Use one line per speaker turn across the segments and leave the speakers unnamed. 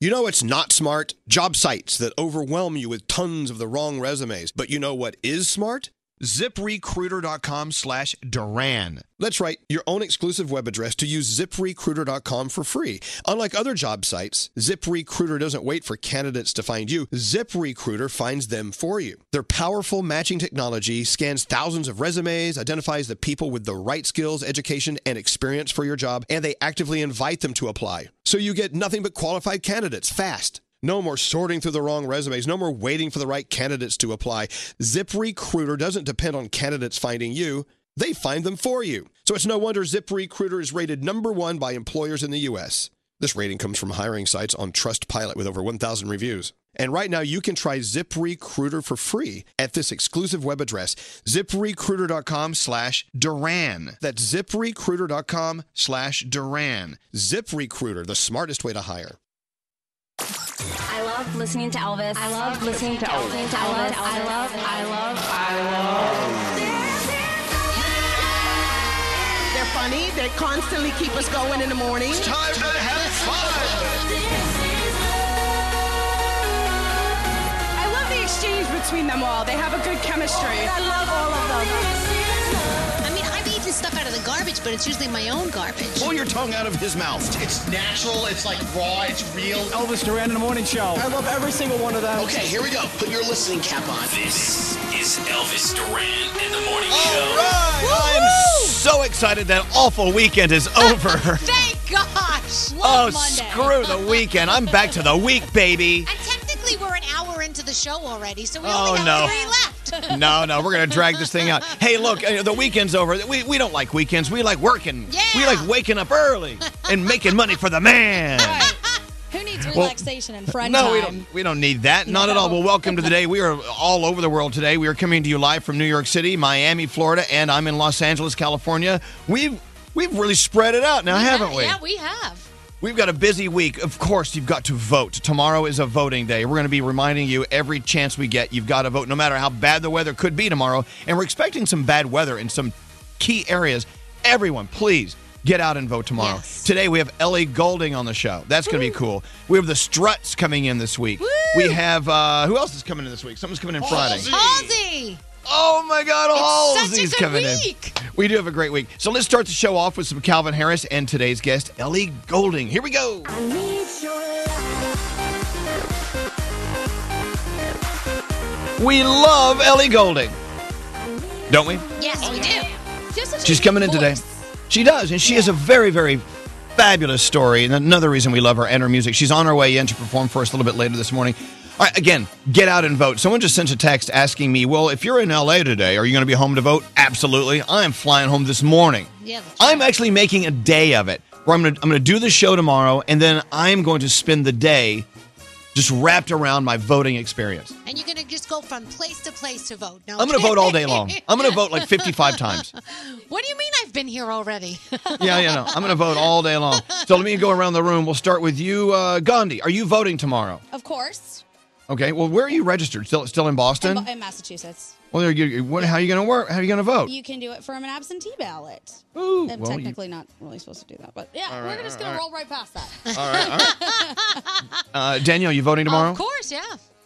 You know it's not smart? Job sites that overwhelm you with tons of the wrong resumes. But you know what is smart? ZipRecruiter.com slash Duran. That's right, your own exclusive web address to use ziprecruiter.com for free. Unlike other job sites, ZipRecruiter doesn't wait for candidates to find you. ZipRecruiter finds them for you. Their powerful matching technology scans thousands of resumes, identifies the people with the right skills, education, and experience for your job, and they actively invite them to apply. So you get nothing but qualified candidates fast. No more sorting through the wrong resumes. No more waiting for the right candidates to apply. ZipRecruiter doesn't depend on candidates finding you. They find them for you. So it's no wonder ZipRecruiter is rated number one by employers in the U.S. This rating comes from hiring sites on Trustpilot with over 1,000 reviews. And right now, you can try ZipRecruiter for free at this exclusive web address, ziprecruiter.com slash Duran. That's ziprecruiter.com slash Duran. ZipRecruiter, the smartest way to hire.
I love listening to Elvis. I love listening to Elvis. I love, I love, I love,
They're funny. They constantly keep us going in the morning. It's
time to have
fun.
I love the exchange between them all. They have a good chemistry.
I love all of them.
I mean, I've eaten stuff out of the garbage, but it's usually my own garbage.
your tongue out of his mouth. It's natural, it's like raw, it's real.
Elvis Duran in the morning show.
I love every single one of them.
Okay, here we go. Put your listening cap on.
This is Elvis Duran and the Morning Show.
I'm so excited that awful weekend is over.
Thank gosh!
oh,
Love Monday.
screw the weekend. I'm back to the week, baby.
And technically, we're an hour into the show already, so we
Oh,
only have
no.
three left.
No, no, we're gonna drag this thing out. Hey, look, uh, the weekend's over. We, we don't like weekends. We like working.
Yeah.
We like waking up early and making money for the man.
Who needs
Well,
relaxation and friend
no,
time?
we don't. We don't need that. Not at all.
No.
Well, welcome to the day. We are all over the world today. We are coming to you live from New York City, Miami, Florida, and I'm in Los Angeles, California. We've we've really spread it out now, haven't we?
Yeah, we have.
We've got a busy week. Of course, you've got to vote. Tomorrow is a voting day. We're going to be reminding you every chance we get, you've got to vote, no matter how bad the weather could be tomorrow. And we're expecting some bad weather in some key areas. Everyone, please get out and vote tomorrow. Today, we have Ellie Golding on the show. That's going to be cool. We have the Struts coming in this week. We have, uh, who else is coming in this week? Someone's coming in Friday.
Halsey!
Oh my God,
It's
Halsey's
such a good
coming
week.
in. We do have a great week. So let's start the show off with some Calvin Harris and today's guest, Ellie Golding. Here we go. We love Ellie Golding. Don't we?
Yes, we do.
She has such a
She's coming in
voice.
today. She does, and she has a very, very fabulous story. And another reason we love her and her music. She's on her way in to perform for us a little bit later this morning. All right, again, get out and vote. Someone just sent a text asking me, well, if you're in LA today, are you going to be home to vote? Absolutely. I am flying home this morning.
Yeah, that's
I'm actually making a day of it where I'm going to I'm going to do the show tomorrow, and then I'm going to spend the day just wrapped around my voting experience.
And you're going to just go from place to place to vote. No,
I'm going to vote all day long. I'm going to vote like 55 times.
What do you mean I've been here already?
Yeah, yeah, no. I'm going to vote all day long. So let me go around the room. We'll start with you, uh, Gandhi. Are you voting tomorrow?
Of course.
Okay. Well, where are you registered? Still, still in
In,
Boston?
Bo- in Massachusetts.
Well, there you. What, how are you going to work? How are you going to vote?
You can do it from an absentee ballot.
Ooh,
I'm
well, you-
technically not really supposed to do that, but yeah,
All right,
we're just
all
going
right.
to roll right past that.
all right, all right. Uh, Danielle, you voting tomorrow?
Of course, yeah.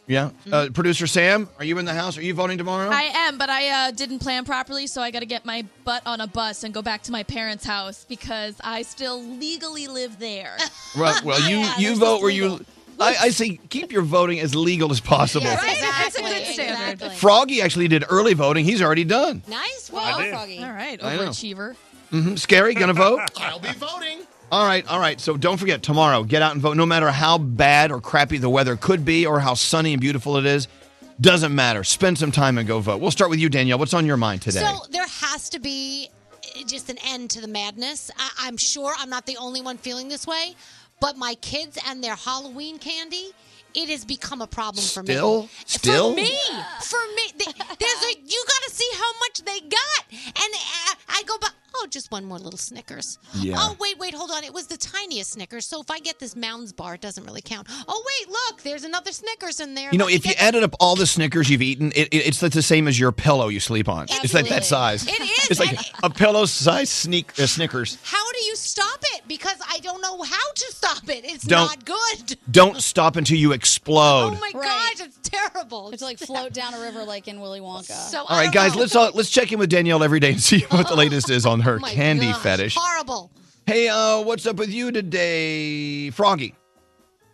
Yeah. Uh, Producer Sam, are you in the house? Are you voting tomorrow?
I am, but I uh, didn't plan properly, so I got to get my butt on a bus and go back to my parents' house because I still legally live there.
Well, well you
Yeah,
you
this
vote
is
where you. I, I say keep your voting as legal as possible.
Yes,
Right? That's a
exactly.
good standard.
Exactly.
Froggy actually did early voting. He's already done.
Nice.
Well,
Well,
Froggy.
All right,
I know.
overachiever.
hmm Scary, gonna vote?
I'll be voting.
all right, all right. So don't forget tomorrow. Get out and vote. No matter how bad or crappy the weather could be, or how sunny and beautiful it is, doesn't matter. Spend some time and go vote. We'll start with you, Danielle. What's on your mind today?
So there has to be uh, just an end to the madness. I- I'm sure I'm not the only one feeling this way, but my kids and their Halloween candy. It has become a problem for
Still?
me.
Still?
for me, for me. Th- There's a you got to see how much they got, and uh, I go, but oh, just one more little Snickers.
Yeah.
Oh wait, wait, hold on. It was the tiniest Snickers, so if I get this Mounds bar, it doesn't really count. Oh wait, look, there's another Snickers in there.
you know,
Let me
if you
get-
added up all the Snickers you've eaten, it, it, it's like the same as your pillow you sleep on. It's like that
Absolutely.
size.
It is,
It's like
and-
a pillow size sneak uh, Snickers.
How do you stop it? it because I don't know how to stop it. It's
Don't.
not good.
Don't stop until you explode.
Oh my gosh, it's terrible. It's
like float down a river like in Willy Wonka.
So
All right, guys, let's uh, let's check in with Danielle every day and see what the latest is on her
Oh my
candy
gosh.
fetish.
Horrible.
Hey, uh, what's up with you today, Froggy?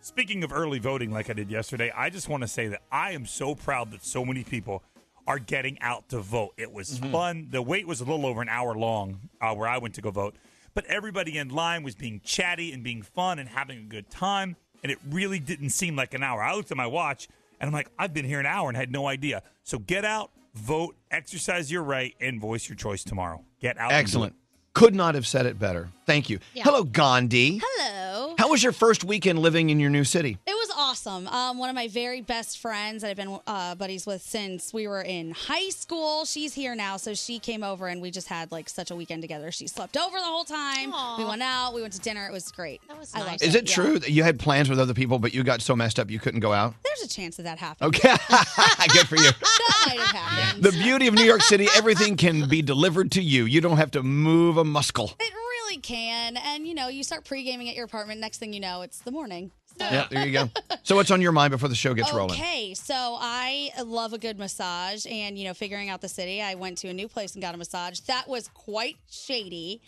Speaking of early voting, like I did yesterday, I just want to say that I am so proud that so many people are getting out to vote. It was
Mm-hmm.
fun. The wait was a little over an hour long uh, where I went to go vote, but everybody in line was being chatty and being fun and having a good time. And it really didn't seem like an hour. I looked at my watch and I'm like, I've been here an hour and had no idea. So get out, vote, exercise your right, and voice your choice tomorrow. Get out. and do it.
Excellent. Could not have said it better. Thank you. Hello, Gandhi.
Hello.
How was your first weekend living in your new city?
It was awesome. Um, one of my very best friends that I've been uh, buddies with since we were in high school. She's here now, so she came over and we just had like such a weekend together. She slept over the whole time. We went out. We went to dinner. It was great. That was I liked
Is it
yeah.
true that you had plans with other people, but you got so messed up you couldn't go out?
There's a chance that that happened.
Okay. Good for you.
That might have happened.
The beauty of New York City, everything can be delivered to you. You don't have to move a muscle.
It really can, and you know, you start pre-gaming at your apartment. Next thing you know, it's the morning. So-
Yeah, there you go. So what's on your mind before the show gets rolling?
Okay, so I love a good massage, and you know, figuring out the city, I went to a new place and got a massage. That was quite shady,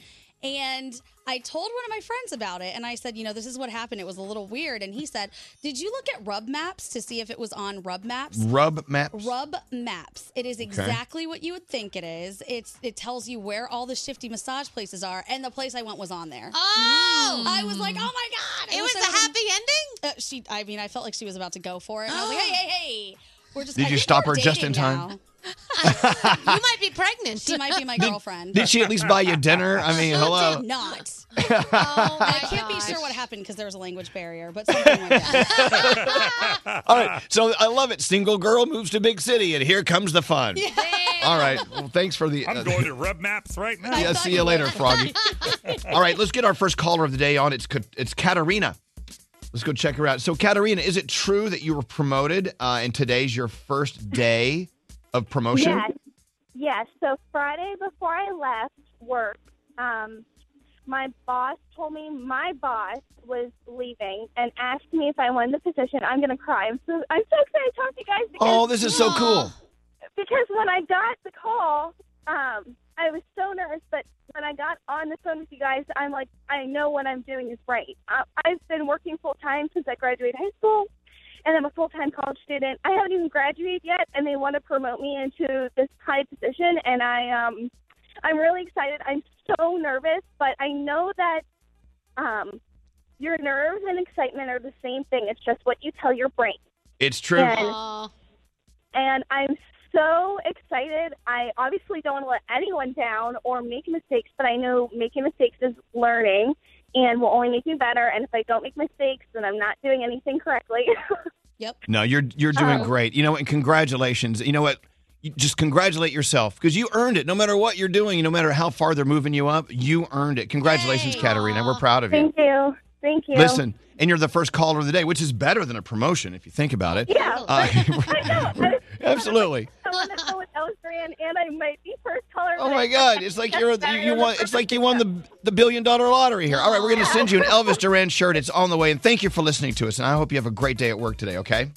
and I told one of my friends about it, and I said, you know, this is what happened. It was a little weird, and he said, did you look at Rub Maps to see if it was on Rub Maps?
Rub map.
Rub Maps. It is exactly what you would think it is. It's it tells you where all the shifty massage places are, and the place I went was on there.
Oh!
I was like, oh my god!
It
wish
was
I
a happy ending. Oh.
Uh, she, I mean, I felt like she was about to go for it. And I was like, hey, hey, hey! We're just.
Did
I
you
think
stop
we're
her just in
dating
time?
now.
you might be pregnant.
She might be my girlfriend.
Did she at least buy you dinner? I mean,
She
hello.
did not. Oh,
Oh
I can't be sure what happened because there was a language barrier, but something went down.
All right. So I love it. Single girl moves to big city, and here comes the fun. All right. Well, thanks for the. uh,
I'm going to rub maps right now.
yeah. See you later, Froggy. All right. Let's get our first caller of the day on. It's Kat- it's Katarina. Let's go check her out. So, Katarina, is it true that you were promoted uh, and today's your first day of promotion?
Yes. Yes. So Friday before I left work, um, my boss told me my boss was leaving and asked me if I wanted the position. I'm going to cry. I'm so, I'm so excited to talk to you guys. Because,
Oh, this is so cool.
Because when I got the call, um, I was so nervous, but when I got on the phone with you guys, I'm like, I know what I'm doing is right. I, I've been working full time since I graduated high school, and I'm a full time college student. I haven't even graduated yet, and they want to promote me into this high position, and I um, I'm really excited. I'm so nervous, but I know that um, your nerves and excitement are the same thing. It's just what you tell your brain.
It's true.
And, and I'm so excited. I obviously don't want to let anyone down or make mistakes, but I know making mistakes is learning and will only make me better. And if I don't make mistakes, then I'm not doing anything correctly.
No, you're you're doing
Oh.
great. You know, and congratulations. You know what? You just congratulate yourself because you earned it. No matter what you're doing, no matter how far they're moving you up, you earned it. Congratulations, Katarina. We're proud of you.
Thank you. Thank you.
Listen, and you're the first caller of the day, which is better than a promotion if you think about it.
Yeah.
Uh, absolutely.
I want to go with Elstrand, and I might be first color.
Oh my God! It's like you're you, you won. It's like you won the the billion dollar lottery here. All right, we're gonna send you an Elvis Duran shirt. It's on the way. And thank you for listening to us. And I hope you have a great day at work today. Okay.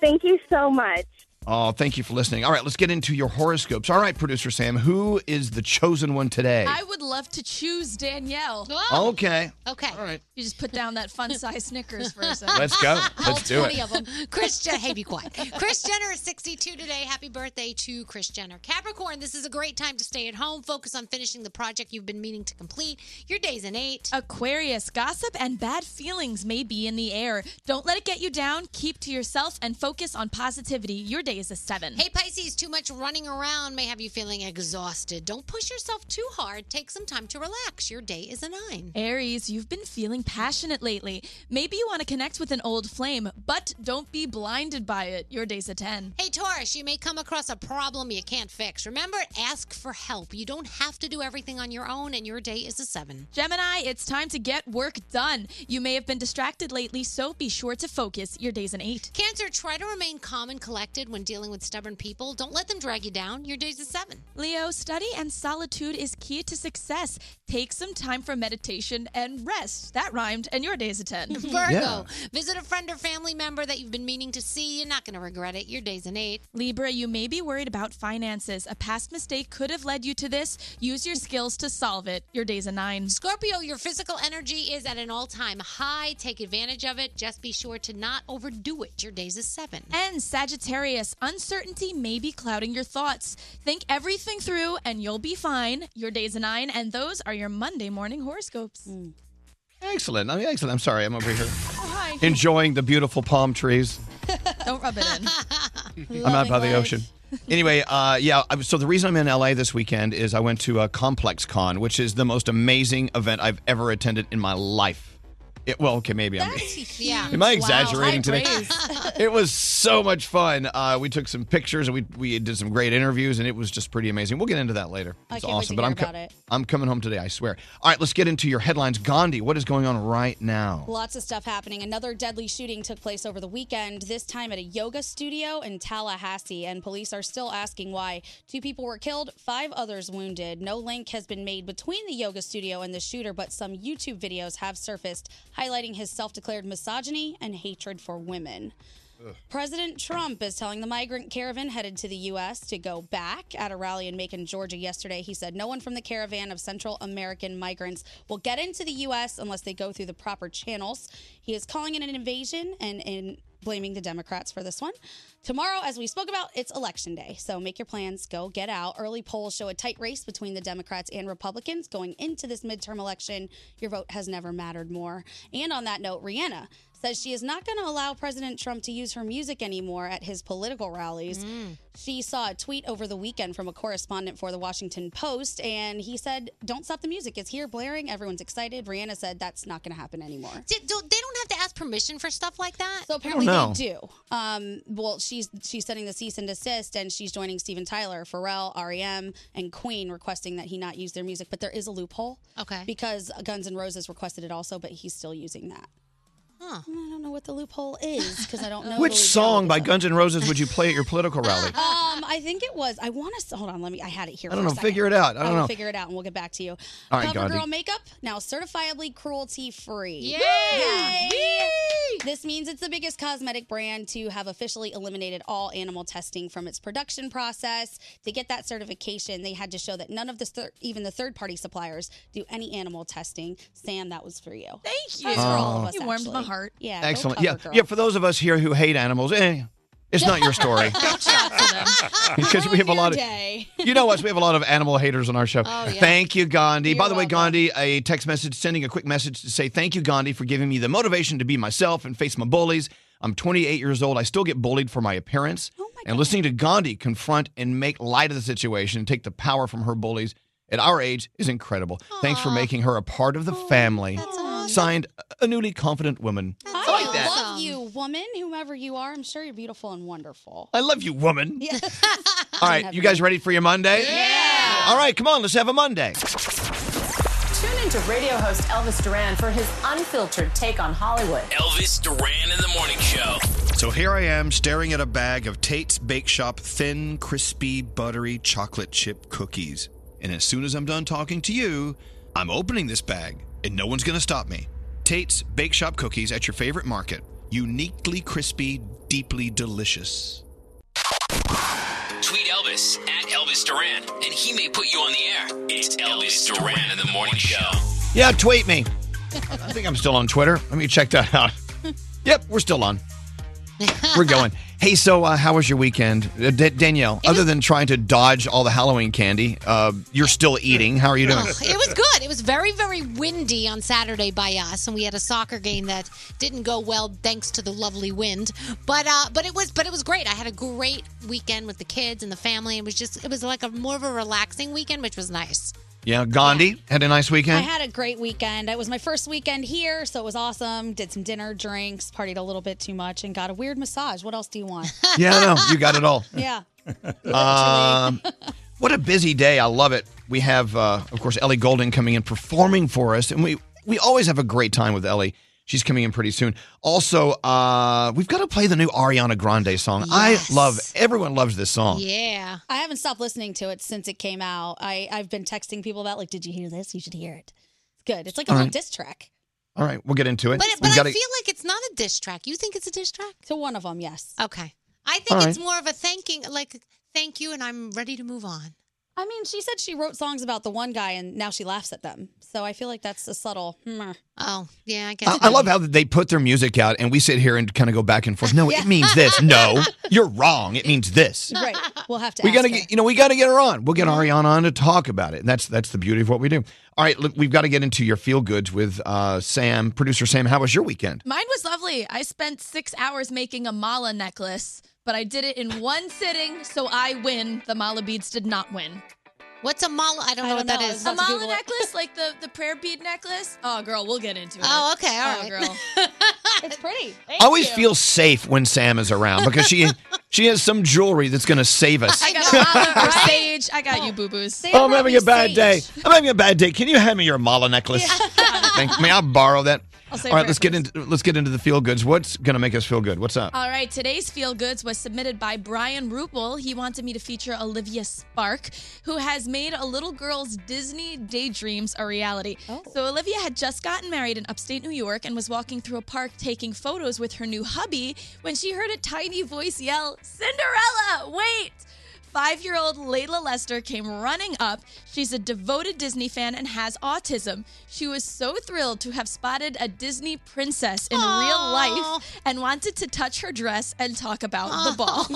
Thank you so much.
Oh, thank you for listening. All right, let's get into your horoscopes. All right, producer Sam, who is the chosen one today?
I would love to choose Danielle.
Okay.
Okay.
All right.
You just put down that fun size Snickers for a second.
Let's go. Let's All do it. 20 of
them. Chris Jenner, hey, be quiet. Chris Jenner is 62 today. Happy birthday to Chris Jenner. Capricorn, this is a great time to stay at home. Focus on finishing the project you've been meaning to complete. Your day's an eight.
Aquarius, gossip and bad feelings may be in the air. Don't let it get you down. Keep to yourself and focus on positivity. Your day is a seven.
Hey, Pisces, too much running around may have you feeling exhausted. Don't push yourself too hard. Take some time to relax. Your day is a nine.
Aries, you've been feeling passionate lately. Maybe you want to connect with an old flame, but don't be blinded by it. Your day's a 10.
Hey, Taurus, you may come across a problem you can't fix. Remember, ask for help. You don't have to do everything on your own, and your day is a seven.
Gemini, it's time to get work done. You may have been distracted lately, so be sure to focus. Your day's an 8.
Cancer, try to remain calm and collected when dealing with stubborn people. Don't let them drag you down. Your day's a seven.
Leo, study and solitude is key to success. Take some time for meditation and rest. That rhymed, and your day is a 10.
Virgo,
Yeah.
visit a friend or family member that you've been meaning to see. You're not going to regret it. Your day's an eight.
Libra, you may be worried about finances. A past mistake could have led you to this. Use your skills to solve it. Your day's a nine.
Scorpio, your physical energy is at an all time high. Take advantage of it. Just be sure to not overdo it. Your day's a seven.
And Sagittarius, uncertainty may be clouding your thoughts. Think everything through and you'll be fine. Your day's a nine, and those are your Monday morning horoscopes.
Hmm.
Excellent. I mean, excellent. I'm sorry. I'm over here
Oh, hi.
enjoying the beautiful palm trees.
Don't rub it in.
I'm out by the ocean. Anyway, uh, yeah. I- So the reason I'm in LA this weekend is I went to a Complex Con, which is the most amazing event I've ever attended in my life. It, well, okay, maybe I'm.
Yeah.
Am I exaggerating today? it was so much fun. Uh, we took some pictures and we we did some great interviews, and it was just pretty amazing. We'll get into that later.
I
It's
can't wait
awesome,
to
but
hear
I'm co-
about it.
I'm coming home today. I swear. All right, let's get into your headlines. Gandhi, what is going on right now?
Lots of stuff happening. Another deadly shooting took place over the weekend, this time at a yoga studio in Tallahassee, and police are still asking why. Two people were killed, five others wounded. No link has been made between the yoga studio and the shooter, but some YouTube videos have surfaced highlighting his self declared misogyny and hatred for women. President Trump is telling the migrant caravan headed to the U.S. to go back. At a rally in Macon, Georgia yesterday, he said no one from the caravan of Central American migrants will get into the U.S. unless they go through the proper channels. He is calling it an invasion and in blaming the Democrats for this one. Tomorrow, as we spoke about, it's election day. So make your plans, go get out. Early polls show a tight race between the Democrats and Republicans going into this midterm election. Your vote has never mattered more. And on that note, Rihanna says she is not going to allow President Trump to use her music anymore at his political rallies.
Mm.
She saw a tweet over the weekend from a correspondent for the Washington Post, and he said, Don't stop the music. It's here blaring. Everyone's excited. Rihanna said, That's not going to happen anymore.
Did, do, they don't have to ask permission for stuff like that.
So apparently they do. Um, well, she's she's sending the cease and desist, and she's joining Steven Tyler, Pharrell, REM, and Queen, requesting that he not use their music. But there is a loophole, okay? Because Guns N' Roses requested it also, but he's still using that.
Huh.
I don't know what the loophole is because I don't know
Which
the
song by Guns N' Roses would you play at your political rally?
um, I think it was. I want to hold on. Let me. I had it here.
I don't
for a
know,
second.
figure it out, I don't
will
know.
Figure it out, and we'll get back to you.
All right,
CoverGirl
Gandhi.
makeup now certifiably cruelty free.
Yeah.
Yay! This means it's the biggest cosmetic brand to have officially eliminated all animal testing from its production process. To get that certification, they had to show that none of the thir- even the third party suppliers do any animal testing. Sam, that was for you. Thank
you.
That's for all of
Uh,
Oh.
us.
You warmed my
actually.
heart.
Yeah. go
Excellent. Yeah,
CoverGirl.
yeah. For those of us here who hate animals, eh, it's not your story because we have a lot of.
Day.
You know us. We have a lot of animal haters on our show.
Oh, yeah.
Thank you, Gandhi. By the way, Gandhi, a text message sending a quick message to say thank you, Gandhi, for giving me the motivation to be myself and face my bullies. I'm 28 years old. I still get bullied for my appearance.
Oh,
and listening to Gandhi confront and make light of the situation and take the power from her bullies at our age is incredible. Thanks for making her a part of the
Oh,
family. Signed, a newly confident woman.
I,
like that.
love you, woman, whomever you are. I'm sure you're beautiful and wonderful.
I love you, woman.
Yeah.
All right, you guys ready for your Monday? Yeah. All right, come on, let's have a Monday.
Tune into radio host Elvis Duran for his unfiltered take on Hollywood.
Elvis Duran in the morning show.
So here I am staring at a bag of Tate's Bake Shop thin, crispy, buttery chocolate chip cookies. And as soon as I'm done talking to you, I'm opening this bag and no one's going to stop me. Tate's Bake Shop cookies at your favorite market. Uniquely crispy, deeply delicious.
Tweet Elvis at Elvis Duran, and he may put you on the air. It's Elvis Duran in the morning show.
Yeah, tweet me. I think I'm still on Twitter. Let me check that out. Yep, we're still on. We're going. Hey, so uh, how was your weekend, uh, D- Danielle? other than trying to dodge all the Halloween candy, uh, you're still eating. How are you doing?
Ugh, Oh, it was good. It was very, very windy on Saturday by us, and we had a soccer game that didn't go well thanks to the lovely wind. But uh, but it was but it was great. I had a great weekend with the kids and the family. It was just it was like a more of a relaxing weekend, which was nice.
Yeah, Gandhi had a nice weekend.
I had a great weekend. It was my first weekend here, so it was awesome. Did some dinner, drinks, partied a little bit too much, and got a weird massage. What else do you want?
yeah, no, you got it all.
yeah.
Um, what a busy day. I love it. We have, uh, of course, Ellie Golden coming in performing for us, and we we always have a great time with Ellie. She's coming in pretty soon. Also, uh, we've got to play the new Ariana Grande song. I love. Everyone loves this song.
Yeah.
I haven't stopped listening to it since it came out. I, I've been texting people about, like, did you hear this? You should hear it. It's good. It's like a
All
little
right.
diss track.
All right, we'll get into it.
But,
We've
but
gotta-
I feel like it's not a diss track. You think it's a diss track?
To one of them, yes.
Okay. I
All
think
right.
it's more of a thanking, like, thank you, and I'm ready to move on.
I mean, she said she wrote songs about the one guy and now she laughs at them. So I feel like that's a subtle. hmm,
Oh, yeah, I guess.
I, I love how they put their music out and we sit here and kind of go back and forth. No,
Yeah.
it means this. No, you're wrong. It means this.
Right. We'll have to
We
ask
gotta
her.
get, you know, we gotta get her on. We'll get Ariana on to talk about it. And that's that's the beauty of what we do. All right, look, we've got to get into your feel goods with uh, Sam, producer Sam. How was your weekend?
Mine was lovely. I spent six hours making a mala necklace, but I did it in one sitting, so I win. The mala beads did not win.
What's a mala? I don't know what that
that
is.
is. A mala necklace, like the, the prayer bead necklace. Oh, girl, we'll get into it.
Oh, okay, all
oh,
right.
girl.
it's pretty.
I always feel safe when Sam is around because she she has some jewelry that's gonna save us.
I got a mala for sage. I got you boo boos.
Oh, I'm having a bad day. I'm having a bad day. Can you hand me your mala necklace? Thank, may I borrow that?
I'll
All
save
right,
it,
let's get into let's get into the feel goods. What's gonna make us feel good? What's up?
All right, today's Feel Goods was submitted by Brian Rupel. He wanted me to feature Olivia Spark, who has made a little girl's Disney daydreams a reality. So, Olivia had just gotten married in upstate New York and was walking through a park taking photos with her new hubby when she heard a tiny voice yell, Cinderella, wait! Five year old Layla Lester came running up. She's a devoted Disney fan and has autism. She was so thrilled to have spotted a Disney princess in real life and wanted to touch her dress and talk about the ball.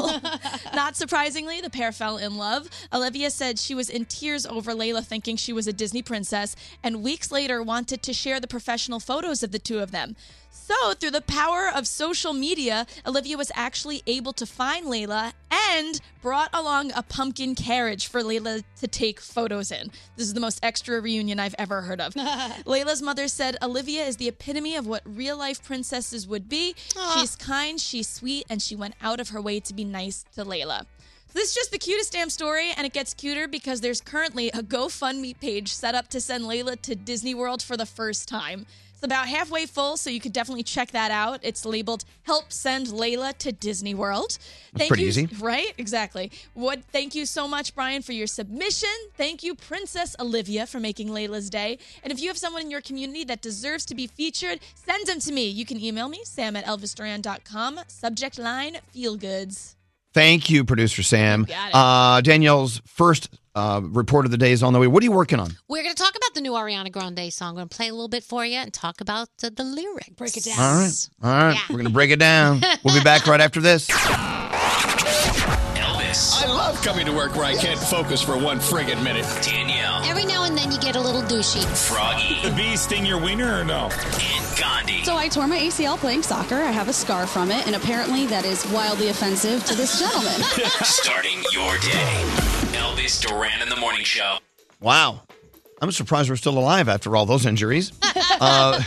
Not surprisingly, the pair fell in love. Olivia said she was in tears over Layla thinking she was a Disney princess and weeks later wanted to share the professional photos of the two of them. So, through the power of social media, Olivia was actually able to find Layla and brought along a pumpkin carriage for Layla to take photos in. This is the most extra reunion I've ever heard of. Layla's mother said Olivia is the epitome of what real life princesses would be. She's kind, she's sweet, and she went out of her way to be nice to Layla. This is just the cutest damn story, and it gets cuter because there's currently a GoFundMe page set up to send Layla to Disney World for the first time. It's about halfway full, so you could definitely check that out. It's labeled "Help Send Layla to Disney World." Thank
pretty
you,
easy.
right? Exactly. What? Thank you so much, Brian, for your submission. Thank you, Princess Olivia, for making Layla's day. And if you have someone in your community that deserves to be featured, send them to me. You can email me, Sam at elvisduran.com. Subject line: Feel Goods.
Thank you, producer Sam.
You got it.
Uh, Danielle's first uh, report of the day is on the way. What are you working on?
We're going to talk about the new Ariana Grande song. I'm going to play a little bit for you and talk about the, the lyrics. Break it down.
All right, all right. We're gonna break it down. We'll be back right after this.
Elvis.
I love coming to work where I can't focus for one friggin' minute.
Danielle.
Every now and then you get a little douchey.
Froggy.
The bees sting your wiener or no?
And Gandhi.
So I tore my ACL playing soccer. I have a scar from it, and apparently that is wildly offensive to this gentleman.
Starting your day. Elvis Duran in the morning show.
Wow. I'm surprised we're still alive after all those injuries. Uh,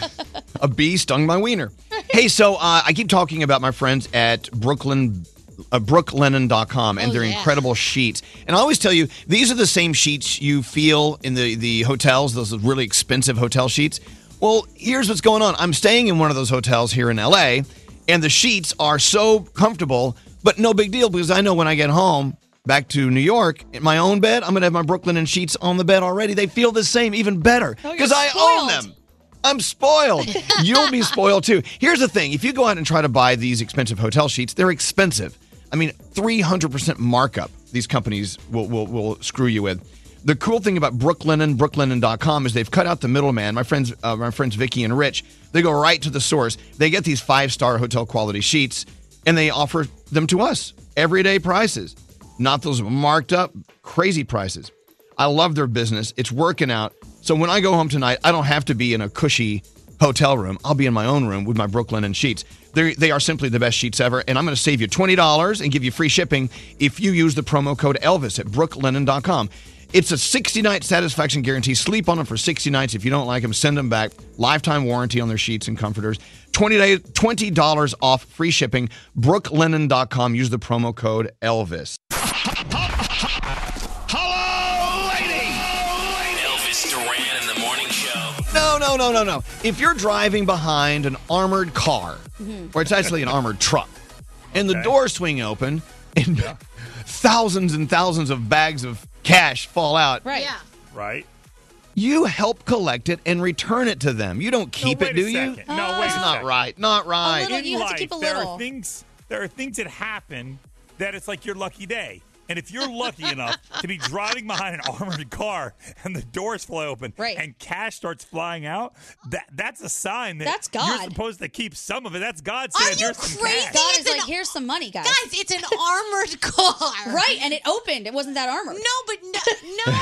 a bee stung my wiener. Hey, so uh, I keep talking about my friends at Brooklyn. Uh, brooklinen.com and
Oh,
their
yeah.
incredible sheets. And I always tell you, these are the same sheets you feel in the, the hotels, those really expensive hotel sheets. Well, here's what's going on. I'm staying in one of those hotels here in LA, and the sheets are so comfortable, but no big deal because I know when I get home back to New York in my own bed, I'm going to have my Brooklinen sheets on the bed already. They feel the same, even better
Oh, you're
because I own
spoiled.
them. I'm spoiled. You'll be spoiled too. Here's the thing if you go out and try to buy these expensive hotel sheets, they're expensive. I mean, 300% markup these companies will, will, will screw you with. The cool thing about Brooklinen, brooklinen.com is they've cut out the middleman. My friends, uh, my friends Vicky and Rich, they go right to the source. They get these five star hotel quality sheets and they offer them to us everyday prices, not those marked up crazy prices. I love their business. It's working out. So when I go home tonight, I don't have to be in a cushy hotel room. I'll be in my own room with my Brooklyn and sheets. They they are simply the best sheets ever, and I'm going to save you twenty dollars and give you free shipping if you use the promo code Elvis at brooklinen.com. It's a 60 night satisfaction guarantee. Sleep on them for 60 nights. If you don't like them, send them back. Lifetime warranty on their sheets and comforters. 20 day, $20 off free shipping. Brooklinen.com. Use the promo code Elvis.
Elvis Duran in the morning show.
No, no, no, no, no, no. If you're driving behind an armored car, or it's actually an armored truck, and the doors swing open, and thousands and thousands of bags of cash fall out.
Right. Yeah.
Right.
You help collect it and return it to them. You don't keep it,
wait a
do you?
second. No, wait
That's
a
not
second.
right. Not right.
In life, There are things. There are things that happen that it's like your lucky day. And if you're lucky enough to be driving behind an armored car and the doors fly open and cash starts flying out, that that's a sign that
That's
you're
God.
supposed to keep some of it. That's God saying here's some cash.
God is like, here's some money, guys.
Guys, it's an armored car.
right, and it opened. It wasn't that armored.
No, but no. no.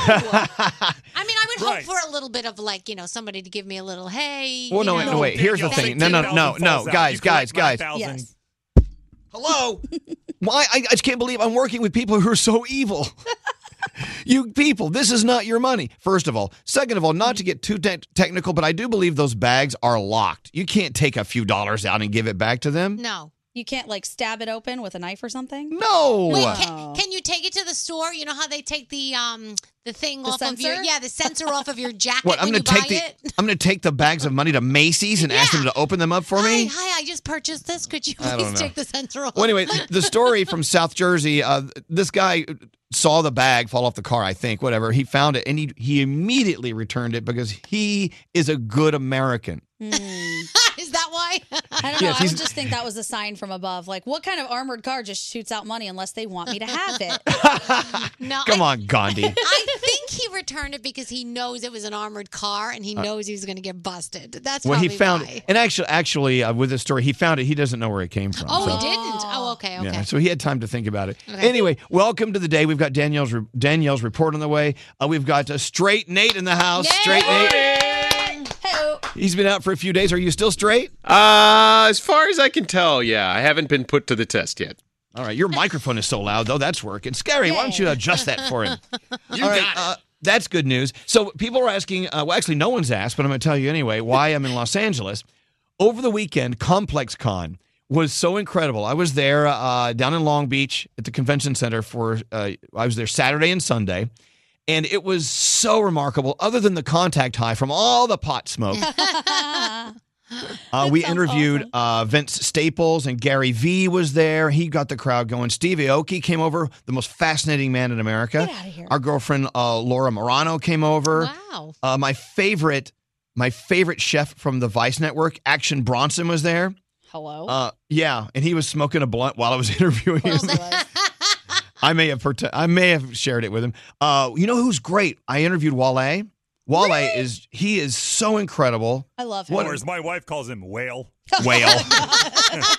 I mean, I would
Right.
hope for a little bit of like, you know, somebody to give me a little, hey.
Well,
you
no,
know,
wait, no, wait. Here's the
that-
thing. No, no, no, no, guys, guys, guys. Hello. Why? I, I just can't believe I'm working with people who are so evil. you people, this is not your money. First of all, second of all, not to get too te- technical, but I do believe those bags are locked. You can't take a few dollars out and give it back to them.
No.
You can't like stab it open with a knife or something?
No.
Wait, can, can you take it to the store? You know how they take the um the thing off of your
sensor?
yeah the sensor off of your jacket
What? I'm
when you
gonna
buy
take the
it.
I'm gonna take the bags of money to Macy's and ask them to open them up for me.
Hey, hi, I just purchased this. Could you
I don't
please
know.
take the sensor off?
Well, anyway, th- the story from South Jersey. Uh, this guy saw the bag fall off the car. I think whatever he found it, and he he immediately returned it because he is a good American.
Is that why?
Hmm. I don't know.
Yes,
I
he's-
would just think that was a sign from above. Like, what kind of armored car just shoots out money unless they want me to have it?
no,
Come
I,
on, Gandhi.
I think he returned it because he knows it was an armored car and he
Uh,
knows he's going to get busted. That's
well, he
probably
found
why.
and actually, actually, uh, with this story, he found it. He doesn't know where it came from.
Oh,
so-
he didn't. Oh, okay, okay.
Yeah, so he had time to think about it.
Okay.
Anyway, welcome to the day. We've got Danielle's re- Danielle's report on the way. Uh, we've got uh, straight Nate in the house. Straight Nate. He's been out for a few days. Are you still straight?
Uh, as far as I can tell, yeah, I haven't been put to the test yet.
All right, your microphone is so loud though. That's working. Scary. Why don't you adjust that for him? you got it. Uh, that's good news. So people are asking. Uh, well, actually, no one's asked, but I'm going to tell you anyway. Why I'm in Los Angeles over the weekend? Complex Con was so incredible. I was there uh, down in Long Beach at the convention center for. Uh, I was there Saturday and Sunday. And it was so remarkable, other than the contact high from all the pot smoke. Uh, we interviewed uh, Vince Staples and Gary Vee was there. He got the crowd going. Stevie Aoki came over, the most fascinating man in America. Get out of here. Our girlfriend uh, Laura Morano came over.
Wow.
Uh, my favorite, my favorite chef from the Vice Network, Action Bronson, was there.
Hello.
Uh, yeah, and he was smoking a blunt while I was interviewing him. I may have prote- I may have shared it with him. Uh, you know who's great? I interviewed Wale. Wale is he is so incredible.
I love
Or as my wife calls him, whale.
Whale.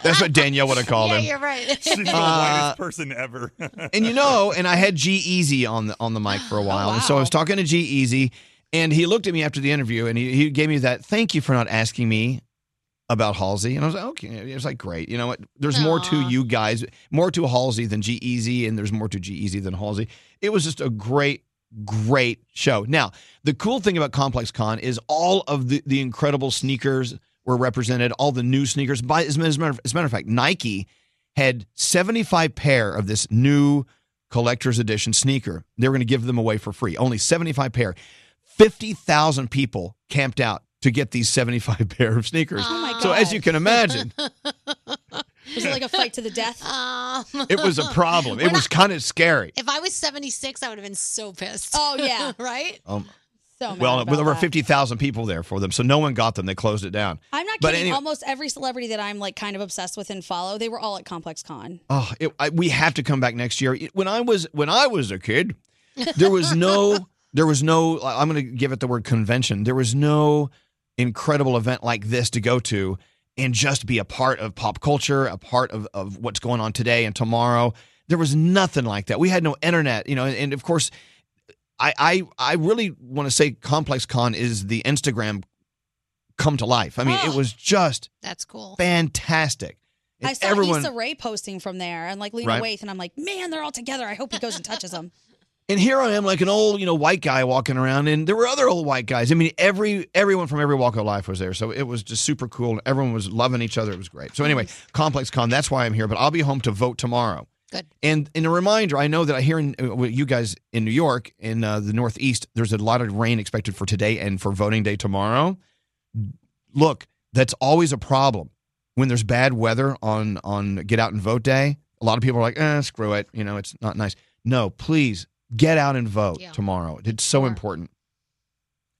That's what Danielle would have called him.
right.
She's the
Uh,
whitest person ever.
and you know, and I had G Easy on the on the mic for a while, and so I was talking to G Easy, and he looked at me after the interview, and he, he gave me that thank you for not asking me about Halsey, and I was like, okay, it was like great, you know what? There's more to you guys, more to Halsey than G Easy, and there's more to G Easy than Halsey. It was just a great. Great show. Now, the cool thing about Complex Con is all of the, the incredible sneakers were represented, all the new sneakers. By as a matter, as a matter of fact, Nike had 75 pair of this new collector's edition sneaker. They were going to give them away for free. Only 75 pair. 50,000 people camped out to get these 75 pair of sneakers.
Oh my
So
God.
as you can imagine,
Was it like a fight to the death?
it was a problem. It was kind of scary.
Um, If I was 76, I would have been so pissed.
Oh, yeah.
right?
Um,
So mad
well,
Oh about
with over
that.
50,000 people there for them. So no one got them. They closed it down.
I'm not
But
kidding.
anyway-
Almost every celebrity that I'm like kind of obsessed with and follow, they were all at Complex Con.
Oh, it, I, we have to come back next year. It- When I was when I was a kid, there was no there was no I- I'm going to give it the word convention. There was no incredible event like this to go to and just be a part of pop culture, a part of of what's going on today and tomorrow. There was nothing like that. We had no internet, you know, and, and of course I I I really want to say Complex Con is the Instagram come to life. I mean, it was just
That's cool.
fantastic. And
Oh. I saw
everyone-
Issa Rae posting from there and like Lena
Right.
Waithe, and I'm like, man, they're all together. I hope he goes and touches them.
And here I am, like an old, you know, white guy walking around, and there were other old white guys. I mean, every everyone from every walk of life was there, so it was just super cool. And everyone was loving each other. It was great. So anyway, Complex Con. That's why I'm here. But I'll be home to vote tomorrow.
Good.
And and a reminder, I know that I hear in, uh, well, you guys in New York in uh, the Northeast, there's a lot of rain expected for today and for voting day tomorrow. look, that's always a problem when there's bad weather on on get out and vote day. A lot of people are like, eh, screw it. You know, it's not nice. No, please get out and vote tomorrow. It's so important.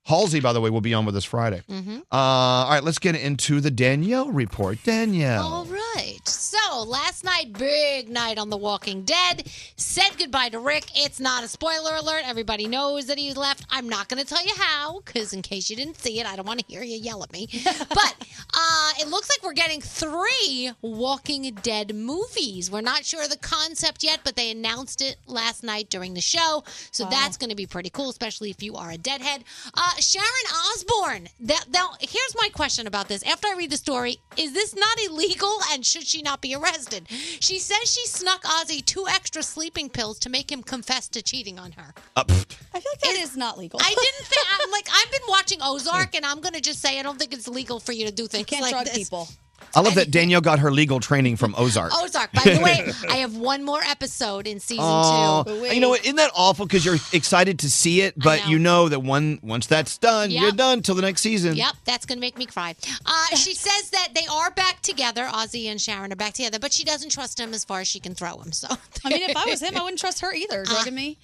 Halsey, by the way, will be on with us Friday.
Mhm.
Uh, all right, let's get into the Danielle report. Danielle.
All right. So last night, big night on The Walking Dead. Said goodbye to Rick. It's not a spoiler alert. Everybody knows that he left. I'm not going to tell you how, because in case you didn't see it, I don't want to hear you yell at me. but uh, it looks like we're getting three Walking Dead movies. We're not sure of the concept yet, but they announced it last night during the show. So
Wow.
that's going to be pretty cool, especially if you are a deadhead. Uh, Sharon Osbourne. That, now, here's my question about this. After I read the story, is this not illegal and should she not be arrested? She says she snuck Ozzy two extra sleeping pills to make him confess to cheating on her.
I feel like that is not legal.
I didn't think I'm like I've been watching Ozark, and I'm gonna just say I don't think it's legal for you to do things
can't
like
drug
this.
people.
I love that Oh, Danielle Oh, got her legal training from Ozark.
Ozark. By the way, I have one more episode in season
Aw.
two.
you know what? Isn't that awful? Because you're excited to see it, but you know that one once that's done, you're
Yep.
done till the next season.
Yep, that's going to make me cry. Uh, she says that they are back together. Ozzy and Sharon are back together, but she doesn't trust him as far as she can throw him. So, Uh,
I mean, if I was him, I wouldn't trust her either. Drugging me.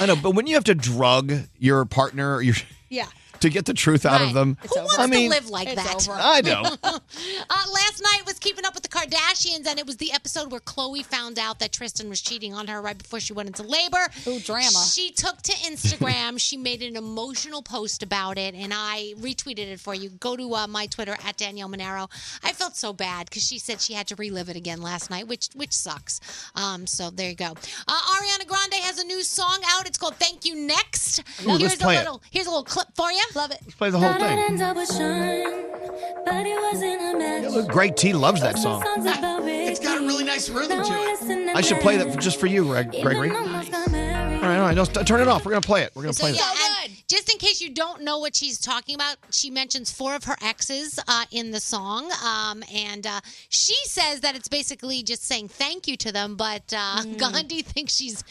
I know, but when you have to drug your partner, or your
yeah.
to get the truth out of them.
Who wants
I mean,
to live like that?
I know.
uh, last night was Keeping Up with the Kardashians, and it was the episode where Chloe found out that Tristan was cheating on her right before she went into labor. Ooh, drama. She took to Instagram. she made an emotional post about it, and I retweeted it for you. Go to uh, my Twitter at Danielle Monero. I felt so bad because she said she had to relive it again last night, which which sucks. Um, so there you go. Uh, Ariana Grande has a new song out. It's called "Thank You Next."
Ooh, let's
here's
play
a
it.
little here's a little clip for you. Love it.
Let's play the whole thing. Look, Greg T loves that song.
It's got a really nice rhythm to it.
I should play that just for you, Greg- Gregory. All right, all right, no, st- turn it off. We're gonna play it. We're gonna
So
play
yeah,
that.
and just in case you don't know what she's talking about, she mentions four of her exes uh, in the song, um, and uh, she says that it's basically just saying thank you to them. But uh, Gandhi thinks she's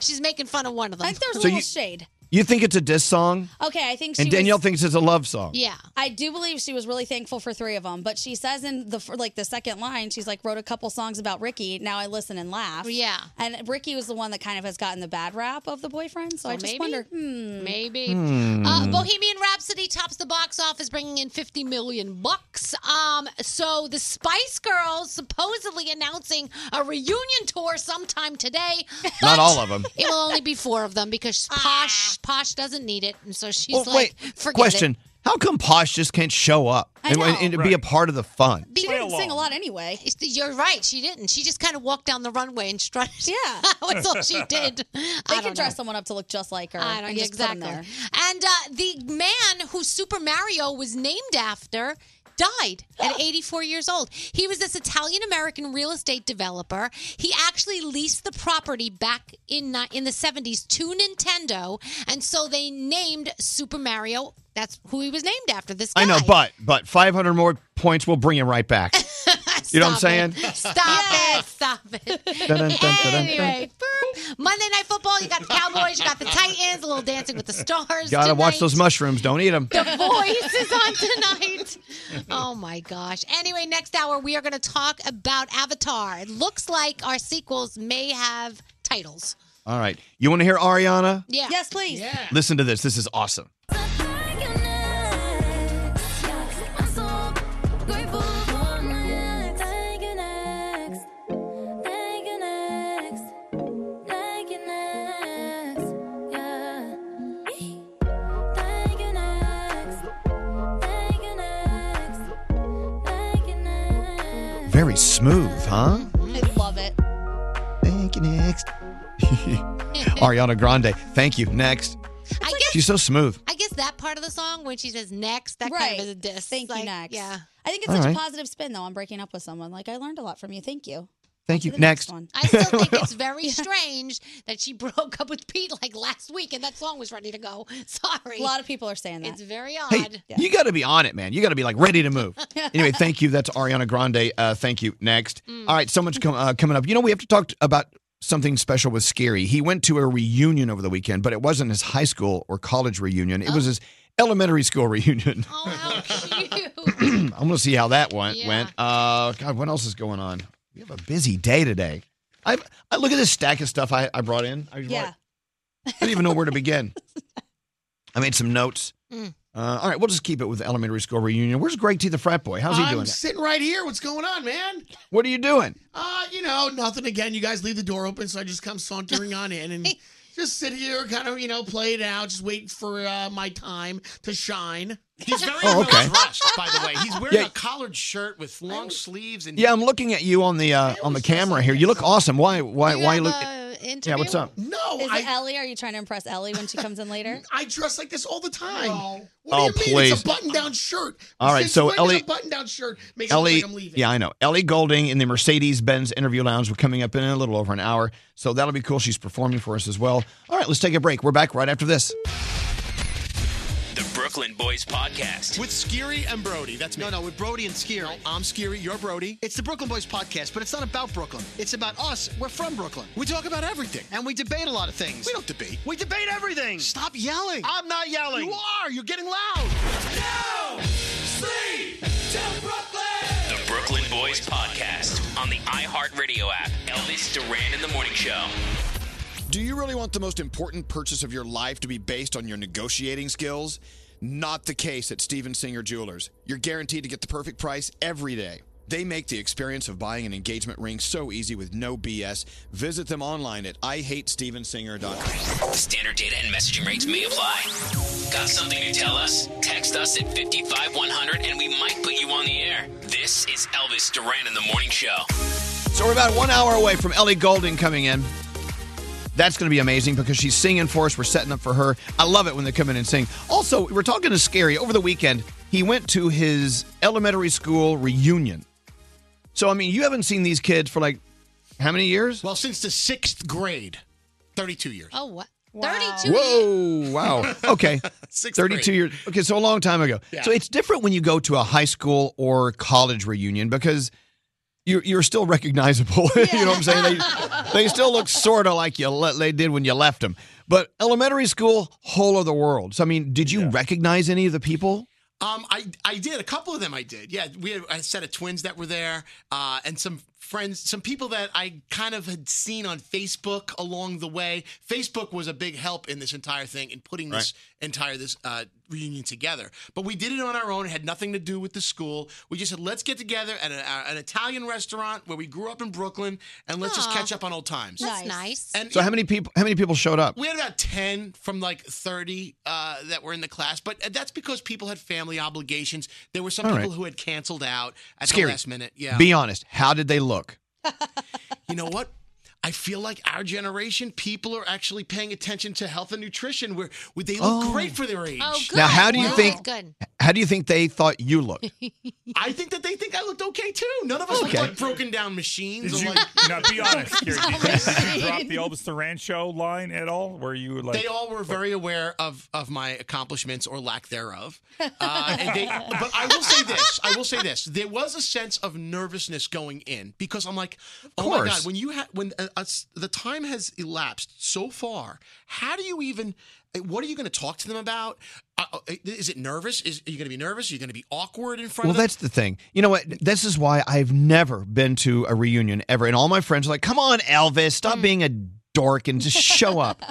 she's making fun of one of them. I think
there's
a So little you-
shade.
You think it's a diss song?
Okay, I think she
And Danielle
was,
thinks it's a love song.
Yeah.
I do believe she was really thankful for three of them, but she says in the fir- like the second line, she's like wrote a couple songs about Ricky. Now I listen and laugh.
Yeah.
and Ricky was the one that kind of has gotten the bad rap of the boyfriend. So I
Well,
just
maybe.
wonder, hmm,
maybe.
Hmm.
Uh, Bohemian Rhapsody tops the box office, bringing in fifty million bucks. Um, so the Spice Girls supposedly announcing a reunion tour sometime today.
Not all of them.
It will only be four of them because Posh Posh doesn't need it, and so she's
Oh,
like, "Forget
question:
it."
How come Posh just can't show up
I
and,
know.
and be a part of the fun?
She
didn't sing a lot anyway.
You're right. She didn't. She just kind of walked down the runway and strutted. Yeah, that's all she did.
they could dress someone up to look just like her.
I don't
and
yeah,
just put 'em
exactly.
there.
And uh, the man who Super Mario was named after died at 84 years old. He was this Italian American real estate developer. He actually leased the property back in ni- in the 70s to Nintendo, and so they named Super Mario. That's who he was named after. This guy.
I know, but but 500 more points will bring him right back. you know what I'm saying?
Stop it. Stop it.
Dun, dun, dun, dun, dun.
anyway, boop. Monday Night Football, you got the Cowboys, you got the Titans, a little dancing with the stars.
Gotta watch
tonight.
those mushrooms. Don't eat them.
The voice is on tonight. Oh my gosh. Anyway, next hour we are going to talk about Avatar. It looks like our sequels may have titles.
All right. You want to hear Ariana?
Yeah.
Yes, please. Yeah.
Listen to this. This is awesome. Very smooth, huh?
I love it.
Thank you, next. Ariana Grande. Thank you, next.
I guess
She's so smooth.
I guess that part of the song when she says next, that kind of is a diss. Thank you, next. Yeah.
I think it's
All
such
right.
a positive spin though on breaking up with someone. Like I learned a lot from you. Thank you.
Thank you,
the
next.
one.
I still think it's very strange that she broke up with Pete like last week and that song was ready to go. Sorry. A lot
of people are saying
that. It's very odd.
Hey, you got to be on it, man. You got to be like ready to move. anyway, thank you. That's Ariana Grande. Uh, thank you. Next.
Mm.
All right, so much com- uh, coming up. You know, we have to talk t- about something special
Oh.
with Scary. He went to a reunion over the weekend, but it wasn't his high school or college reunion. It was his elementary school reunion.
I'm
going to see how that went. Went. Uh, God, what else is going on? We have a busy day today. I I look at this stack of stuff I, I brought in. I,
Yeah.
I don't even know where to begin. I made some notes.
Mm.
Uh, all right, we'll just keep it with the elementary school reunion. Where's Greg T the frat boy? How's he
I'm
doing?
sitting right here. What's going on, man?
what are you doing?
Uh, you know, nothing again. You guys leave the door open, so I just come sauntering on in and just sit here, kind of, you know, play it out, just wait for uh, my time to shine.
He's very
Oh, okay.
well dressed, by the way. He's wearing
Yeah.
a collared shirt with long sleeves and
Yeah, I'm looking at you on the uh, on the camera here. You look awesome. Why why why you look? yeah, what's up?
No,
is it Ellie? Are you trying to impress Ellie when she comes in later?
I dress like this all the time.
oh please.
It's a button-down shirt.
All right,
Since
so
when does
Ellie-
a button-down shirt makes it
Ellie,
look like I'm leaving.
E yeah, I know. Ellie Golding in the Mercedes Benz interview lounge. We're coming up in a little over an hour, so that'll be cool. She's performing for us as well. All right, let's take a break. We're back right after this.
The Brooklyn Boys Podcast.
With Skiri and Brody. That's me. No, no, with Brody and Skiri. I'm Skiri, you're Brody. It's the Brooklyn Boys podcast, but it's not about Brooklyn. It's about us. We're from Brooklyn. We talk about everything. And we debate a lot of things. We don't debate. We debate everything. Stop yelling. I'm not yelling. You are. You're getting loud.
The Brooklyn Boys Podcast on the iHeartRadio app. Elvis Duran in the Morning Show.
Do you really want the most important purchase of your life to be based on your negotiating skills? Not the case at Steven Singer Jewelers. You're guaranteed to get the perfect price every day. They make the experience of buying an engagement ring so easy with no BS. Visit them online at ihatestevensinger.com.
Standard data and messaging rates may apply. Got something to tell us? Text us at 55100 and we might put you on the air. This is Elvis Duran in the Morning Show.
So we're about one hour away from Ellie Golding coming in. That's going to be amazing because she's singing for us. We're setting up for her. I love it when they come in and sing. Also, we we're talking to Scary over the weekend. He went to his elementary school reunion. So I mean, you haven't seen these kids for like how many years?
Well, since the sixth grade, 32 years.
Oh, what? 32
Whoa! Wow. Okay.
Sixth
Thirty-two
grade.
years. Okay, so a long time ago.
Yeah.
So it's different when you go to a high school or college reunion because you're you're still recognizable. you know what I'm saying? They, they still look sort of like you le- they did when you left them. But elementary school, whole other world. So I mean, did you recognize any of the people?
Um, I I did a couple of them. I did. Yeah, we had a set of twins that were there, uh, and some friends, some people that I kind of had seen on Facebook along the way. Facebook was a big help in this entire thing in putting this entire this uh, reunion together. But we did it on our own. It had nothing to do with the school. We just said let's get together at a, uh, an Italian restaurant where we grew up in Brooklyn, and let's just
Aw.
catch up on old times.
That's nice.
And
So how many people? How many people showed up?
we had about 10 from like 30 uh, that were in the class, but uh, that's because people had family obligations. There were some
All
people
right.
who had canceled out at
Scary.
the last minute. Yeah.
Be honest. How did they look?
You know what? I feel like our generation, people are actually paying attention to health and nutrition where where they look
Oh.
great for their age.
Oh, good.
Now, how do you
Wow.
think-
Good.
How do you think they thought you looked?
I think that they think I looked okay too. None of us
Okay.
look like broken down machines.
Did
or
you,
like,
now, be honest, Gary, did, you- did you drop the Elvis Duran show line at all? Where you were like,
they all were very aware of of my accomplishments or lack thereof. Uh, and they- but I will say this: I will say this. There was a sense of nervousness going in because I'm like, oh my
course.
god, when you ha- when uh, us the time has elapsed so far, how do you even? uh, What are you going to talk to them about? Uh, uh, is it nervous? Is are you going to be nervous? Are you going to be awkward in front
Well,
of them?
that's the thing. You know what? This is why I've never been to a reunion ever. And all my friends are like, come on, Elvis,
Mm.
stop being a dork and just show up.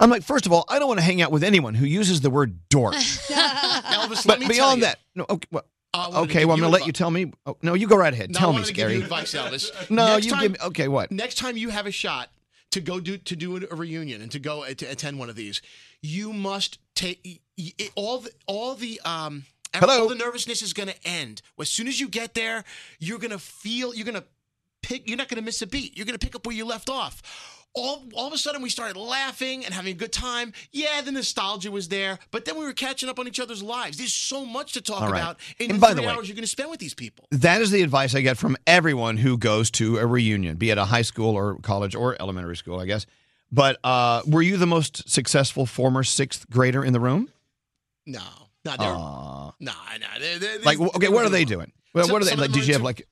I'm like, first of all, I don't want to hang out with anyone who uses the word dork.
Elvis, let
but
me
beyond
tell you.
that, no, okay, well,
I wanted to
okay,
give
well, I'm going
you
to let
advi-
you tell me. Oh, no, you go right ahead.
No, I
tell me,
wanted to give
Scary.
you advice, Elvis.
No,
Next
you
time-
give me. Okay, what?
Next time you have a shot to go do to do a reunion and to go at- to attend one of these, you must take y- y- all the all the um
Hello?
all the nervousness is going to end. As soon as you get there, you're going to feel you're going to pick you're not going to miss a beat. You're going to pick up where you left off. All, all of a sudden, we started laughing and having a good time. Yeah, the nostalgia was there, but then we were catching up on each other's lives. There's so much to talk
All right.
about in
And
the
by the
three
way-
hours you're going to spend with these people.
That is the advice I get from everyone who goes to a reunion, be it a high school or college or elementary school, I guess. But uh, were you the most successful former sixth grader in the room?
No, not there.
Aw.
Nah, nah. They're, they're,
like
these-
wh- okay, what are they doing? Well,
Some-
what are they
some of
like?
them
Did
are
you have
into
like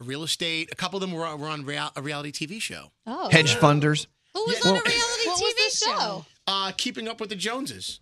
Real estate. A couple of them were, on- were on real, a reality TV show.
Oh.
hedge funders?
Who was
Well,
on a reality TV show?
Uh, Keeping Up with the Joneses.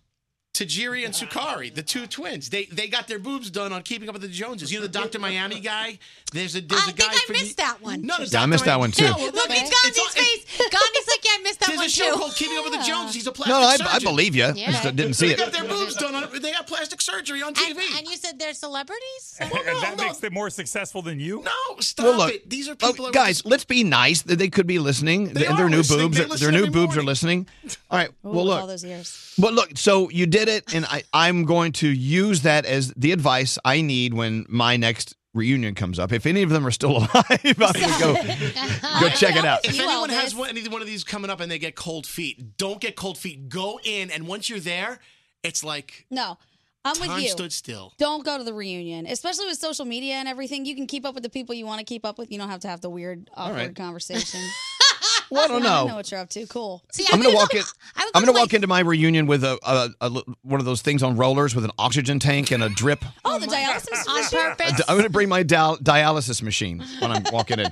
Tajiri and Sukari, the two twins. They they got their boobs done on Keeping Up with the Joneses. You know the Dr. Miami guy? There's a there's a guy
I missed that one.
No, no,
Yeah, I missed that one, too.
well,
Look
that's-
at Gandhi's face. Gandhi's like, yeah, I missed that
There's
one
a show
too.
called Keeping Up with the Joneses. He's a plastic
No, no, I,
surgeon.
I believe you. I just didn't see
they
it.
got their boobs done. On, they got plastic surgery on TV.
And, and you said they're celebrities?
that makes them more successful than you?
No, stop
Well, look,
These are
oh,
people.
guys. Let's be nice. They- They could be listening.
They
Th-
are
their new
listening.
boobs.
They
are-
listen
their new
every
boobs are listening. All right.
Ooh,
well,
with
look.
all those ears.
But look, so you did it, and I, I'm going to use that as the advice I need when my next reunion comes up. If any of them are still alive, I'm going to go, go check it out.
If anyone has one, any one of these coming up and they get cold feet, don't get cold feet. Go in, and once you're there, it's like
No, I'm with
time
you.
stood still.
Don't go to the reunion, especially with social media and everything. You can keep up with the people you want to keep up with. You don't have to have the weird, awkward
right.
conversation.
Well, I don't
I
know.
know what you're up to. Cool.
I'm gonna walk in. I'm gonna walk into my reunion with a, a, a li- one of those things on rollers with an oxygen tank and a drip.
Oh, the dialysis
on
i
purpose.
I'm gonna bring my dial- dialysis machine when I'm walking in.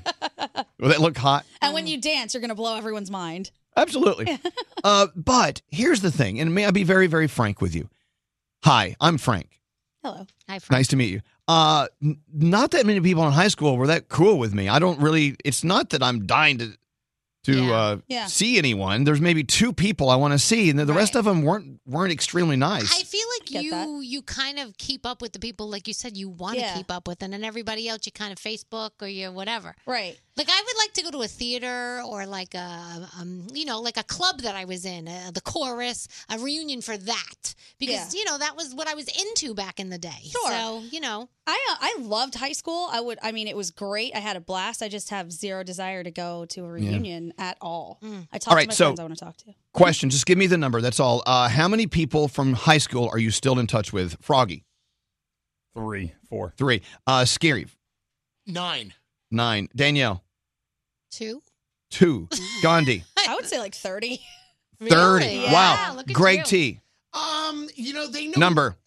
Will that look hot?
And when you dance, you're gonna blow everyone's mind.
Absolutely. uh, but here's the thing, and may I be very, very frank with you. Hi, I'm Frank.
Hello.
Hi, Frank.
Nice to meet you. Uh, n- not that many people in high school were that cool with me. I don't really. It's not that I'm dying to to Uh,
Yeah.
see anyone. There's maybe two people I want to see, and the, the rest of them weren't weren't extremely nice.
I feel like you you kind of keep up with the people like you said you want to
Yeah.
keep up with, and then everybody else you kind of Facebook or you whatever.
Right.
Like I would like to go to a theater or like a um, you know like a club that I was in, uh, the chorus, a reunion for that because
Yeah.
you know that was what I was into back in the day.
Sure.
So you know,
I uh, I loved high school. I would. I mean, it was great. I had a blast. I just have zero desire to go to a reunion at all.
Mm.
I talk
All right,
to my
so-
friends I want to talk to.
Question: Just give me the number. That's all. Uh, how many people from high school are you still in touch with? Froggy,
three, four,
three. Uh, Scary,
Nine.
nine. Danielle,
Two.
two. Gandhi,
I would say like thirty.
thirty.
Really? Yeah,
wow.
look at
Greg
you.
T.
Um, you know they know
Number.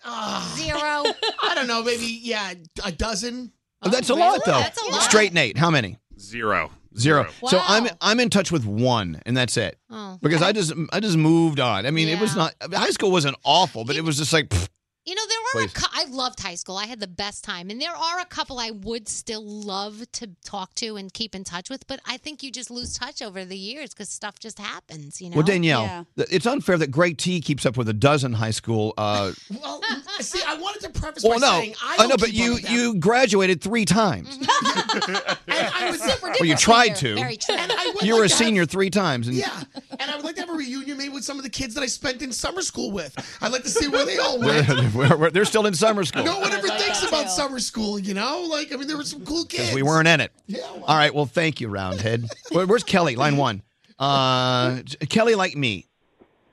zero.
I don't know. Maybe yeah, a dozen.
Oh, That's a lot, though.
That's a lot.
Straight Nate. How many?
Zero.
Zero. So
Wow.
I'm I'm in touch with one, and that's it.
Oh.
Because I just I just moved on. I mean, it was not high school wasn't awful, but it was just like pfft,
You know, there are. A
Please.
cou- I loved high school. I had the best time, and there are a couple I would still love to talk to and keep in touch with. But I think you just lose touch over the years because stuff just happens. You know.
well, Danielle, th- it's unfair that Greg T keeps up with a dozen high school. Uh,
Well, see, I wanted to preface
well,
by
no,
saying I
I
don't
know, but
keep
you
up with that.
you graduated three times.
And I was super
Mm-hmm. Well, you
duper
tried
senior.
to. Very true.
And I would
You were
like
a
to have-
senior three times, and
yeah, and I would like to have a reunion maybe with some of the kids that I spent in summer school with. I'd like to see where they all
they're,
went.
they're- they're still in summer school.
No one ever thinks about summer school, you know? Like, I mean, there were some cool kids.
because we weren't in it. All right. Well, thank you, Roundhead. Where, where's Kelly? Line one. Uh, Kelly, like me,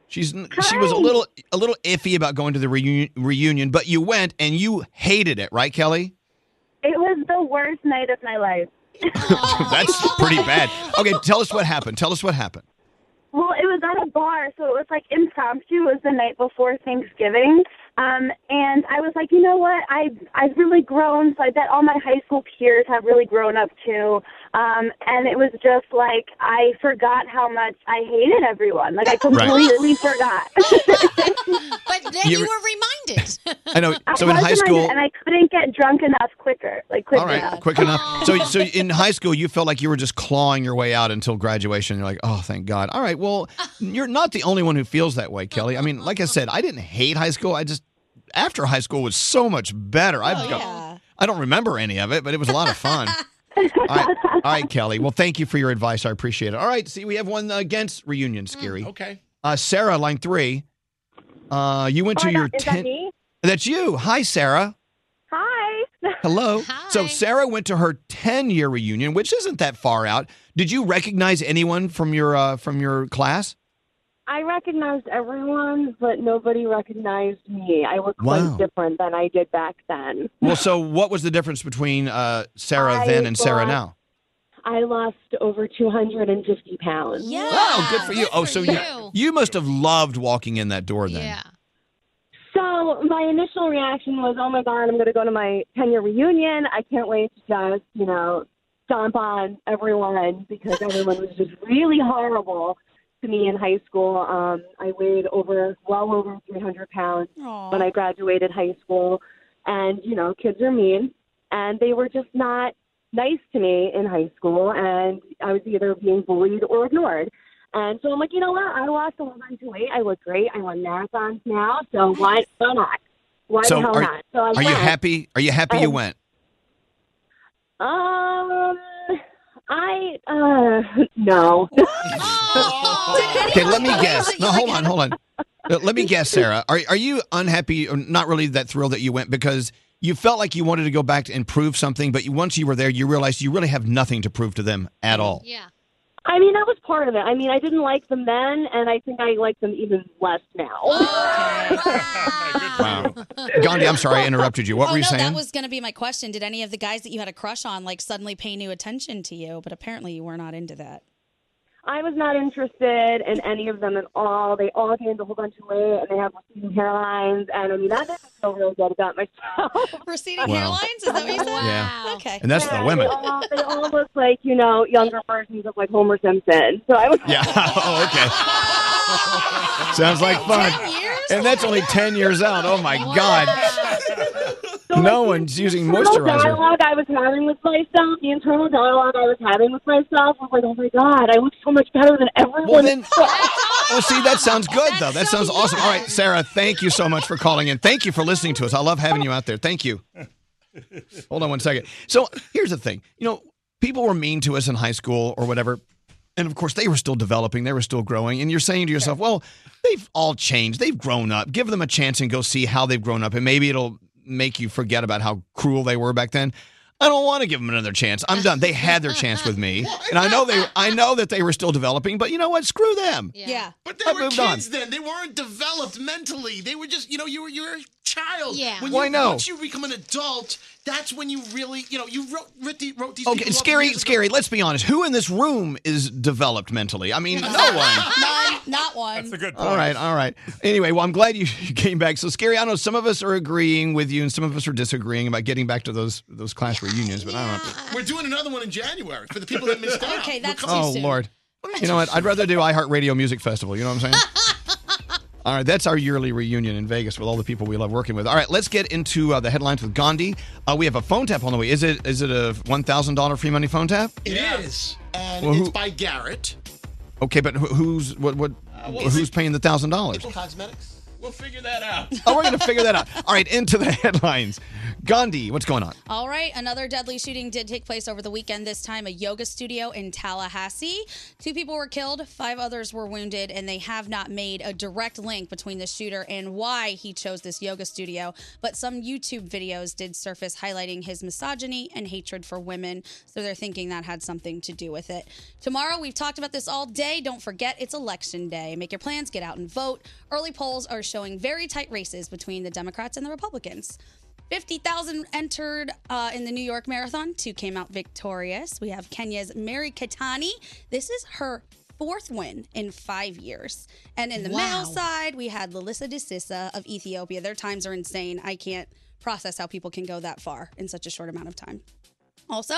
she's n- she was a little a little iffy about going to the reunion reunion, but you went and you hated it, right, Kelly?
It was the worst night of my life.
That's pretty bad. Okay, tell us what happened. Tell us what happened.
Well, it was at a bar, so it was like impromptu. It was the night before Thanksgiving, um, and I was like, you know what? I I've really grown, so I bet all my high school peers have really grown up too. Um, and it was just like I forgot how much I hated everyone. Like I completely forgot.
but then you,
You-
were reminded.
I know.
I
So in
was
high
reminded,
school,
and I couldn't get drunk enough quicker. Like quick
all right,
enough.
quick enough. So so in high school, you felt like you were just clawing your way out until graduation. You're like, oh, thank God. All right. Well, you're not the only one who feels that way, Kelly. I mean, like I said, I didn't hate high school. I just after high school was so much better. I've got- I don't remember any of it, but it was a lot of fun. All right, all right, Kelly. Well, thank you for your advice. I appreciate it. All right, see, we have one against reunion, Scary.
Okay.
Uh, Sarah, line three. Uh, you went
Oh
to
my
your
God, is that
tent.
me?
That's you. Hi, Sarah.
Hi.
Hello. So Sarah went to her ten-year reunion, which isn't that far out. Did you recognize anyone from your uh, from your class?
I recognized everyone, but nobody recognized me. I look
Wow.
quite different than I did back then.
Well, so what was the difference between uh, Sarah
I
then and
lost-
Sarah now?
I lost over 250 pounds. Yeah.
Wow, good for you. oh, so you you must have loved walking in that door then.
So my initial reaction was, oh my God, I'm going to go to my 10 year reunion. I can't wait to just, you know, stomp on everyone because everyone was just really horrible. to me in high school. Um, I weighed over, well over 300 pounds
Aw.
when I graduated high school. And, you know, kids are mean. And they were just not nice to me in high school. And I was either being bullied or ignored. And so I'm like, you know what? I lost a whole bunch of weight. I look great. I run marathons now. So why, why not? Why
so
the hell
are,
not? So I
are you
went.
happy? Are you happy you went?
Um, I uh no.
Okay, let me guess. No, hold on, hold on. Uh, Let me guess, Sarah. Are are you unhappy or not really that thrilled that you went because you felt like you wanted to go back and prove something, but you, once you were there, you realized you really have nothing to prove to them at all.
Yeah.
I mean, that was part of it. I mean, I didn't like the men, and I think I like them even less now.
Wow. Gandhi, I'm sorry I interrupted you. What
oh,
were you
no,
saying?
that was going to be my question. Did any of the guys that you had a crush on like suddenly pay new attention to you? But apparently you were not into that.
I was not interested in any of them at all. They all gained a whole bunch of weight, and they have receding hairlines. And I mean, that makes me feel real good about myself.
Receding
Wow.
hairlines? Is that what you said?
Yeah.
Okay.
And that's the women.
They all, they all look like you know younger versions of like Homer Simpson. So I was
Yeah. oh, okay. Sounds like fun. And that's only 10 years out. Oh, my God. No one's using
internal
moisturizer.
dialogue I was having with myself, the internal dialogue I was having with myself was like, oh my God, I look so much better than everyone.
Well, then, well, Oh, see, that sounds good, though. That sounds awesome. All right, Sarah, thank you so much for calling in. Thank you for listening to us. I love having you out there. Thank you. Hold on one second. So here's the thing. You know, people were mean to us in high school or whatever. And of course, they were still developing, they were still growing. And you're saying to yourself, well, they've all changed. They've grown up. Give them a chance and go see how they've grown up. And maybe it'll make you forget about how cruel they were back then. I don't want to give them another chance. I'm done. They had their chance with me. And I know they I know that they were still developing, but you know what? Screw them.
Yeah.
But they
I
were
moved on.
kids then. They weren't developed mentally. They were just, you know, you were you were a child.
Yeah.
When
Well,
you,
I know.
Once you become an adult, that's when you really, you know, you wrote wrote, the, wrote these.
Okay,
people up
scary,
years ago.
scary. Let's be honest. Who in this room is developed mentally? I mean, no one.
None, not one. That's a
good
All right, all right. Anyway, well, I'm glad you you came back. So scary. I know some of us are agreeing with you, and some of us are disagreeing about getting back to those those class reunions. But I don't.
We're doing another one in January for the people that missed out. okay, that's
oh Lord, you know what? I'd rather do iHeartRadio Music Festival. You know what I'm saying? all right, that's our yearly reunion in Vegas with all the people we love working with. All right, let's get into uh, the headlines with Gandhi. Uh, we have a phone tap on the way. Is it is it a one thousand dollar free money phone tap?
It is, and
Well, who-
it's by Garrett.
Okay, but who, who's what what
Uh,
what-
who's paying the thousand dollars?
Cosmetics.
We'll figure that out.
Oh, we're gonna figure that out. All right, into the headlines. Gandhi, what's going on?
All right, another deadly shooting did take place over the weekend, this time a yoga studio in Tallahassee. Two people were killed, five others were wounded, and they have not made a direct link between the shooter and why he chose this yoga studio. But some YouTube videos did surface highlighting his misogyny and hatred for women, so they're thinking that had something to do with it. Tomorrow, we've talked about this all day. Don't forget, it's election day. Make your plans, get out and vote. Early polls are showing very tight races between the Democrats and the Republicans. 50,000 entered uh, in the New York Marathon. Two came out victorious. We have Kenya's Mary Katani. This is her fourth win in five years. And in the male
Wow.
side, we had Lalissa Desissa of Ethiopia. Their times are insane. I can't process how people can go that far in such a short amount of time. Also,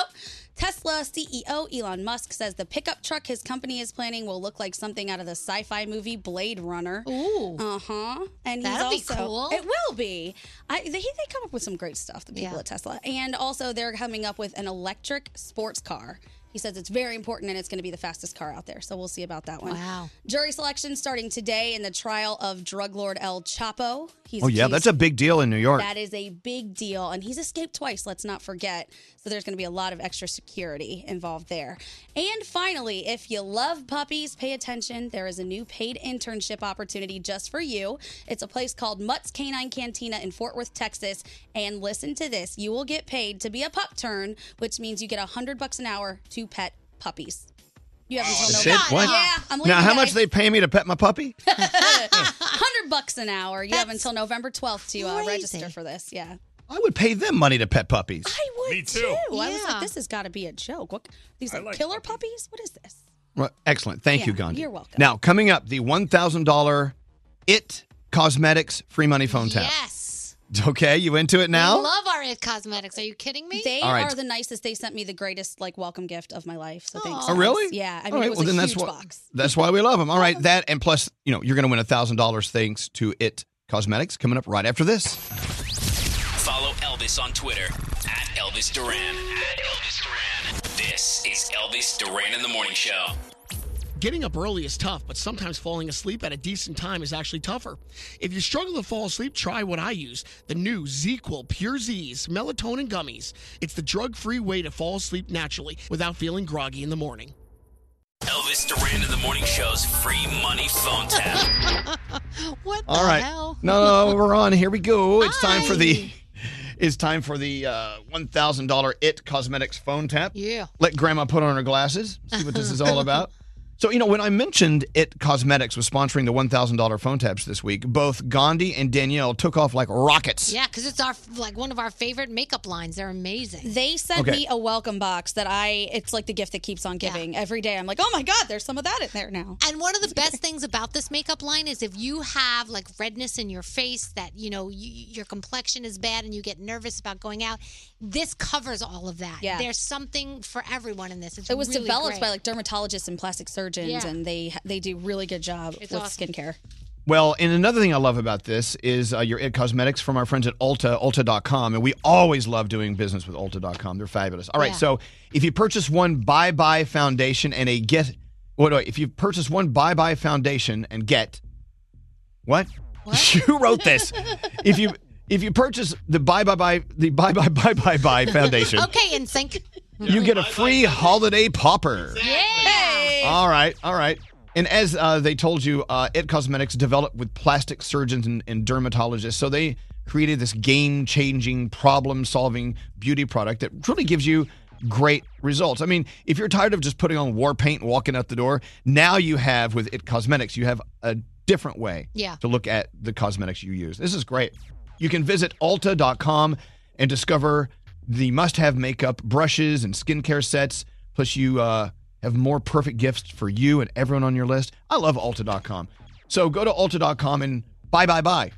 Tesla CEO Elon Musk says the pickup truck his company is planning will look like something out of the sci-fi movie Blade Runner.
Ooh.
Uh-huh. And he's
That'll be
also
cool.
It will be. I they, they come up with some great stuff, the people
Yeah.
at Tesla. And also they're coming up with an electric sports car. He says it's very important and it's going to be the fastest car out there. So we'll see about that one.
Wow.
Jury selection starting today in the trial of drug lord El Chapo. He's
oh yeah,
accused-
that's a big deal in New York.
that is a big deal. And he's escaped twice, let's not forget. So there's going to be a lot of extra security involved there. And finally, if you love puppies, pay attention. There is a new paid internship opportunity just for you. It's a place called Mutt's Canine Cantina in Fort Worth, Texas. And listen to this you will get paid to be a pup turn, which means you get 100 bucks an hour to pet puppies. You have until
That's
November.
it? What?
Yeah, I'm leaving
now, how
guys.
much they pay me to pet my puppy?
100 bucks an hour. You have until November 12th to uh, register for this. Yeah.
I would pay them money to pet puppies.
I would
Me
too.
too.
I was like, this has got to be a joke. What, these are killer puppies? What is this?
Well, excellent. Thank you,
Yeah,
Gandhi.
you're welcome.
Now, coming up, the one thousand dollar It Cosmetics free money phone tap.
Yes.
Okay, you into it now?
Love our It Cosmetics. Are you kidding me?
They
All right.
are the nicest. They sent me the greatest like welcome gift of my life. So thanks.
Oh,
guys.
really?
Yeah. I mean,
All right,
it was
well,
a
then
huge
that's what-
box. Oh.
That's why we love them. All right, that and plus, you know, you're going to win a thousand dollars thanks to It Cosmetics coming up right after this.
Follow Elvis on Twitter at Elvis Duran. At Elvis Duran. This is Elvis Duran in the Morning Show.
Getting up early is tough, but sometimes falling asleep at a decent time is actually tougher. If you struggle to fall asleep, try what I use the new ZQL Pure Z's melatonin gummies. It's the drug free way to fall asleep naturally without feeling groggy in the morning.
Elvis Duran in the Morning Show's free money phone tap.
what
All right. No, no, we're on. Here we go. It's time for the it's time for the uh, one thousand dollar It Cosmetics phone tap.
Yeah.
Let Grandma put on her glasses. See what this is all about. So you know when I mentioned It Cosmetics was sponsoring the one thousand dollar phone taps this week, both Gandhi and Danielle took off like rockets.
Yeah, because it's our like one of our favorite makeup lines. They're amazing.
They sent
Okay.
me a welcome box that I. It's like the gift that keeps on giving. Every day, I'm like, oh my god, there's some of that in there now.
And one of the best things about this makeup line is if you have like redness in your face that you know you, your complexion is bad and you get nervous about going out, this covers all of that.
Yeah.
There's something for everyone in this. It's
It was
really
developed
great.
by like dermatologists and plastic surgeons,
Yeah.
and they they do really good job
It's
with
awesome.
skincare.
Well, and another thing I love about this is uh, your It Cosmetics from our friends at Ulta, Ulta.com. And we always love doing business with Ulta.com. They're fabulous. All right.
Yeah.
So if you purchase one Bye Bye Foundation and a get, what do I, if you purchase one Bye Bye Foundation and get, what? you wrote this. if you, if you purchase the Bye Bye Bye, the Bye Bye Bye Bye Bye Foundation,
okay, and sync.
you get a free holiday popper.
Yeah.
All right, all right. And as uh, they told you, uh, It Cosmetics developed with plastic surgeons and, and dermatologists. So they created this game changing, problem solving beauty product that really gives you great results. I mean, if you're tired of just putting on war paint and walking out the door, now you have with It Cosmetics, you have a different way
Yeah.
to look at the cosmetics you use. This is great. You can visit Ulta.com and discover the must-have makeup brushes and skincare sets. Plus, you uh, have more perfect gifts for you and everyone on your list. I love Ulta.com. So go to Ulta.com and buy, buy, buy.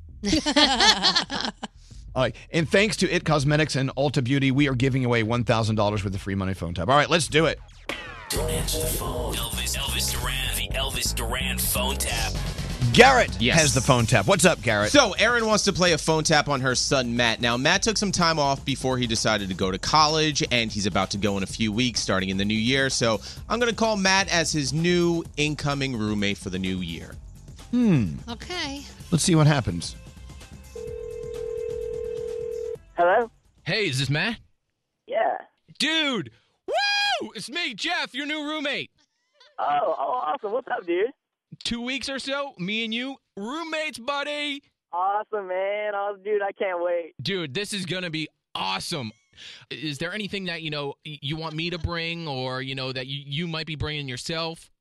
All right. And thanks to It Cosmetics and Ulta Beauty, we are giving away $1,000 with a free money phone tab. All right, let's do it.
Don't answer the phone. Elvis, Elvis Duran, the Elvis Duran phone tap.
Garrett has the phone tap. What's up, Garrett?
So Erin wants to play a phone tap on her son Matt. Now Matt took some time off before he decided to go to college, and he's about to go in a few weeks, starting in the new year. So I'm going to call Matt as his new incoming roommate for the new year.
Hmm.
Okay.
Let's see what happens.
Hello?
Hey, is this Matt?
Yeah.
Dude! Woo! It's me, Jeff, your new roommate.
Oh, oh, awesome. What's up, dude?
Two weeks or so, me and you, roommates, buddy.
Awesome, man. Oh, dude, I can't wait.
Dude, this is gonna be awesome. Is there anything that you know y- you want me to bring, or you know that you, you might be bringing yourself?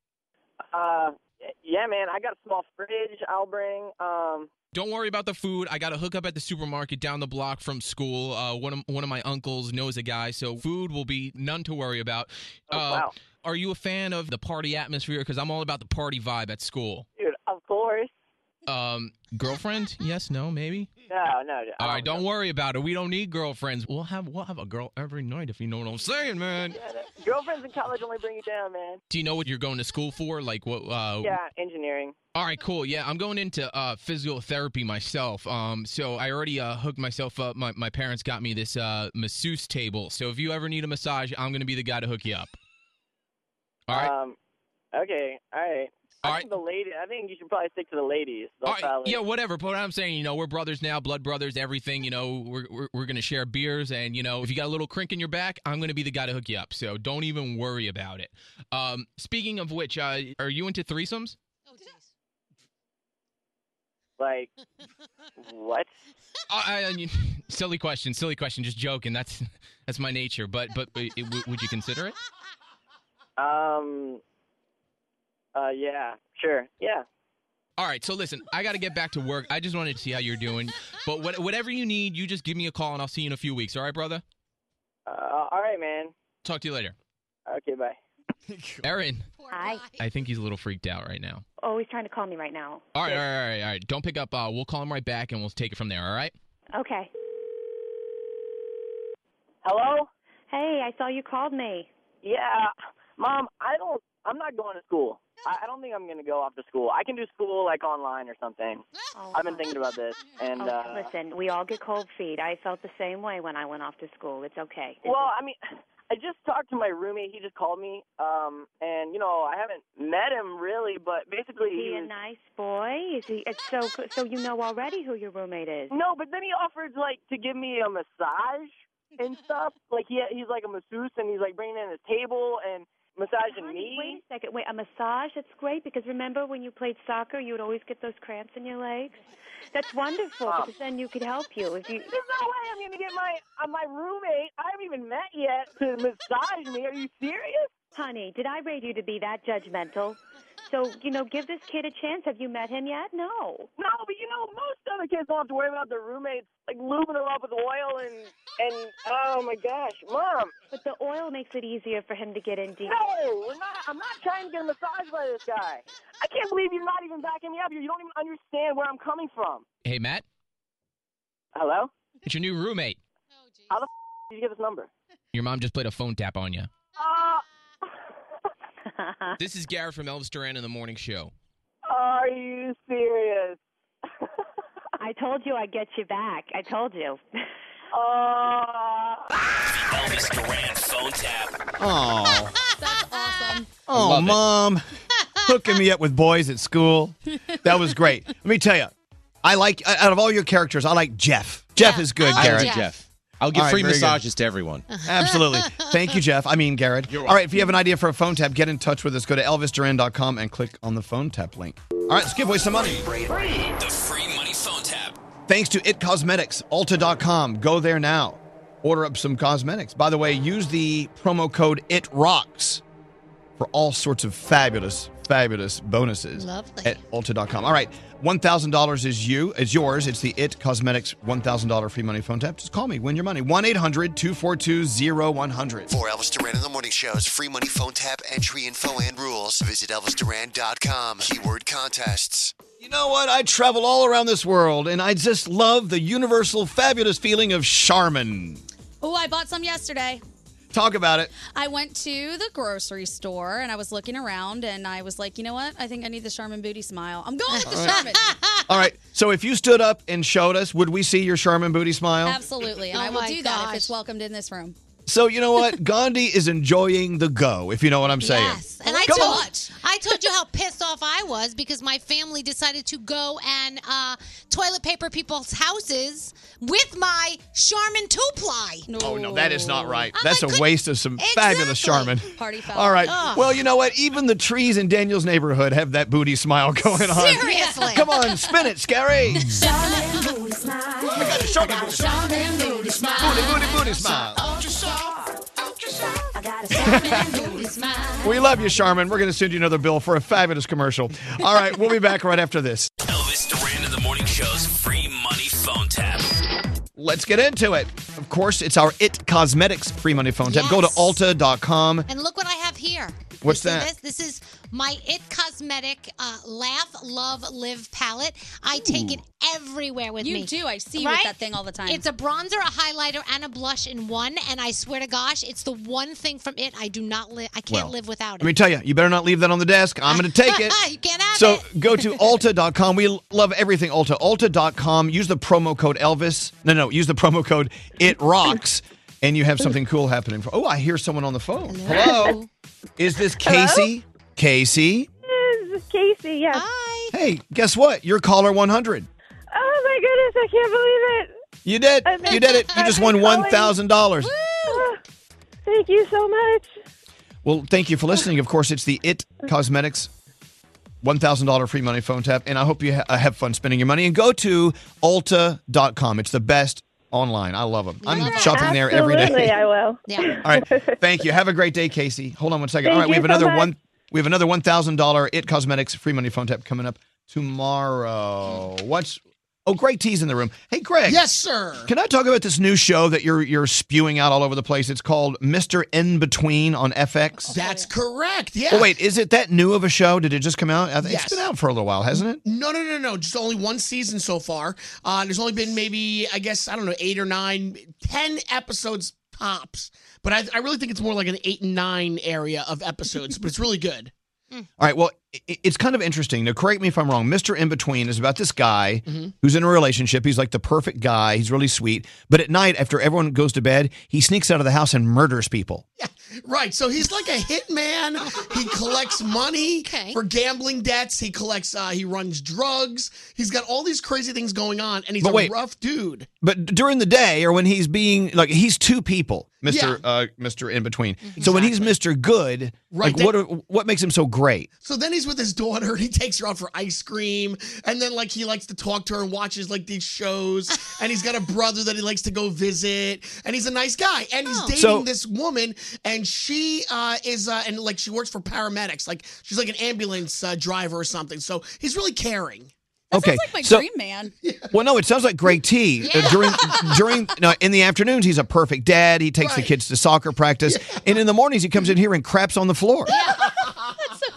Uh, y- yeah, man. I got a small fridge. I'll bring. Um,
Don't worry about the food. I got a hookup at the supermarket down the block from school. Uh, one of one of my uncles knows a guy, so food will be none to worry about. uh,
Oh, wow.
Are you a fan of the party atmosphere? Because I'm all about the party vibe at school.
dude, of course.
Um, girlfriend? yes, no, maybe.
No, Oh, no. dude.
All right, don't worry about it. We don't need girlfriends. We'll have we'll have a girl every night if you know what I'm saying, man.
Yeah, that- girlfriends in college only bring you down, man.
Do you know what you're going to school for? Like what? Uh,
Yeah, engineering.
All right, cool. Yeah, I'm going into uh, physical therapy myself. Um, so I already uh, hooked myself up. My, my parents got me this uh, masseuse table. So if you ever need a massage, I'm gonna be the guy to hook you up. All right.
Um, okay. All right. I
All right.
think the lady. I think you should probably stick to the ladies. They'll
All right,
probably-
yeah, whatever. But what I'm saying, you know, we're brothers now, blood brothers, everything. You know, we're, we're, we're going to share beers. And, you know, if you got a little crink in your back, I'm going to be the guy to hook you up. So don't even worry about it. Um, speaking of which, uh, are you into threesomes?
Like, what?
Uh, I, I mean, silly question, silly question. Just joking. That's that's my nature. But but but it, would- would you consider it?
Um. Uh, yeah. Sure. Yeah.
All right, so listen, I got to get back to work. I just wanted to see how you're doing. But what, whatever you need, you just give me a call and I'll see you in a few weeks. All right, brother?
Uh, all right, man.
Talk to you later.
Okay. Bye.
Aaron,
Hi.
I think he's a little freaked out right now.
Oh, he's trying to call me right now.
All right, all right, all right, all right. Don't pick up. Uh, we'll call him right back and we'll take it from there. All right.
Okay. Hello? Hey, I saw you called me.
Yeah, mom, I don't. I'm not going to school. I, I don't think I'm going to go off to school. I can do school like online or something. I've been thinking about this, and
oh,
uh,
listen, we all get cold feet. I felt the same way when I went off to school. It's okay. This
Well,
is-
I mean, I just talked to my roommate. He just called me, um, and you know, I haven't met him really, but basically,
is he a
was-
nice boy? Is he? It's so good- so you know already who your roommate is.
No, but then he offered like to give me a massage and stuff. Like he he's like a masseuse, and he's like bringing in his table and massaging
Honey,
me.
Wait a second. Wait, a massage? That's great because remember when you played soccer, you would always get those cramps in your legs. That's wonderful
Mom.
because then you could help you if you.
There's no way I'm gonna get my uh, my roommate. I haven't even met yet to massage me. Are you serious?
Honey, did I raise you to be that judgmental? So you know, give this kid a chance. Have you met him yet? No.
No, but you know, most other kids don't have to worry about their roommates like lubing them up with oil and and oh my gosh, mom.
But the oil makes it easier for him to get in deep.
No, we're not, I'm not trying to get a massage by this guy. I can't believe you're not even backing me up. You you don't even understand where I'm coming from.
Hey, Matt.
Hello.
It's your new roommate.
How the f- did you get this number?
Your mom just played a phone tap on you.
Uh,
this is Garrett from Elvis Duran in the Morning Show.
are you serious?
I told you I'd get you back. I told you.
Oh.
Elvis Duran phone tap.
Oh,
That's awesome.
oh, mom, hooking me up with boys at school. That was great. Let me tell you, I like out of all your characters, I like Jeff. Jeff is good.
I
Garrett.
like Jeff. I'll give
All right,
free
very good.
massages to everyone.
Absolutely. Thank you, Jeff. I mean, Garrett. All right, if you have an idea for a phone tap, get in touch with us. Go to elvisduran.com and click on the phone tap link. All right, let's give away some money.
The free money phone tap.
Thanks to It Cosmetics, Ulta.com. Go there now. Order up some cosmetics. By the way, use the promo code IT Rocks for all sorts of fabulous, fabulous bonuses Lovely. at Ulta.com. All right, $1,000 is you, is yours. It's the IT Cosmetics $1,000 free money phone tap. Just call me, win your money. 1 800 242 0100.
For Elvis Duran in the Morning Show's free money phone tap entry info and rules, visit ElvisDuran.com. Keyword contests.
You know what? I travel all around this world and I just love the universal fabulous feeling of Charmin.
Oh, I bought some yesterday.
Talk about it.
I went to the grocery store and I was looking around and I was like, you know what? I think I need the Charmin booty smile. I'm going with
All
the
right.
Charmin.
All right. So if you stood up and showed us, would we see your Charmin booty smile?
Absolutely. And
Oh
I will
my
do that if it's welcomed in this room.
So you know what? Gandhi is enjoying the go, if you know what I'm saying.
Yes, and I
Come
told
on.
I told you how pissed off I was because my family decided to go and uh, toilet paper people's houses with my Charmin two ply.
Oh no, that is not right.
I'm
That's
like,
a waste of some fabulous Charmin.
Party foul.
All right.
Ugh.
Well, you know what? Even the trees in Daniel's neighborhood have that booty smile going on.
Seriously.
Come on, spin it, Scary.
Charmin booty smile. I got a Charmin booty smile. booty smile.
Booty, booty, booty smile.
Ultra soft, ultra soft. I got a Charmin booty smile.
We love you, Charmin. We're going to send you another bill for a fabulous commercial. All right, we'll be back right after this.
Elvis Duran in the Morning Show's free money phone tap.
Let's get into it. Of course, it's our IT Cosmetics free money phone tap. Go to
Yes.
alta.com.
And look what I have here.
Um, What's
You see
that?
This? this is my It Cosmetic uh, Laugh, Love, Live palette. I take it everywhere with
You
me.
do. I see you with that thing all the time.
It's a bronzer, a highlighter, and a blush in one. And I swear to gosh, it's the one thing from it I do not live. I can't
Well,
live without
Let
it.
me tell you, you better not leave that on the desk. I'm going to take it.
you can't have
So
it.
go to alta.com. We l- love everything Alta. Alta.com. Use the promo code Elvis. No, no, use the promo code It Rocks, and you have something cool happening. For- oh, I hear someone on the phone. Hello. Is this Casey? Casey?
This is Casey, yes.
Hey, guess what? You're caller 100.
Oh my goodness, I can't believe it.
You did. You did it. You just won $1,000.
Oh, thank you so much.
Well, thank you for listening. Of course, it's the It Cosmetics $1,000 free money phone tap. And I hope you ha- uh, have fun spending your money. And go to Ulta.com. It's the best online. I love them. I'm shopping there every
Absolutely,
day.
I will.
Yeah.
All right. Thank you. Have a great day, Casey. Hold on one second.
Thank
All right. We
you
have
so
another
much.
one. We have another $1,000 It Cosmetics free money phone tap coming up tomorrow. What's Oh, Greg T's in the room. Hey, Greg.
Yes, sir.
Can I talk about this new show that you're you're spewing out all over the place? It's called Mr. In Between on FX.
That's correct. Yeah.
Oh, wait, is it that new of a show? Did it just come out? I think
Yes.
It's been out for a little while, Oh, hasn't it?
No, no, no, no. Just only one season so far. Uh, there's only been maybe, I guess, I don't know, eight or nine, ten episodes tops. But I, I really think it's more like an eight and nine area of episodes. but it's really good.
All right. Well, i- i- it's kind of interesting. Now, correct me if I'm wrong. Mr. In Between is about this guy
Mhm.
who's in a relationship. He's like the perfect guy. He's really sweet. But at night, after everyone goes to bed, he sneaks out of the house and murders people.
Right. So he's like a hitman. He collects money for gambling debts. He collects. Uh, he runs drugs. He's got all these crazy things going on, and he's
But
a
wait.
rough dude.
But during the day, or when he's being like, he's two people, Mr. Uh, Mr. In Between. So when he's Mr. Good,
Mm-hmm. Right,
like,
that-
what are- what makes him so great?
So then he's with his daughter and he takes her out for ice cream. And then, like, he likes to talk to her and watches, like, these shows. and he's got a brother that he likes to go visit. And he's a nice guy. And he's dating
So-
this woman. And she uh, is, uh, and like, she works for paramedics. Like, she's like an ambulance uh, driver or something. So he's really caring.
okay. so,
man.
Well, no, it sounds like Greg T. Uh, during during no, in the afternoons, he's a perfect dad. He takes the kids to soccer practice, and in the mornings, he comes in here and craps on the floor.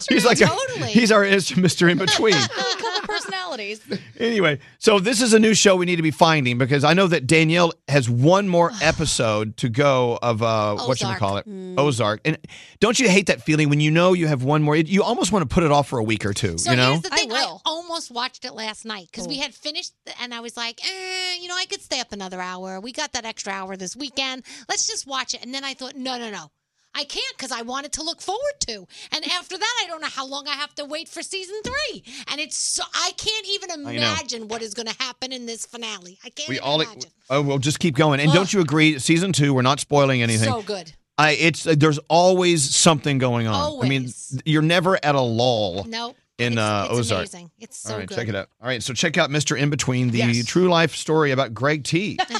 He's like a- he's our Mister In Between.
a couple personalities.
anyway, so this is a new show we need to be finding because I know that Danielle has one more episode to go of uh, what you call it
Mm.
Ozark. And don't you hate that feeling when you know you have one more? You almost want to put it off for a week or two.
So
you know,
here's the thing: I, almost watched it last night because we had finished, th- and I was like, eh, you know, I could stay up another hour. We got that extra hour this weekend. Let's just watch it. And then I thought, no, no, no, I can't because I wanted to look forward to. And after that, I don't know how long I have to wait for season three. And it's so I can't even
know.
imagine what is going to happen in this finale. I can't.
we
even
all.
imagine.
Oh, we'll just keep going. And don't you agree? Season two, we're not spoiling anything.
So good.
I it's uh, there's always something going on. I mean, th- you're never at a lull.
Nope.
In uh,
it's
Ozark.
amazing. It's so
All right,
good.
check it out. All right, so check out Mr. In Between, the
Yes.
true life story about Greg T.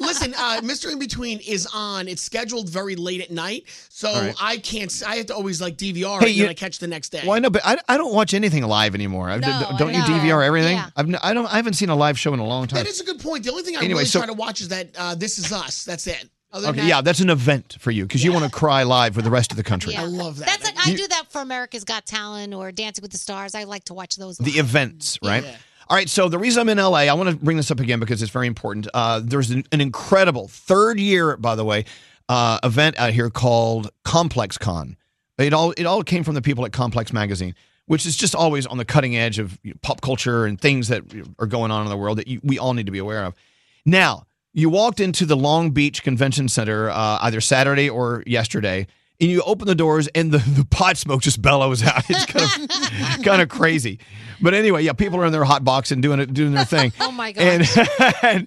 Listen, uh, Mr. In Between is on. It's scheduled very late at night. So
All right.
I can't, s- I have to always, like, DVR
Hey,
and
you-
then I catch the next day.
well, I know, but I, I don't watch anything live anymore. I- don't you DVR everything?
Yeah.
I've n- I don't I haven't seen a live show in a long time.
That is a good point. The only thing I
Anyway,
really
so-
try to watch is that uh, This Is Us. That's it. Other than
okay,
that-
yeah, that's an event for you because you want to cry live with the rest of the country.
Yeah.
love that.
That's like I
You-
do that for America's Got Talent or Dancing with the Stars. I like to watch those.
The events, right? All right, so the reason I'm in LA, I want to bring this up again because it's very important. Uh, there's an, an incredible third year, by the way, uh, event out here called Complex Con. It all it all came from the people at Complex Magazine, which is just always on the cutting edge of you know, pop culture and things that you know, are going on in the world that you, we all need to be aware of. Now, you walked into the Long Beach Convention Center uh, either Saturday or yesterday, and you open the doors, and the, the pot smoke just bellows out. It's kind of kind of crazy, but anyway, yeah, people are in their hot box and doing it, doing their thing.
Oh my god!
And, and-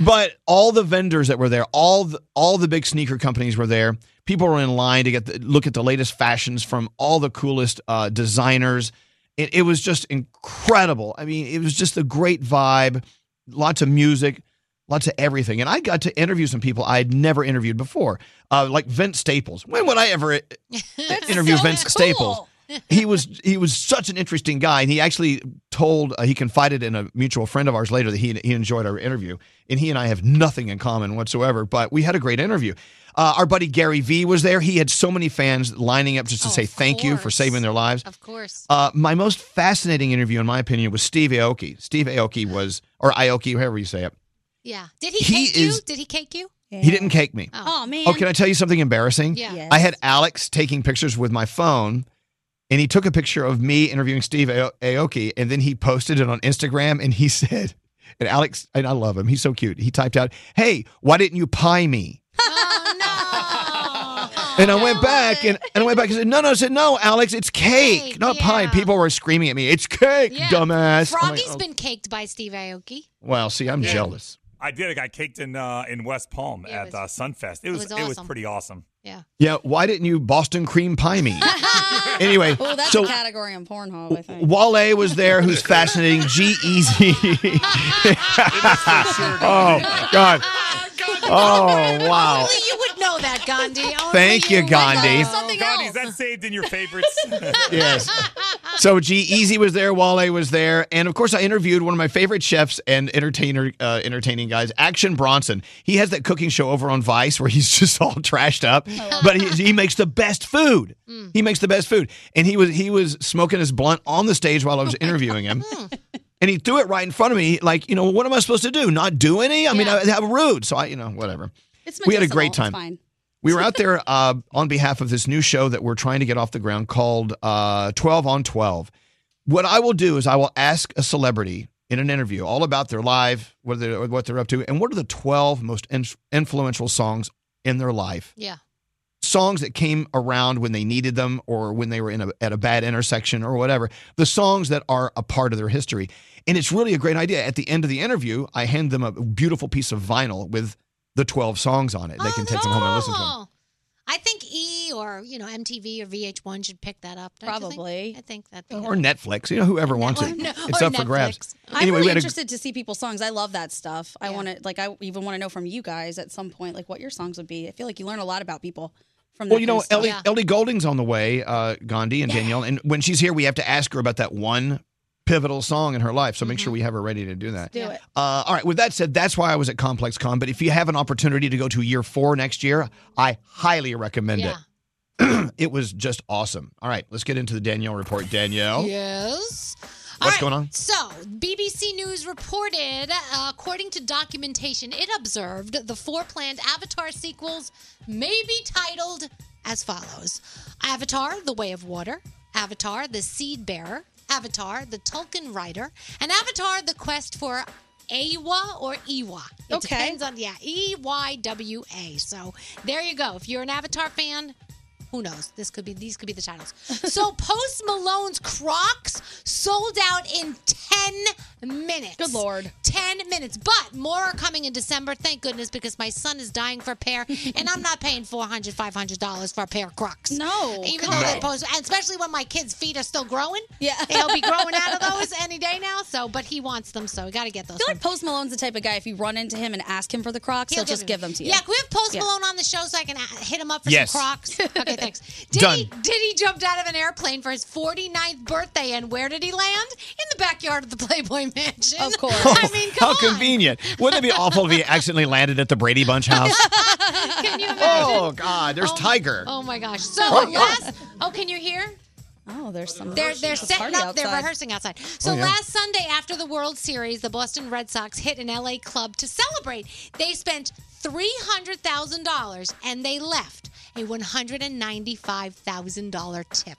but all the vendors that were there, all the, all the big sneaker companies were there. People were in line to get the, look at the latest fashions from all the coolest uh, designers. It, it was just incredible. I mean, it was just a great vibe. Lots of music, lots of everything. And I got to interview some people I had never interviewed before, uh, like Vince Staples. When would I ever uh, interview Vince Staples? he was he was such an interesting guy, and he actually told uh, he confided in a mutual friend of ours later that he he enjoyed our interview, and he and I have nothing in common whatsoever, but we had a great interview. Uh, our buddy Gary Vee was there. He had so many fans lining up just to say thank you for saving their lives.
Of course.
Uh, my most fascinating interview, in my opinion, was Steve Aoki. Steve Aoki was, or Aoki, however you say it.
Yeah. Did he,
He
cake you?
is-
Did he cake you?
He didn't cake me.
Oh, man.
Oh, can I tell you something embarrassing?
Yeah. Yes.
I had Alex taking pictures with my phone, and he took a picture of me interviewing Steve Ao- Aoki, and then he posted it on Instagram, and he said, and Alex, and I love him, he's so cute. He typed out, "Hey, why didn't you pie me?"
Oh,
And I went back and, and I went back and said, No, no, I said, No, Alex, it's cake, not pie. People were screaming at me, It's cake,
Yeah.
dumbass. I'm like,
Froggy's
"Oh,
been caked by Steve Aoki.
Well, see, I'm jealous.
I did. I got caked in uh, in West Palm at uh, Sunfest. It
it
was it
was
was,
awesome.
pretty awesome.
Yeah.
Yeah, why didn't you Boston cream pie me? anyway,
Oh, that's
so
a category on Pornhub, I think.
Wale was there, who's fascinating. G Easy. oh God. Oh wow.
Only you would know that, Gandhi. Oh, Only
Thank you,
would
Gandhi.
know.
God, is that saved in your favorites?
Yes. So G Easy was there, Wale was there, and of course I interviewed one of my favorite chefs and entertainer, uh, entertaining guys, Action Bronson. He has that cooking show over on Vice where he's just all trashed up,
Oh,
but he, he makes the best food.
Mm.
He makes the best food, and he was he was smoking his blunt on the stage while I was interviewing him.
Hmm.
And he threw it right in front of me, like, you know, what am I supposed to do? Not do any? I mean, I, how rude. So I, you know, whatever.
It's
we had a
medicinal,
great
it's
time.
fine.
We were out there uh, on behalf of this new show that we're trying to get off the ground called uh, 12 on 12. What I will do is I will ask a celebrity in an interview all about their life, what they're, what they're up to, and what are the 12 most in- influential songs in their life.
Yeah.
Songs that came around when they needed them or when they were in a, at a bad intersection or whatever. The songs that are a part of their history. And it's really a great idea. At the end of the interview, I hand them a beautiful piece of vinyl with the 12 songs on it. They can take them home and listen to them.
Oh, I think E or you know MTV or VH1 should pick that up. Probably, I think that.
or Netflix, you know, whoever wants it.
Oh, No,
it's
or
up for grabs.
Netflix. I'm
we
really
had a-
interested to see people's songs. I love that stuff. I want to, like, I even want to know from you guys at some point, like, what your songs would be. I feel like you learn a lot about people from.
well,
that
you
kind
know,
of stuff.
Ellie, Ellie Golding's on the way, uh, Gandhi and Danielle, and when she's here, we have to ask her about that one pivotal song in her life. So make
Mm-hmm.
sure we have her ready to do that.
do it.
Uh, all right. With that said, that's why I was at Complex Con. But if you have an opportunity to go to year four next year, I highly recommend it. it was just awesome. All right, let's get into the Danielle report. Danielle,
Yes. All
what's
right,
going on?
So, BBC News reported, uh, according to documentation, it observed the four planned Avatar sequels may be titled as follows Avatar, The Way of Water, Avatar, The Seed Bearer, Avatar, The Tolkien Rider, and Avatar, The Quest for Awa or Ewa. It
Okay.
depends on, yeah, E Y W A. So, there you go. If you're an Avatar fan, who knows? This could be these could be the titles. So Post Malone's Crocs sold out in 10 minutes. Good lord. 10 minutes. But more are coming in December, thank goodness because my son is dying for a pair and I'm not paying 400 $500 for a pair of Crocs. No. Even though they
God.
post and especially when my kids' feet are still growing. Yeah. They'll be growing out of those any day now, so but he wants them so we got to get those.
I feel like Post Malone's the type of guy if you run into him and ask him for the Crocs, he'll, just give them to you.
Yeah, can we have Post
Yeah.
Malone on the show so I can uh, hit him up for
Yes.
some Crocs? Okay, thanks.
Done.
Diddy jumped out of an airplane for his 49th birthday, and where did he land? In the backyard of the Playboy Mansion. Of course. I mean,
How convenient! Wouldn't it be awful if he accidentally landed at the Brady Bunch house?
can you imagine?
oh God, there's
Oh,
Tiger.
Oh my gosh. So
Oh, yeah.
last, oh, can you hear?
Oh, there's some.
They're they're
It's a
setting
party
up. They're
outside.
rehearsing outside. So
Oh, yeah.
last Sunday after the World Series, the Boston Red Sox hit an LA club to celebrate. They spent three hundred thousand dollars and they left a one hundred and ninety-five thousand dollar tip.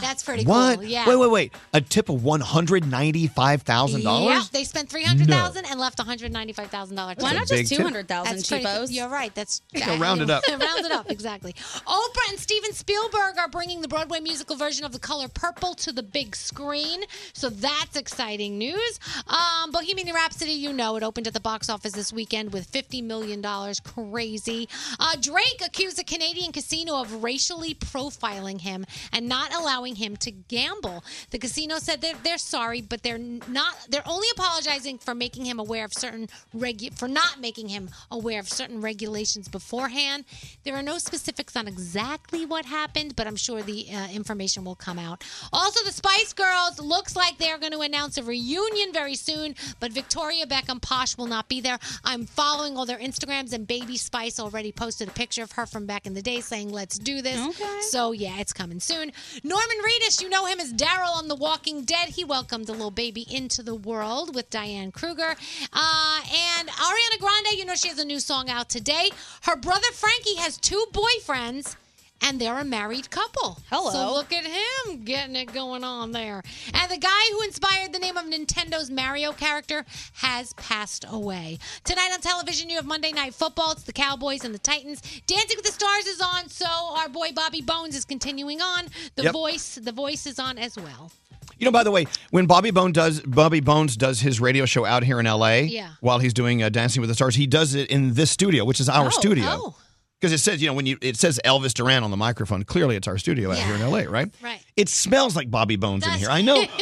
That's pretty
What?
cool. Yeah.
Wait, wait, wait. A tip of one hundred ninety-five thousand
Yeah,
dollars.
they spent three hundred thousand and left one hundred ninety-five thousand dollars.
Why not That's a just big tip.
200,000, cheapos?
You're right. That's
You can round it up.
round it up exactly. Oprah and Steven Spielberg are bringing the Broadway musical version of The Color Purple to the big screen, so that's exciting news. Um, Bohemian Rhapsody, you know, it opened at the box office this weekend with fifty million dollars. Crazy. Uh, Drake accused a Canadian casino of racially profiling him and not allowing him to gamble. The casino said they're, they're sorry, but they're not. They're only apologizing for making him aware of certain regu- for not making him aware of certain regulations beforehand. There are no specifics on exactly what happened, but I'm sure the uh, information will come out. Also, the Spice Girls looks like they're going to announce a reunion very soon, but Victoria Beckham Posh will not be there. I'm following all their Instagrams, and Baby Spice already posted a picture of her from back in the day saying, "Let's do this." So yeah, it's coming soon. Norman Reedus, you know him as Daryl on The Walking Dead. He welcomed a little baby into the world with Diane Kruger. Uh, and Ariana Grande, you know she has a new song out today. Her brother Frankie has two boyfriends. And they're a married couple.
Hello.
So look at him getting it going on there. And the guy who inspired the name of Nintendo's Mario character has passed away. Tonight on television, you have Monday Night Football. It's the Cowboys and the Titans. Dancing with the Stars is on, so our boy Bobby Bones is continuing on. The
Yep.
voice, the voice is on as well.
You know, by the way, when Bobby Bone does Bobby Bones does his radio show out here in L.A.
Yeah.
While he's doing uh, Dancing with the Stars, he does it in this studio, which is our
Oh,
studio.
oh.
Because it says, you know, when you it says Elvis Duran on the microphone, clearly it's our studio out here in L.A. Right?
Right.
It smells like Bobby Bones in
That's-
here. I know.
What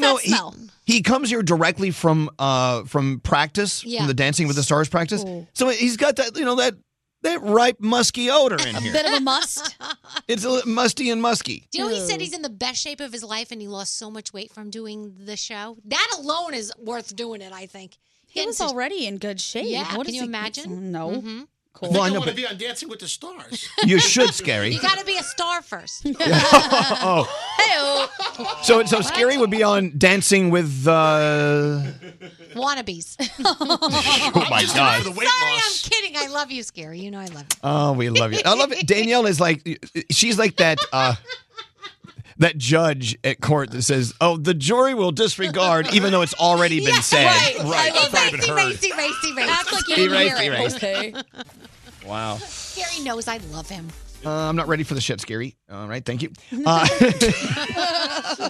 does
know
that
he,
smell?
he comes here directly from uh from practice
Yeah.
from the Dancing with the Stars practice. So he's got that you know that that ripe musky odor in
A
here.
bit of a must.
It's a little musty and musky.
Do you know he said he's in the best shape of his life and he lost so much weight from doing the show? That alone is worth doing it, I think.
He was already in good shape.
Yeah,
What
can
is
you
he-
imagine?
No.
Mhm.
Cool.
Well, I
I
know,
want to
but
be on Dancing with the Stars.
you should, Scary.
You got to be a star first.
oh, so so Scary would be on Dancing with. Uh...
Wannabes.
Oh my God.
Sorry, I'm kidding. I love you, Scary. You know I love you.
Oh, we love you. I love it. Danielle is like she's like that uh that judge at court that says, "Oh, the jury will disregard even though it's already been said."
Racy, racy, racy, racy. Act
like you didn't Erase, hear it. erase. Okay. Wow.
Scary knows I love him.
Uh, I'm not ready for the shit, Scary. All right, thank you. Uh,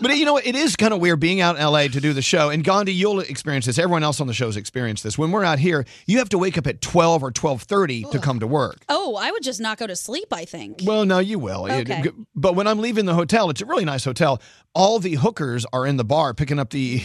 but you know, what? it is kind of weird being out in LA to do the show. And Gandhi, you'll experience this. Everyone else on the show's experienced this. When we're out here, you have to wake up at 12 or 12:30 to come to work.
Oh, I would just not go to sleep, I think.
Well, no, you will. It-
Okay.
but when I'm leaving the hotel, it's a really nice hotel. All the hookers are in the bar picking up the,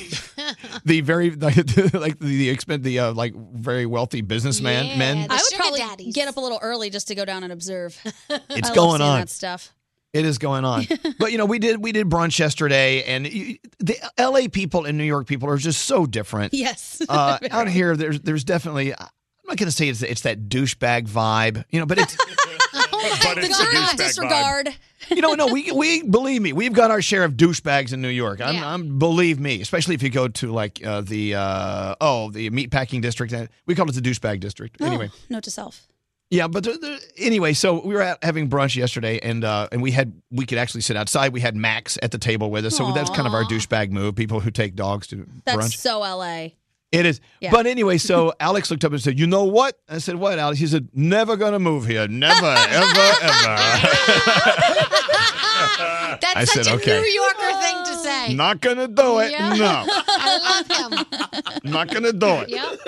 the very like the the, expen- the uh, like very wealthy businessman men.
I would probably get up a little early just to go down and observe.
It's
I love
going
seeing
on.
That stuff.
It is going on. but you know, we did we did brunch yesterday, and you, the L.A. people and New York people are just so different.
Yes.
uh,
Very.
out here, there's there's definitely. I'm not going to say it's it's that douchebag vibe, you know, but it's
Oh
But
it's a douchebag vibe.
disregard.
you know no we we believe me we've got our share of douchebags in New York. I'm, I'm believe me, especially if you go to like uh, the uh, oh the meatpacking district. uh, We call it the douchebag district. Anyway,
Oh, note to self.
yeah, but there, there, anyway, so we were out having brunch yesterday, and uh, and we had we could actually sit outside. We had Max at the table with us, so that's kind of our douchebag move. People who take dogs to
That's
brunch.
so LA.
It is.
Yeah.
But anyway, so Alex looked up and said, You know what? I said, What, Alex? He said, Never gonna move here. Never, ever, ever.
That's
I
such
said,
a
Okay.
New Yorker thing to say.
Not gonna do it.
Yeah.
No.
I love him.
Not gonna do it.
Yep.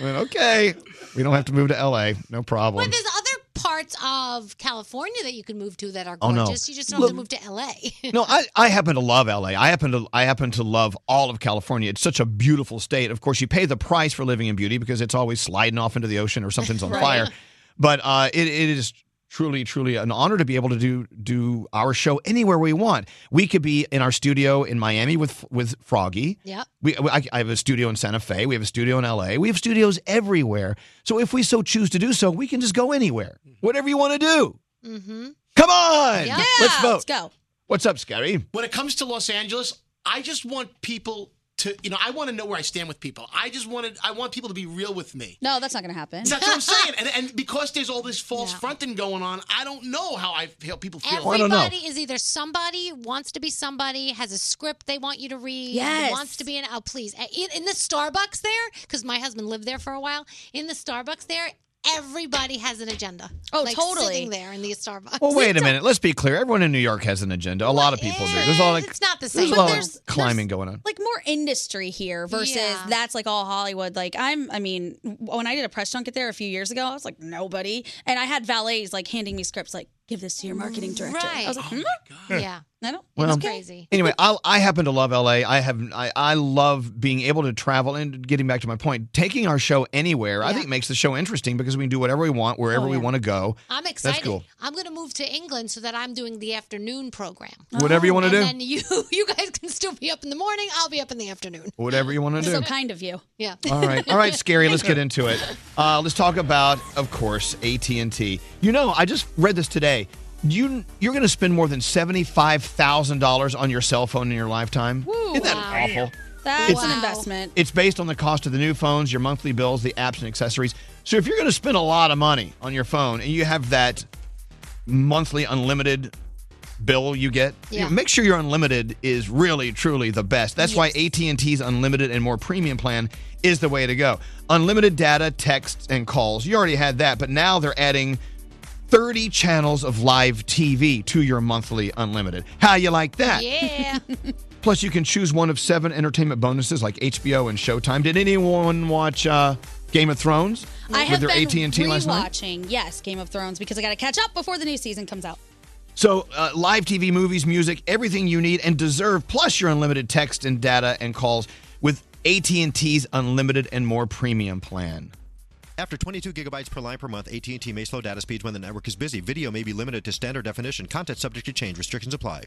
I went, okay. We don't have to move to LA. No problem.
But there's other parts of California that you can move to that are
Oh, no.
gorgeous. You just don't have to move to LA.
No, I, I happen to love LA. I happen to I happen to love all of California. It's such a beautiful state. Of course, you pay the price for living in beauty because it's always sliding off into the ocean or something's on
Right.
fire. But uh, it, it is truly, truly an honor to be able to do do our show anywhere we want. We could be in our studio in Miami with with Froggy.
Yep.
We, I, I have a studio in Santa Fe. We have a studio in LA. We have studios everywhere. So if we so choose to do so, we can just go anywhere, whatever you want to do.
Mm-hmm.
Come on,
Yeah.
let's
Yeah,
vote.
let's go.
What's up, Scary?
When it comes to Los Angeles, I just want people to, you know, I want to know where I stand with people. I just wanted, I want people to be real with me.
No, that's not going to happen.
That's what I'm saying. And, and because there's all this false fronting going on, I don't know how I how people feel.
Everybody is either somebody wants to be somebody, has a script they want you to read,
Yes.
wants to be an oh please in, in the Starbucks there because my husband lived there for a while. In the Starbucks there, everybody has an agenda.
Oh,
Like,
totally.
Sitting there in the Starbucks.
Well, wait a minute. Let's be clear. Everyone in New York has an agenda. A lot of people do. There's all like,
it's not the
There's
same.
a
But
lot
there's-
of climbing going on.
like more industry here versus
Yeah.
that's like all Hollywood. Like I'm, I mean, when I did a press junket there a few years ago, I was like nobody, and I had valets like handing me scripts like give this to your marketing director. I was like,
Right.
hmm?
Yeah.
I don't.
Oh Well,
it's
crazy.
Anyway, I, I happen to love LA. I have I, I love being able to travel and getting back to my point, taking our show anywhere. I think makes the show interesting because we can do whatever we want, wherever
Oh,
we want to go.
I'm excited.
That's cool.
I'm going to move to England so that I'm doing the afternoon program.
Whatever you wanna
And
do.
then you you guys can still be up in the morning. I'll be up in the afternoon.
Whatever you want to do.
kind of you.
Yeah.
All right, all right, scary. Let's get into it. Uh, let's talk about, of course, AT and T. You know, I just read this today. You you're going to spend more than seventy five thousand dollars on your cell phone in your lifetime. Isn't that
Wow.
awful?
That's
It's-
an investment.
It's based on the cost of the new phones, your monthly bills, the apps and accessories. So if you're going to spend a lot of money on your phone and you have that monthly unlimited bill you get, you know,
Yeah.
make sure your unlimited is really truly the best. That's why AT&T's unlimited and more premium plan is the way to go. Unlimited data, texts and calls. You already had that, but now they're adding 30 channels of live TV to your monthly unlimited. How you like that?
Yeah.
Plus, you can choose one of seven entertainment bonuses like HBO and Showtime. Did anyone watch uh, Game of Thrones
I
with
have
their
been
AT and T last night?
rewatching, yes, Game of Thrones because I got to catch up before the new season comes out.
So, uh, live TV, movies, music, everything you need and deserve. Plus, your unlimited text and data and calls with AT and T's unlimited and more premium plan.
After 22 gigabytes per line per month, AT&T may slow data speeds when the network is busy. Video may be limited to standard definition. Content subject to change. Restrictions apply.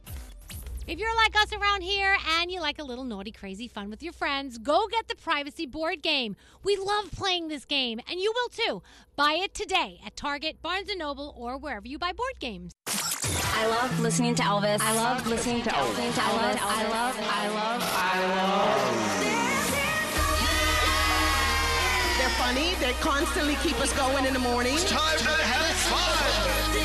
If you're like us around here and you like a little naughty, crazy fun with your friends, go get the Privacy Board Game. We love playing this game, and you will too. Buy it today at Target, Barnes & Noble, or wherever you buy board games.
I love listening to Elvis. I love listening to Elvis. I love, I love, I love,
They're funny. They constantly keep us going in the morning. It's time to have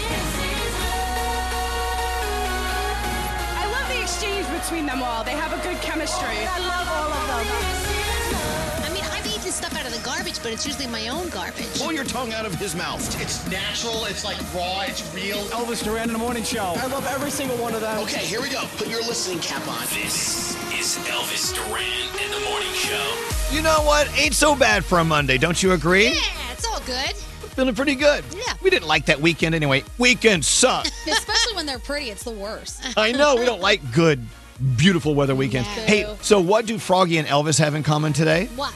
fun. I love the exchange between them all. They have a good chemistry. I love all of them.
I mean, I've eaten stuff out of the garbage, but it's usually my own garbage.
Pull your tongue out of his mouth.
It's natural. It's like raw. It's real.
Elvis Duran in the morning show. I love every single one of them.
Okay, here we go. Put your listening cap on.
This is Elvis Duran and the Morning Show.
You know what? Ain't so bad for a Monday, don't you agree?
Yeah, it's all good.
Feeling pretty good.
Yeah.
We didn't like that weekend anyway. Weekend sucked.
Especially when they're pretty, it's the worst.
I know we don't like good, beautiful weather weekends.
No.
Hey, so what do Froggy and Elvis have in common today?
What?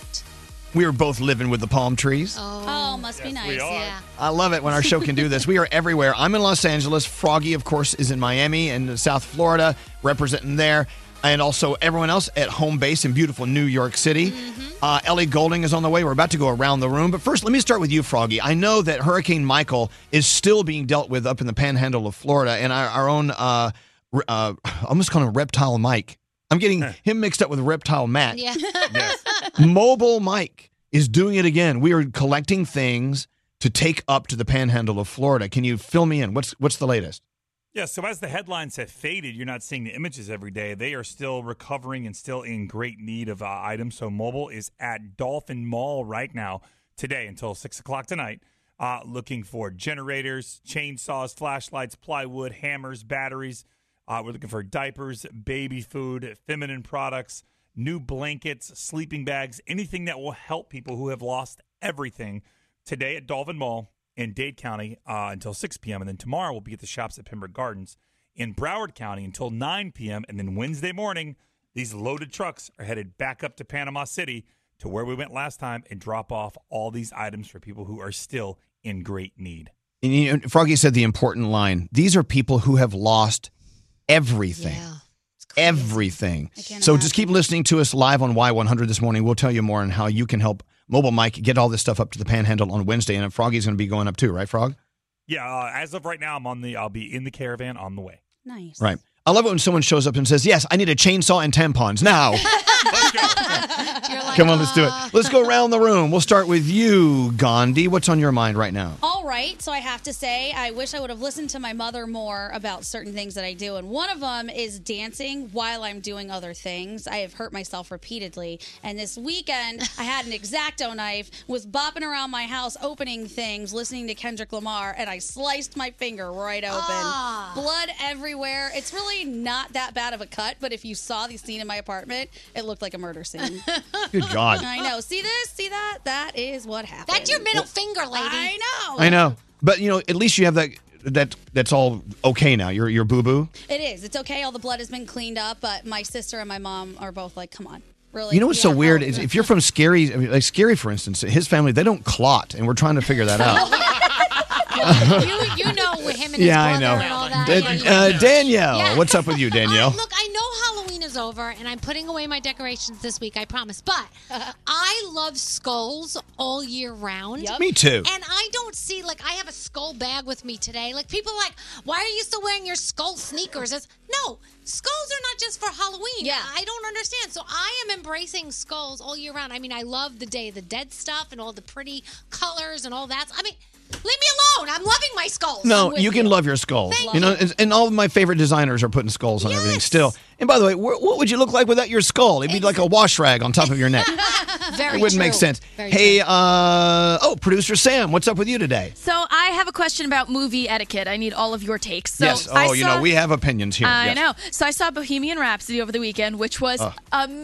We are both living with the palm trees.
Oh, must be nice.
we are.
Yeah.
I love it when our show can do this. We are everywhere. I'm in Los Angeles. Froggy, of course, is in Miami and South Florida, representing there. And also everyone else at home base in beautiful New York City. Uh, Ellie Golding is on the way. We're about to go around the room. But first, let me start with you, Froggy. I know that Hurricane Michael is still being dealt with up in the panhandle of Florida. And our, our own, uh, re- uh, I'm just calling him Reptile Mike. I'm getting him mixed up with Reptile Matt.
Yeah.
Mobile Mike is doing it again. We are collecting things to take up to the panhandle of Florida. Can you fill me in? What's what's the latest?
Yeah, so as the headlines have faded, you're not seeing the images every day. They are still recovering and still in great need of uh, items. So Mobile is at Dolphin Mall right now, today until 6 o'clock tonight, uh, looking for generators, chainsaws, flashlights, plywood, hammers, batteries. Uh, we're looking for diapers, baby food, feminine products, new blankets, sleeping bags, anything that will help people who have lost everything today at Dolphin Mall in Dade County uh, until 6 p.m. And then tomorrow we'll be at the shops at Pembroke Gardens in Broward County until 9 p.m. And then Wednesday morning, these loaded trucks are headed back up to Panama City to where we went last time and drop off all these items for people who are still in great need.
And you know, Froggy said the important line. These are people who have lost everything. Everything. So just keep listening to us live on Y100 this morning. We'll tell you more on how you can help Mobile Mike get all this stuff up to the Panhandle on Wednesday. And Froggy's going to be going up too, right, Frog?
Yeah, uh, as of right now, I'm on the. I'll be in the caravan on the way.
Nice.
Right. I love it when someone shows up and says, "Yes, I need a chainsaw and tampons now." Come on, let's do it. Let's go around the room. We'll start with you, Gandhi. What's on your mind right now?
All right, so I have to say, I wish I would have listened to my mother more about certain things that I do. And one of them is dancing while I'm doing other things. I have hurt myself repeatedly. And this weekend, I had an exacto knife, was bopping around my house, opening things, listening to Kendrick Lamar, and I sliced my finger right open.
Ah.
Blood everywhere. It's really not that bad of a cut, but if you saw the scene in my apartment, it looked like a murder scene.
Good God.
I know. See this? See that? That is what happened.
That's your middle finger, lady.
I
Oh.
know.
I know, but you know, at least you have that. That that's all okay now. Your your boo boo.
It is. It's okay. All the blood has been cleaned up, but my sister and my mom are both like, "Come on, really."
You know what's
We
so
are
weird
help."
is if you're from Scary, I mean, like Scary, for instance, his family they don't clot, and we're trying to figure that out.
you, you know him and his
Oh. yeah, I
brother
know.
and all that.
Da-
Yeah, you
uh,
know.
Danielle,
Yeah.
what's up with you, Danielle?
Look, I know Halloween is over, and I'm putting away my decorations this week. I promise. But I love skulls all year round.
Me too.
And I don't see like I have a skull bag with me today. Like people are like, why are you still wearing your skull sneakers? It's, no, skulls are not just for Halloween. Yeah, I don't understand. So I am embracing skulls all year round. I mean, I love the Day of the Dead stuff and all the pretty colors and all that. I mean. Leave me alone. I'm loving my skulls. I'm
No,
with
you can love your skulls.
Thank
you know,
you.
and, and all of my favorite designers are putting skulls on everything still. And by the way, wh- what would you look like without your skull? It'd be like a wash rag on top of your neck.
Very
it wouldn't make
true.
sense.
Very
hey, uh, oh, producer Sam, what's up with you today?
So I have a question about movie etiquette. I need all of your takes. So
yes. Oh,
I
you
saw-
know, we have opinions here.
I
Yes.
know. So I saw Bohemian Rhapsody over the weekend, which was
Ugh.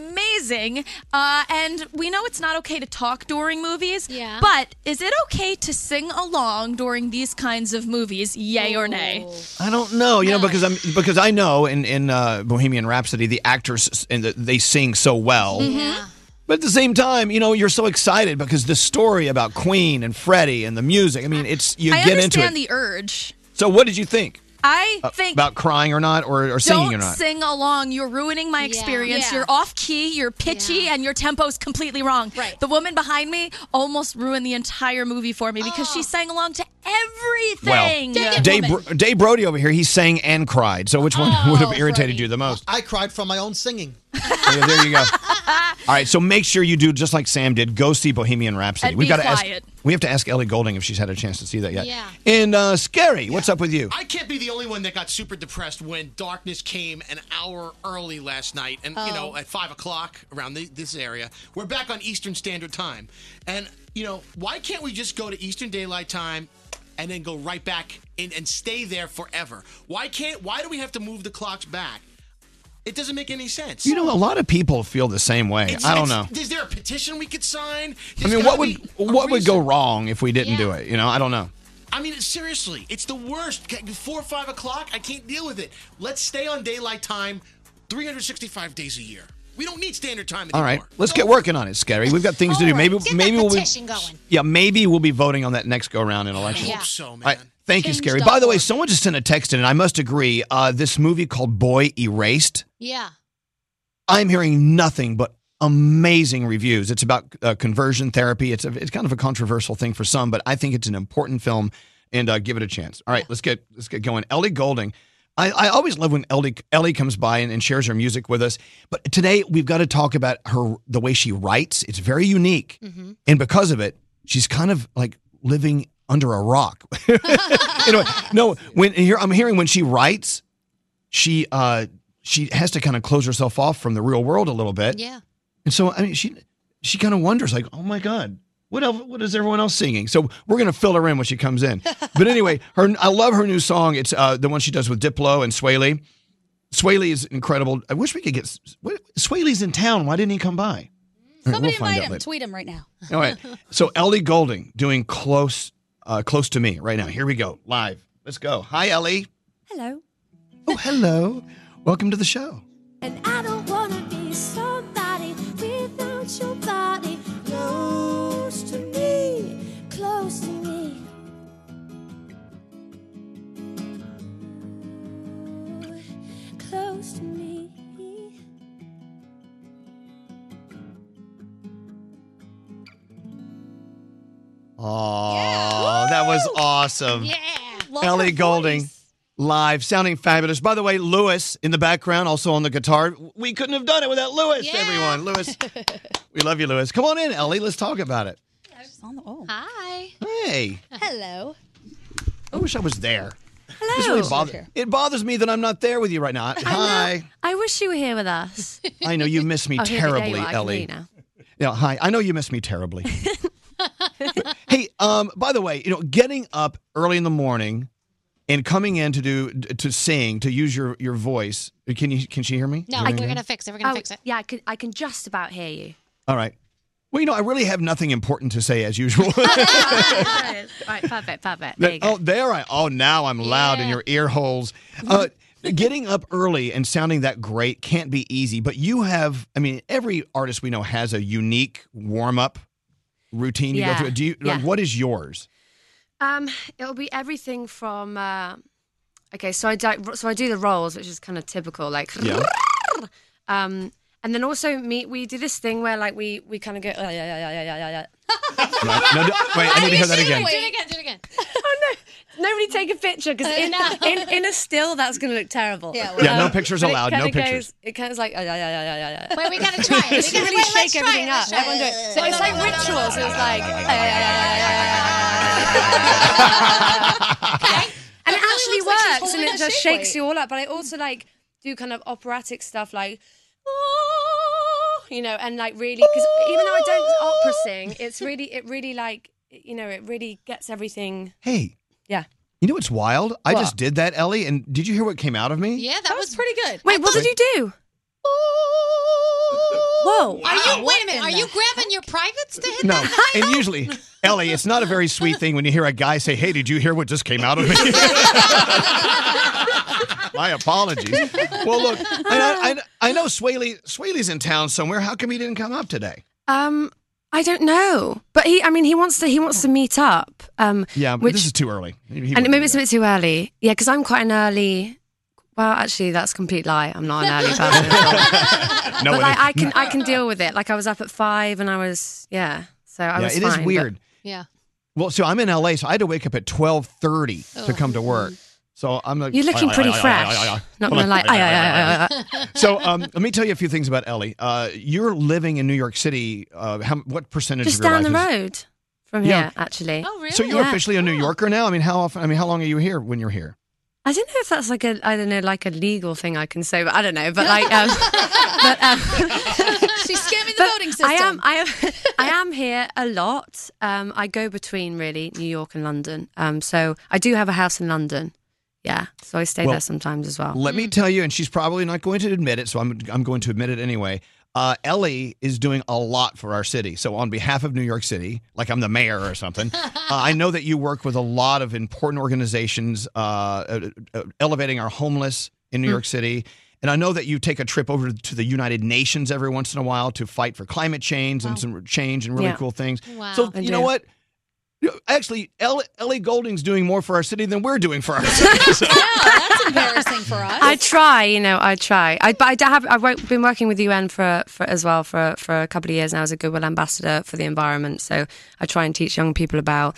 amazing. Uh, and we know it's not okay to talk during movies. Yeah. But is it okay to sing along during these kinds of movies? Yay or nay?
I don't know, you know, because I'm because I know in in uh, Bohemian Rhapsody the actors s- and the, they sing so well.
Mhm.
But at the same time, you know, you're so excited because the story about Queen and Freddie and the music. I mean, it's you
I
get into
understand the
it.
urge.
so what did you think?
I
Uh,
think
about crying or not or, or singing
don't
or not?
sing along. You're ruining my experience. You're off key. You're pitchy, and your tempo's completely wrong. Right. The woman behind me almost ruined the entire movie for me because she sang along to everything.
well, Dave, Bro- Dave Brody over here, he sang and cried. So which one would have irritated you the most?
I cried from my own singing.
Yeah, there you go. All right, so make sure you do just like Sam did. Go see Bohemian Rhapsody.
And
We've
be
got to ask.
quiet.
We have to ask Ellie Golding if she's had a chance to see that yet.
Yeah.
And uh, Scary, what's up with you?
I can't be the only one that got super depressed when darkness came an hour early last night, and you know
Oh.
at five o'clock around the, this area. We're back on Eastern Standard Time, and you know why can't we just go to Eastern Daylight Time and then go right back in and stay there forever? Why can't? Why do we have to move the clocks back? It doesn't make any sense.
You know, a lot of people feel the same way.
It's-
I don't know.
it's- Is there a petition we could sign?
I
There's
mean,
gotta
what would
be a
what would go
reason.
wrong if we didn't do it? You know, I don't know.
I mean, seriously, it's the worst. G- Four or five o'clock, I can't deal with it. Let's stay on daylight time 365 days a year. We don't need standard time anymore.
All right, let's get working on it, Scary. We've got things to do. Maybe maybe we'll be
going.
yeah, maybe we'll be voting on that next go round in election.
I hope so, man.
All right, thank you, Scary. By the way, someone just sent a text in, and I must agree. Uh, this movie called Boy Erased.
Yeah.
I'm hearing nothing but amazing reviews. It's about uh, conversion therapy. It's a, it's kind of a controversial thing for some, but I think it's an important film, and uh, give it a chance. All right, let's get let's get going. Ellie Golding. I, I always love when Ellie, Ellie comes by and, and shares her music with us. But today we've got to talk about her the way she writes. It's very unique,
Mm-hmm.
Mm-hmm.
and because of it, she's kind of like living under a rock. anyway, no, when here I'm hearing when she writes, she uh she has to kind of close herself off from the real world a little bit.
Yeah.
And so I mean she she kind of wonders like, "Oh my god, what else, what is everyone else singing?" So we're going to fill her in when she comes in. but anyway, her I love her new song. It's uh the one she does with Diplo and Swae Lee. Swae Lee is incredible. I wish we could get what, Swae Lee's in town. Why didn't he come by? All right,
Somebody
we'll find
invite
out
him.
later.
Tweet him right now.
All right. So Ellie Golding doing close uh close to me right now. Here we go. Live. Let's go. Hi Ellie.
Hello.
Oh, hello. Welcome to the show.
And I don't wanna be somebody without your body close to me, close to me. Close to me.
Oh, that was awesome.
Yeah.
Love
Ellie
her
Golding live, sounding fabulous. By the way, Lewis in the background, also on the guitar. We couldn't have done it without Lewis, everyone. Lewis, we love you, Lewis. Come on in, Ellie. Let's talk about it.
Hi.
Hey,
Hello.
I wish I was there. This
Hello.
really bother- it bothers me that I'm not there with you right now. Hi.
I wish you were here with us.
I know you miss me
Oh, here we go. You
terribly,
are. I can hear
Ellie.
you now.
Yeah, hi. I know you miss me terribly. hey, um, by the way, you know, getting up early in the morning and coming in to do to sing to use your your voice. Can you can she hear me?
No,
Can you
we're
hear me now?
gonna fix it. We're gonna
Oh,
fix it.
Yeah, I can, I can just about hear you.
All right. Well, you know, I really have nothing important to say as usual.
Right, perfect, perfect. There you go. Mm-hmm.
oh, there I. Oh, now I'm loud in your ear holes. Uh, getting up early and sounding that great can't be easy, but you have. I mean, every artist we know has a unique warm up routine you
Yeah,
go through. Do you? Like,
yeah.
what is yours?
Um, it'll be everything from. Uh, okay, so I do, so I do the rolls, which is kind of typical, like. Um, and then also me, we do this thing where like we we kind of go. "Oh, yeah, yeah, yeah, yeah, yeah, yeah."
No, no, no, wait, I need to hear that again.
Do it again. Do it again.
Nobody take a picture because in,
I know.
in in a still that's going to look terrible. Yeah,
well- Yeah, no pictures allowed, no pictures.
It kind of like oh, yeah, yeah, yeah, yeah, yeah.
Wait, we gotta try it. We
It's
gotta-
really
wait, let's
shake
try
everything
it,
up.
let's try
Everyone do
it.
it. So it's like rituals. It was like oh, yeah, yeah, yeah, yeah, yeah, and it actually
looks like she's
works,
holding
and
that
it just
shape
shakes
weight.
you all up. But I also like do kind of operatic stuff, like you know, and like really because even though I don't opera sing, it's really it really like you know it really gets everything.
Hey.
Yeah.
You know what's wild? I just did that, Ellie, and did you hear what came out of me?
Yeah, that, was, pretty good. Wait, what did you do?
Whoa.
Are you? Wait a minute. Are you grabbing your privates to hit
No,
that?
and usually, Ellie, it's not a very sweet thing when you hear a guy say, "Hey, did you hear what just came out of me?" My apologies. Well, look, I, I, I know Swaley Swaley's in town somewhere. How come he didn't come up today?
Um, I don't know, but he. I mean, he wants to. He wants to meet up. Um,
Yeah, but
which,
this is too early. He- he
and
wouldn't
maybe it's a bit too early. Yeah, because I'm quite an early. Well, actually, that's a complete lie. I'm not an early person.
do that.
but
it
like,
is.
I can I can deal with it. Like I was up at five and I was yeah. So I
Yeah,
was.
it is
fine, but-
weird.
Yeah.
Well, so I'm in LA, so I had to wake up at 12:30 to
Ugh.
come to work. So I'm like,
You're looking
"Aye, aye,
pretty
aye, aye,
fresh.
aye, aye, aye."
Not gonna lie. Aye, aye, aye, aye, aye.
So um, let me tell you a few things about Ellie. Uh, you're living in New York City. Uh, how, what percentage
Just
of your
down the
life is-
road from
Yeah.
here, actually. Oh,
So you're officially a New Yorker now. I mean, how often? I mean, how long are you here when you're here?
I don't know if that's like a I don't know like a legal thing I can say, but I don't know. But like, um, but, um,
She's scamming the
but
voting system.
I am I am I am here a lot. Um, I go between really New York and London. Um, so I do have a house in London. Yeah, so I stay
Well,
there sometimes as well.
Let me tell you, and she's probably not going to admit it, so I'm I'm going to admit it anyway. Uh, Ellie is doing a lot for our city. So on behalf of New York City, like I'm the mayor or something, uh, I know that you work with a lot of important organizations uh, uh, uh, elevating our homeless in New York City. And I know that you take a trip over to the United Nations every once in a while to fight for climate change and some change and really
Yeah.
cool things.
Wow.
So
I
you know
do.
what? Actually, Ellie, Ellie Golding's doing more for our city than we're doing for our city. So-
That's embarrassing for us.
I try, you know, I try. I, but I do have. I've wo- been working with UN for, for as well for for a couple of years now as a goodwill ambassador for the environment. So I try and teach young people about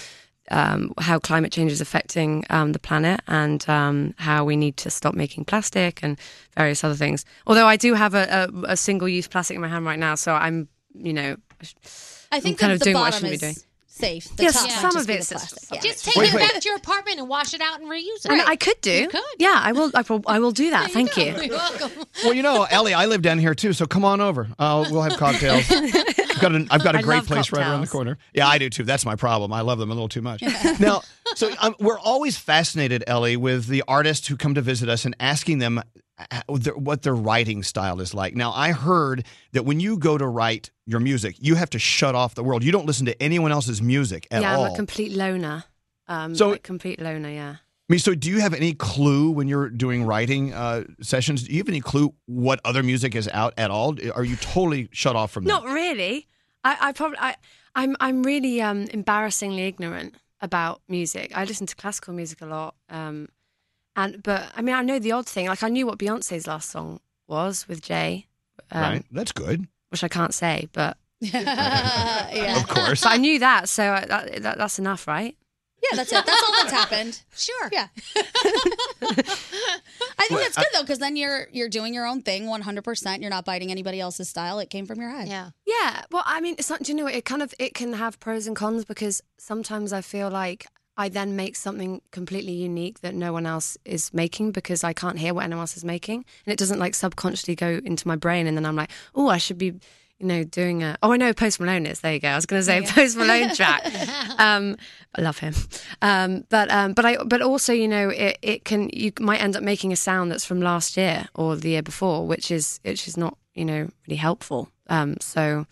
um, how climate change is affecting um, the planet and um, how we need to stop making plastic and various other things. Although I do have a, a, a single use plastic in my hand right now, so I'm, you know, I sh-
I
I'm
think
kind
that
of
the
doing what I
bottom
shouldn't
is
be doing.
safe. The
Yes,
top might
some
just
of
be the
it's-
plastic.
some of
Just take
Wait,
it
wait.
back to your apartment and wash it out and reuse it.
I mean, I could do.
You could.
Yeah, I will. I will, I will do that. Thank you.
You're welcome.
Well, you know, Ellie, I live down here too, so come on over. Uh, we'll have cocktails. I've got, an, I've got a
I
great
love
place right around the
cocktails.
corner. Yeah, I do too. That's my problem. I love them a little too much. now, so um, we're always fascinated, Ellie, with the artists who come to visit us and asking them uh, their- what their writing style is like. Now, I heard that when you go to write your music, you have to shut off the world. You don't listen to anyone else's music at
yeah,
all.
I'm a complete loner. Um,
So-
a complete loner. Yeah.
I mean, so do you have any clue when you're doing writing uh, sessions? Do you have any clue what other music is out at all? Are you totally shut off from that?
Not really. I, I probably I, I'm I'm really um, embarrassingly ignorant about music. I listen to classical music a lot, um, and but I mean I know the odd thing. Like I knew what Beyonce's last song was with Jay, um,
right? That's good.
which I can't say, but
yeah.
Of course.
But I knew that, so I, that, that, that's enough, right?
Yeah, that's it. That's all that's happened. Sure. Yeah. I think
Well,
that's
I-
good though, because then you're you're doing your own thing, 100. percent You're not biting anybody else's style. It came from your head.
Yeah.
Yeah. Well, I mean, it's not. Do you know what? It kind of it can have pros and cons because sometimes I feel like I then make something completely unique that no one else is making because I can't hear what anyone else is making, and it doesn't like subconsciously go into my brain, and then I'm like, oh, I should be. You know, doing a oh, I know who Post Malone is. There you go. I was going to say
Yeah.
Post Malone track. Um, I love him, um, but um, but I but also you know it, it can you might end up making a sound that's from last year or the year before, which is which is not you know really helpful. Um, so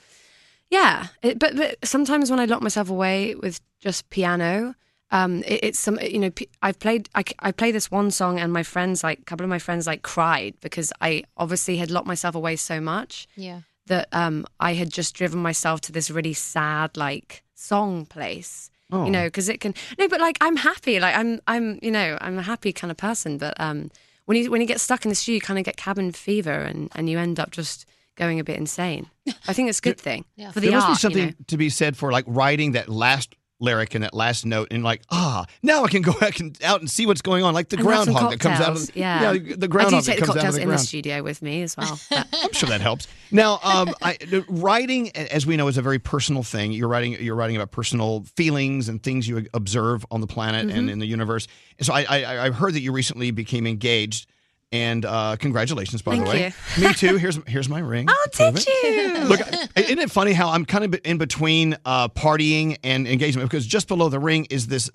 yeah, it, but but sometimes when I lock myself away with just piano, um, it, it's some you know p- I've played I, c- I play this one song and my friends like a couple of my friends like cried because I obviously had locked myself away so much
Yeah.
that um, I had just driven myself to this really sad like song place.
Oh.
You know, because it can no, but like I'm happy, like I'm I'm you know I'm a happy kind of person, but um when you when you get stuck in the stew, you kind of get cabin fever and and you end up just going a bit insane. I think it's a good thing for the
there must
art.
be something
you know?
to be said for like writing that last lyric and that last note and like ah now I can go out and, out and see what's going on like the
And have some
groundhog that comes out
cocktails,
of
yeah.
the groundhog
I do take
that
the
comes out of
cocktails
the
in the
ground.
studio with me as well. but-
I'm sure that helps. Now, um, I, the writing, a- as we know, is a very personal thing. You're writing, you're writing about personal feelings and things you observe on the planet and
Mm-hmm.
Mhm.
in the universe. And so, I, I, I've heard that you recently became engaged, and uh, congratulations, by
Thank
the way. Me too. Here's here's my ring. Oh,
did you?
Look, isn't it funny how I'm kind of in between uh, partying and engagement because just below the ring is this.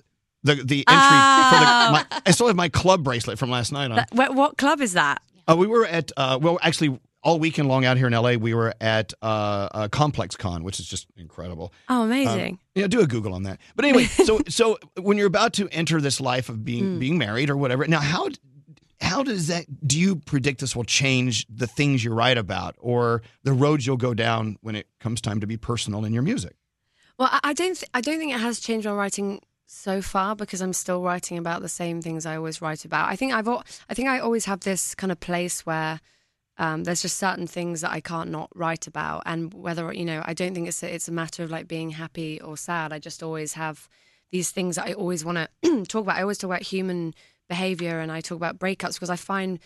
The, the entry for the, my, I still have my club bracelet from last night on.
Ah. That- what, what club is that?
Uh, we were at uh, well, actually, all weekend long out here in LA, we were at uh, uh, Complex Con, which is just incredible.
Oh,
Um,
amazing.
yeah, do a Google on that. But
Mm.
anyway, so so when you're about to enter this life of being being married or whatever, now how how does that do you predict this will change the things you write about or the roads you'll go down when it comes time to be personal in your music?
Well, I, I don't. Th- I don't think it has changed my writing so far because I'm still writing about the same things I always write about. I think I've. Al- I think I always have this kind of place where um, there's just certain things that I can't not write about, and whether you know, I don't think it's a, it's a matter of like being happy or sad. I just always have these things that I always want to talk about. I always talk about human behavior, and I talk about breakups because I find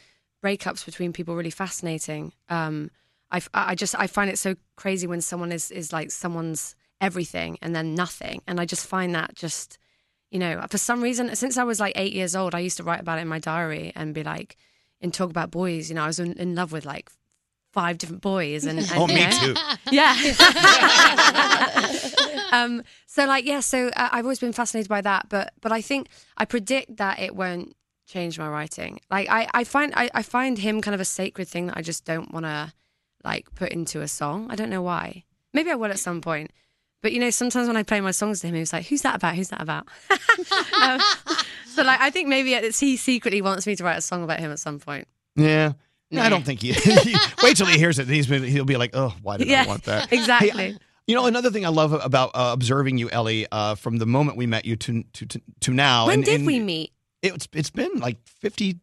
breakups between people really fascinating. Um, I, f- I just I find it so crazy when someone is is like someone's everything and then nothing. And I just find that just, you know, for some reason, since I was like eight years old, I used to write about it in my diary and be like, and talk about boys. You know, I was in, in love with like five different boys. And, and
Oh, me
you know.
too.
Yeah. um, so like, yeah. So uh, I've always been fascinated by that, but but I think I predict that it won't change my writing. Like I I find I, I find him kind of a sacred thing that I just don't want to like put into a song. I don't know why. Maybe I will at some point. But you know, sometimes when I play my songs to him, he's like, "Who's that about? Who's that about?" um, so like, I think maybe it's he secretly wants me to write a song about him at some point.
Yeah. No, I don't think he. wait till he hears it. He's been, he'll be like, "Oh, why did
Yeah,
I want that?"
exactly.
Hey, I- you know, another thing I love about uh, observing you, Ellie, uh, from the moment we met you to to to, to now.
when
and-
did
and
we meet?
It's it's been like fifty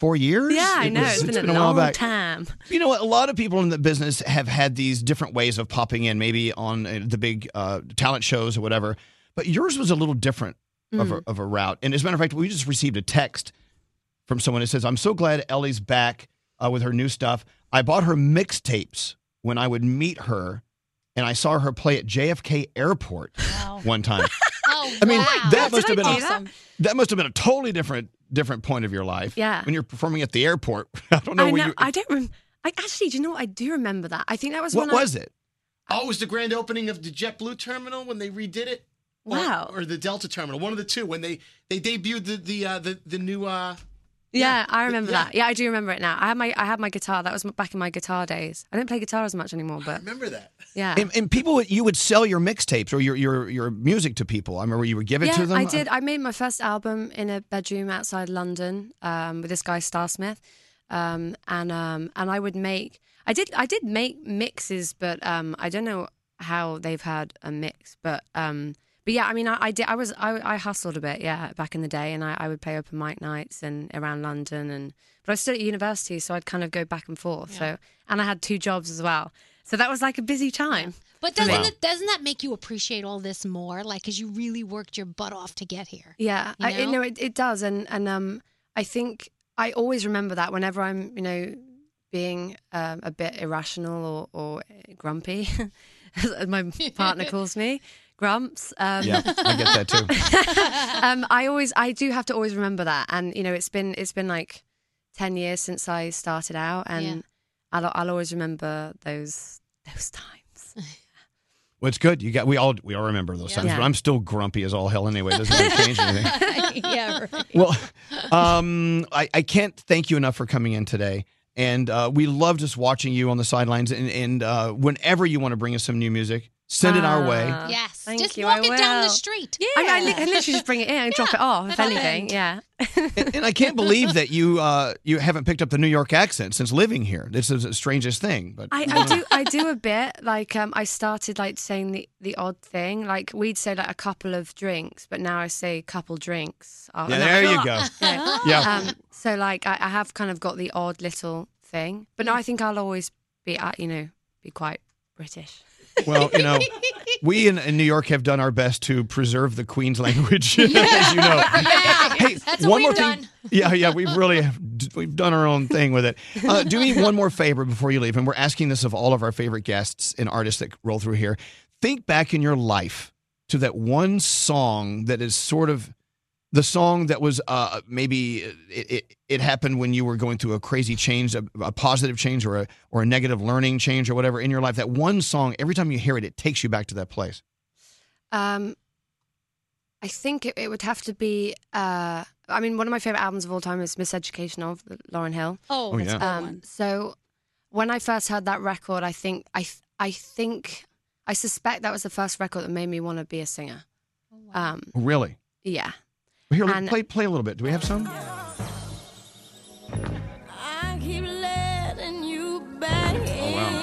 four years.
Yeah, I
It
know.
was-
it's been, a
while
long
back.
time.
You know what? A lot of people in the business have had these different ways of popping in, maybe on uh, the big uh, talent shows or whatever. But yours was a little different of, a,
Mm.
of a route. And as a matter of fact, we just received a text from someone who says, I'm so glad Ellie's back uh, with her new stuff. I bought her mixtapes when I would meet her, and I saw her play at JFK Airport one time.
Oh,
I mean, that
Did
must have
I
been
do
a,
that?
that must have been a totally different different point of your life.
Yeah.
when you're performing at the airport, I don't know.
I
where
know.
you,
I don't. Rem- I actually, do you know what? I do remember that. I think that was
what
when I-
was it?
Oh, it was the grand opening of the JetBlue terminal when they redid it. Or-
Wow.
Or, the Delta terminal, one of the two. When they they debuted the the uh, the, the new. Uh,
Yeah, I remember
Yeah.
that. Yeah, I do remember it now. I had my I had my guitar. That was back in my guitar days. I don't play guitar as much anymore, but
remember that.
Yeah.
And, and people, would- you would sell your mixtapes or your, your your music to people. I remember you would give it
yeah,
to them.
I did. I made my first album in a bedroom outside London um, with this guy Star Smith, um, and um, and I would make. I did. I did make mixes, but um, I don't know how they've had a mix. But um, but yeah, I mean, I, I did. I was. I, I hustled a bit, yeah, back in the day, and I, I would play open mic nights and around London, and but I was still at university, so I'd kind of go back and forth. So and I had two jobs as well, so that was like a busy time.
But
for me.
doesn't it, doesn't that make you appreciate all this more? Like, because you really worked your butt off to get here.
Yeah,
You
I, you
know?
know it, it does, and and um, I think I always remember that whenever I'm you know being um, a bit irrational or, or grumpy, as my partner calls me, grumps. Um,
Yeah, I get that too.
um, I always, I do have to always remember that, and you know, it's been it's been like ten years since I started out, and
Yeah.
I'll I'll always remember those those times.
Well, it's good. You got. We all we all remember those
Yeah.
times.
Yeah.
But I'm still grumpy as all hell anyway. It doesn't really change anything.
yeah, right.
Well, um, I, I can't thank you enough for coming in today. And uh, we love just watching you on the sidelines. And, and uh, whenever you want to bring us some new music, send it our way.
Ah,
Yes.
thank
Just
you,
walk
I
it down the
will.
street.
I, mean, I, li- I literally just bring it in and drop it off, if anything. Yeah.
And, and I can't believe that you uh, you haven't picked up the New York accent since living here. This is the strangest thing. But
I, I do I do a bit like um I started like saying the, the odd thing like we'd say like a couple of drinks but now I say couple drinks Oh,
Yeah,
and
there
I'm
you go.
Yeah.
Yeah.
Um, so like I, I have kind of got the odd little thing but no I think I'll always be uh, you know be quite British
Well, you know, we in, in New York have done our best to preserve the Queen's language, as you know. Hey,
That's
one
what
more
we've done.
thing. Yeah, yeah, we've really we've done our own thing with it. Uh, do me one more favor before you leave, and we're asking this of all of our favorite guests and artists that roll through here. Think back in your life to that one song that is sort of the song that was uh, maybe it, it, it happened when you were going through a crazy change, a, a positive change, or a or a negative learning change, or whatever in your life. That one song, every time you hear it, it takes you back to that place.
Um, I think it, it would have to be. Uh, I mean, one of my favorite albums of all time is Miseducation of Lauren Hill.
Oh,
Oh, that's yeah. a good
Um, so when I first heard that record, I think I th- I think I suspect that was the first record that made me want to be a singer.
Oh,
Um,
Really?
yeah.
Here,
And-
play play a little bit. Do we have some? Oh,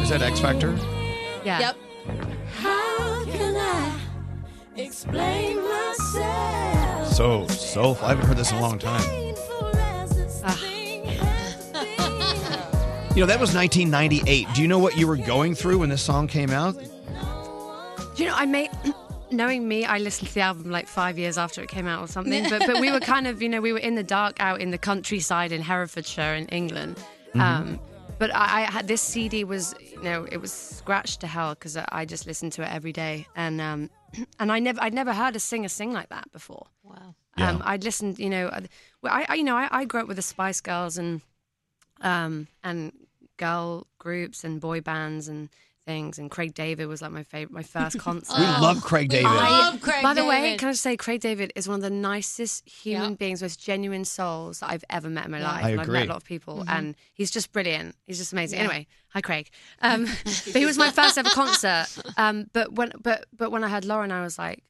that X Factor?
Yeah.
Yep.
How can I explain myself?
So, so I haven't heard this in a long time.
Ah.
You know, that was 1998. Do you know what you were going through when this song came out?
Do you know, I made, knowing me, I listened to the album like five years after it came out or something. But, but we were kind of, you know, we were in the dark out in the countryside in Herefordshire in England. Um, but I, I had this CD was, you know, it was scratched to hell because I, I just listened to it every day. And, um, and I never, I'd never heard a singer sing like that before.
Wow.
Um, I'd listened, you know, I- well, I, I you know, I, I grew up with the Spice Girls and um, and girl groups and boy bands and things. And Craig David was like my favorite, my first concert.
We love Craig David.
I-
love Craig
by the way,
David.
can I just say Craig David is one of the nicest human beings, most genuine souls that I've ever met in my life.
I
and I've
agree.
met a lot of people,
Mm-hmm.
Mhm.
and he's just brilliant. He's just amazing.
Yeah.
Anyway, hi Craig. Um, but he was my first ever concert. Um, but when but but when I heard Lauren, I was like.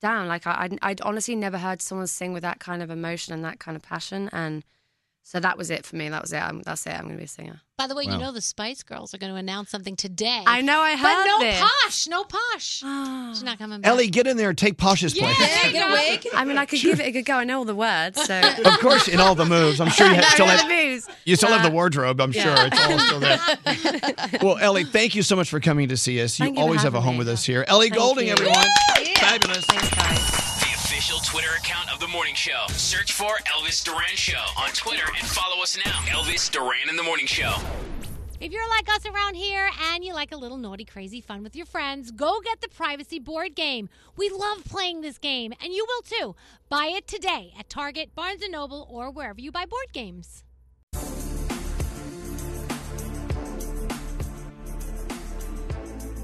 Down, like I, I'd, I'd honestly never heard someone sing with that kind of emotion and that kind of passion, and so that was it for me. That was it. I'm, that's it. I'm going to be a singer.
By the way,
Wow.
you know the Spice Girls are going to announce something today.
I know, I
But
heard
no
this. Ah.
posh, no posh. She's not coming back.
Ellie, get in there and take Posh's place.
get a wig.
I mean, I could give it a good go. I know all the words, so.
Of course, in all the moves. I'm sure you
I
have,
know
still
all
have
the moves.
You still have
Uh,
the wardrobe, I'm
yeah.
sure. It's all still there. Well, Ellie, thank you so much for coming to see us. You
Thank you for
always have a
having
home
me.
with us here. Ellie
Thank
Golding,
you.
everyone.
Fabulous.
The official Twitter account of The Morning Show. Search for Elvis Duran Show on Twitter and follow us now. Elvis Duran and The Morning Show.
If you're like us around here and you like a little naughty, crazy fun with your friends, go get the privacy board game. We love playing this game, and you will too. Buy it today at Target, Barnes & Noble, or wherever you buy board games.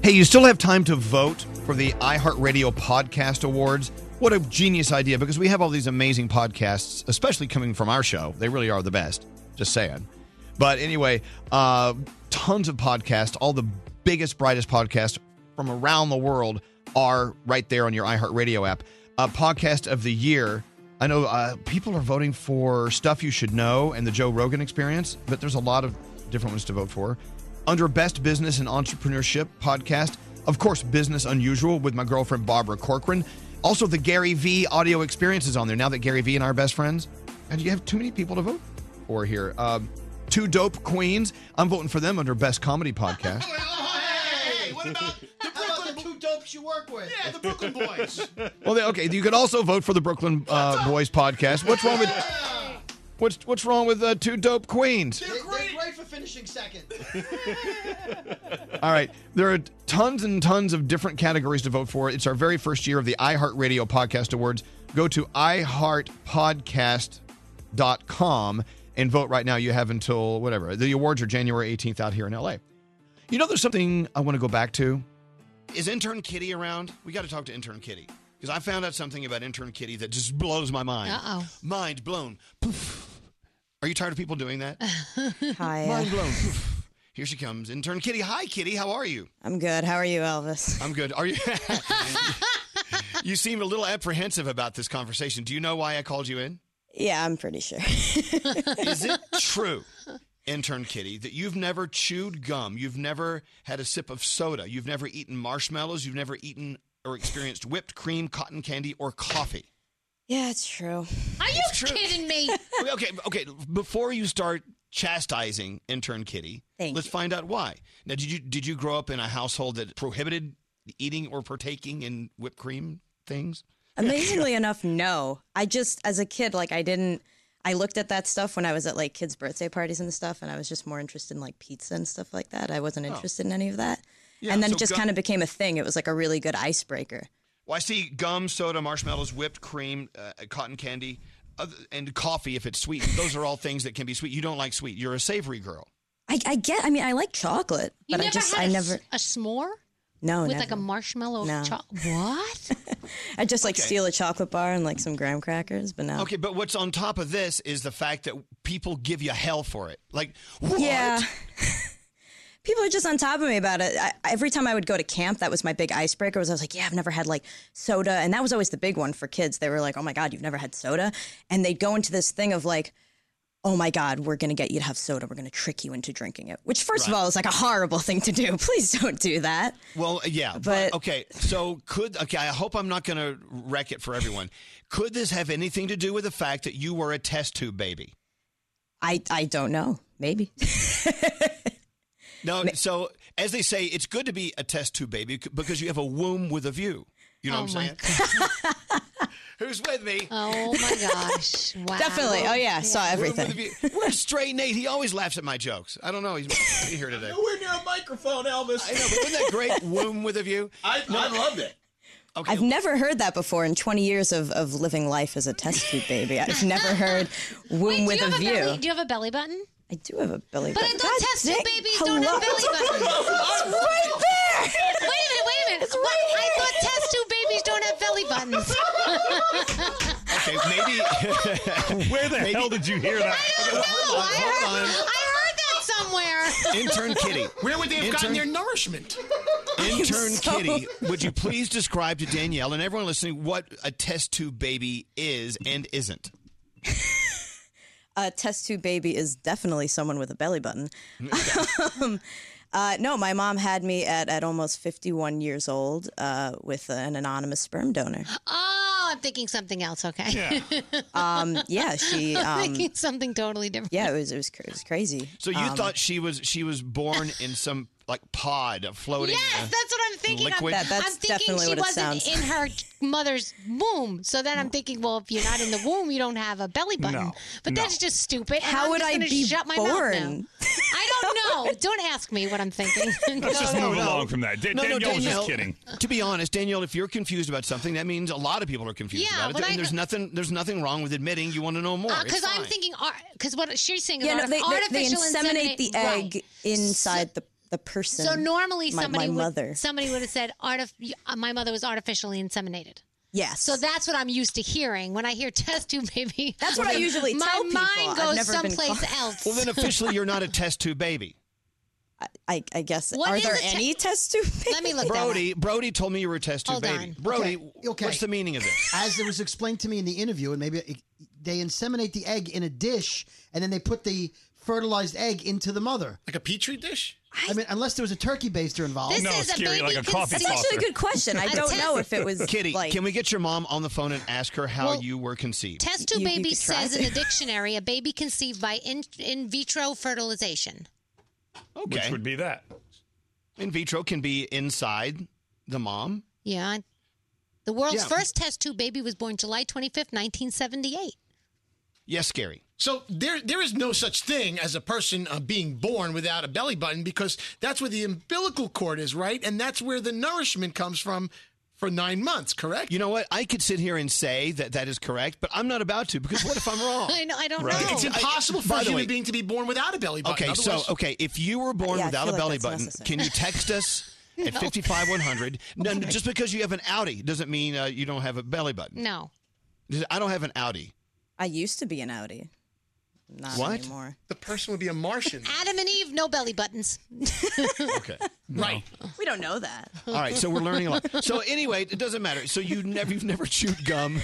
Hey, you still have time to vote for the iHeartRadio Podcast Awards. What a genius idea because we have all these amazing podcasts, especially coming from our show. They really are the best, just saying. But anyway, uh, tons of podcasts, all the biggest, brightest podcasts from around the world are right there on your iHeartRadio app. Uh, podcast of the year. I know uh, people are voting for Stuff You Should Know and the Joe Rogan Experience, but there's a lot of different ones to vote for under Best Business and Entrepreneurship podcast. Of course, Business Unusual with my girlfriend Barbara Corcoran. Also, the Gary V audio experience is on there now that Gary V and I are best friends. And you have too many people to vote for here. Um, two Dope Queens. I'm voting for them under Best Comedy Podcast.
Hey, what about the Brooklyn two dopes you work with? Yeah, the Brooklyn Boys.
Well, they, okay, you could also vote for the Brooklyn uh, Boys Podcast. What's wrong with what's what's wrong with uh, Two Dope Queens?
They're great. They're great for finishing second.
All right. There are tons and tons of different categories to vote for. It's our very first year of the iHeartRadio Podcast Awards. Go to iHeartPodcast.com and vote right now. You have until whatever. The awards are January 18th out here in LA. You know, there's something I want to go back to. Is intern Kitty around? We got to talk to intern Kitty because I found out something about intern Kitty that just blows my mind.
Uh-oh.
Mind blown. Poof. Are you tired of people doing that?
Hi.
Mind blown. Poof. Here she comes, intern Kitty. Hi, Kitty. How are you?
I'm good. How are you, Elvis?
I'm good. Are you? you seem a little apprehensive about this conversation. Do you know why I called you in?
Yeah, I'm pretty sure.
Is it true, intern Kitty, that you've never chewed gum, you've never had a sip of soda, you've never eaten marshmallows, you've never eaten or experienced whipped cream, cotton candy, or coffee?
Yeah, it's true.
Are you kidding me?
Okay, okay, okay. Before you start chastising intern Kitty,
Thank
let's find out why. Now, did you did you grow up in a household that prohibited eating or partaking in whipped cream things?
Amazingly enough, no. I just, as a kid, like, I didn't, I looked at that stuff when I was at like kids' birthday parties and stuff, and I was just more interested in like pizza and stuff like that. I wasn't
Oh.
interested in any of that.
Yeah,
and then
so
it just
go-
kind of became a thing. It was like a really good icebreaker.
Well, I see gum, soda, marshmallows, whipped cream, uh, cotton candy, other, and coffee if it's sweet. Those are all things that can be sweet. You don't like sweet. You're a savory girl.
I, I get, I mean, I like chocolate,
You
but
never
I just,
had
I
a s-
never,
a s'more
no,
with
Oh, never.
like a marshmallow
No.
chocolate. What?
I just like
Okay.
steal a chocolate bar and like some graham crackers, but no.
Okay, but what's on top of this is the fact that people give you hell for it. Like, what?
Yeah. People are just on top of me about it. I, every time I would go to camp, that was my big icebreaker. Was I was like, "Yeah, I've never had like soda," and that was always the big one for kids. They were like, "Oh my god, you've never had soda," and they'd go into this thing of like, oh my God, we're going to get you to have soda. We're going to trick you into drinking it, which, first of
Right.
all, is like a horrible thing to do. Please don't do that.
Well, uh, yeah, but, okay. So could okay. I hope I'm not going to wreck it for everyone. could this have anything to do with the fact that you were a test tube baby?
I, I don't know. Maybe.
No. So as they say, it's good to be a test tube baby c- because you have a womb with a view. You know
Oh
what I'm
my
saying? Who's with me?
Oh my gosh! Wow.
Definitely. Oh, yeah. Saw
Womb with a
everything.
view. Where's straight Nate? He always laughs at my jokes. I don't know. He's he's here today.
Nowhere near a microphone, Elvis.
I know, but wasn't that great? Womb with a view.
I, I loved it.
I've never heard that before in 20 years of, of living life as a test tube baby. I've never heard womb
do
with
you
a
have
view.
a belly? Do you have a belly button?
I do have a belly
But
button.
adult test tube babies don't have belly buttons.
It's right there.
Wait a minute! Wait a minute! What? I thought test tube babies don't have belly buttons.
Okay, maybe.
Where the hell did you hear that?
I don't know. I heard, I heard that somewhere.
Intern Kitty.
Where would they have gotten their
Intern-
nourishment?
Intern
so-
Kitty, would you please describe to Danielle and everyone listening what a test tube baby is and isn't?
A test tube baby is definitely someone with a belly button. um, uh, no, my mom had me at, at almost 51 years old uh, with an anonymous sperm donor.
Oh, I'm thinking something else. Okay.
Yeah.
Um, yeah, she.
I'm
Um,
thinking something totally different.
yeah, it was, it was cra- it was crazy.
So you
Um,
thought she was she was born in some like pod floating.
Yes,
in a-
that's what I'm thinking.
liquid?
I'm,
That- that's
I'm thinking
definitely
she
what it
wasn't
sounds
in her mother's womb. So then I'm thinking, well, if you're not in the womb, you don't have a belly button.
No,
but
no.
that's just stupid. and
How
I'm
would
just
I
gonna
be
shut my Mouth
born?
now. I don't know. Don't ask me what I'm thinking.
Let's just move along from that. Da-
No, no,
Danielle was
Danielle,
just kidding.
To be honest, Danielle, if you're confused about something, that means a lot of people are confused
Yeah,
about
but
it. And
I-
there's nothing there's nothing wrong with admitting you want to know more. It's
Because Uh, I'm
fine.
thinking, because what she's saying is
Yeah, no, they,
artificial
they, they inseminate the
inseminate-
egg inside the, the person.
So normally
my,
somebody
my
would
mother.
somebody would have said artif- uh, my mother was artificially inseminated.
Yes.
So that's what I'm used to hearing when I hear test tube baby.
That's what I usually
my
tell people.
mind
I've
goes
never been
someplace
called-
else.
Well then officially you're not a test tube baby.
I, I guess
What
are
is
there
a te-
any test tube babies?
Let me look
Brody Brody told me you were a test tube
Hold
baby.
on.
Brody,
Okay, okay.
what's the meaning of this?
As it was explained to me in the interview, and maybe it, they inseminate the egg in a dish, and then they put the fertilized egg into the mother.
Like a petri dish?
I, mean, unless there was a turkey baster involved.
This No, is a Scary, baby like a coffee
That's actually a good question. I don't know if it was
Kitty,
like
can we get your mom on the phone and ask her how
Well,
you were conceived?
Test tube baby says in the dictionary a baby conceived by in, in vitro fertilization.
Which would
be that.
In vitro can be inside the mom.
Yeah. The world's
Yeah.
first test tube baby was born July 25th, 1978.
Yes, Gary.
So there, there is no such thing as a person uh, being born without a belly button because that's where the umbilical cord is, right? And that's where the nourishment comes from for nine months, correct?
You know what? I could sit here and say that that is correct, but I'm not about to because what if I'm wrong?
I know. I don't
Right.
know.
It's impossible for
by
a
the
human
way-
being to be born without a belly button.
Okay, so
Otherwise-
okay, if you were born
Yeah, I
without a
feel like
belly
that's
button,
necessary.
can you text us at
No.
55100? No, no, just because you have an Audi doesn't mean uh, you don't have a belly button.
No.
I don't have an Audi.
I used to be an Audi. Not
What?
anymore.
The person would be a Martian.
Adam and Eve, no belly buttons.
Okay.
Right.
We don't know that.
All right, so we're learning a lot. So anyway, it doesn't matter. So you never you've never chewed gum.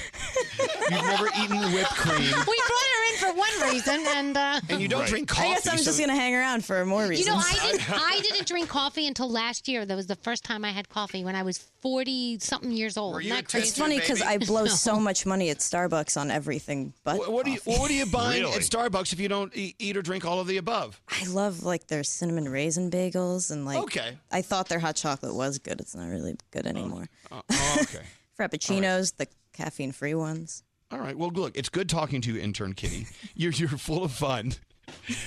You've never eaten whipped cream.
We brought her in for one reason, and uh,
And you don't Right. drink
I guess
coffee,
I'm
so-
just gonna hang around for more reasons.
You know, I didn't. I didn't drink coffee until last year. That was the first time I had coffee when I was forty something years old. Isn't that crazy?
It's funny because I blow so much money at Starbucks on everything, but
What, what are you what are you buying at Starbucks if you don't e- eat or drink all of the above?
I love like their cinnamon raisin bagels and like.
Okay.
I thought their hot chocolate was good. It's not really good anymore.
Oh. okay.
Frappuccinos, the caffeine free ones.
All right. Well, look, it's good talking to you, intern Kitty. You're you're full of fun.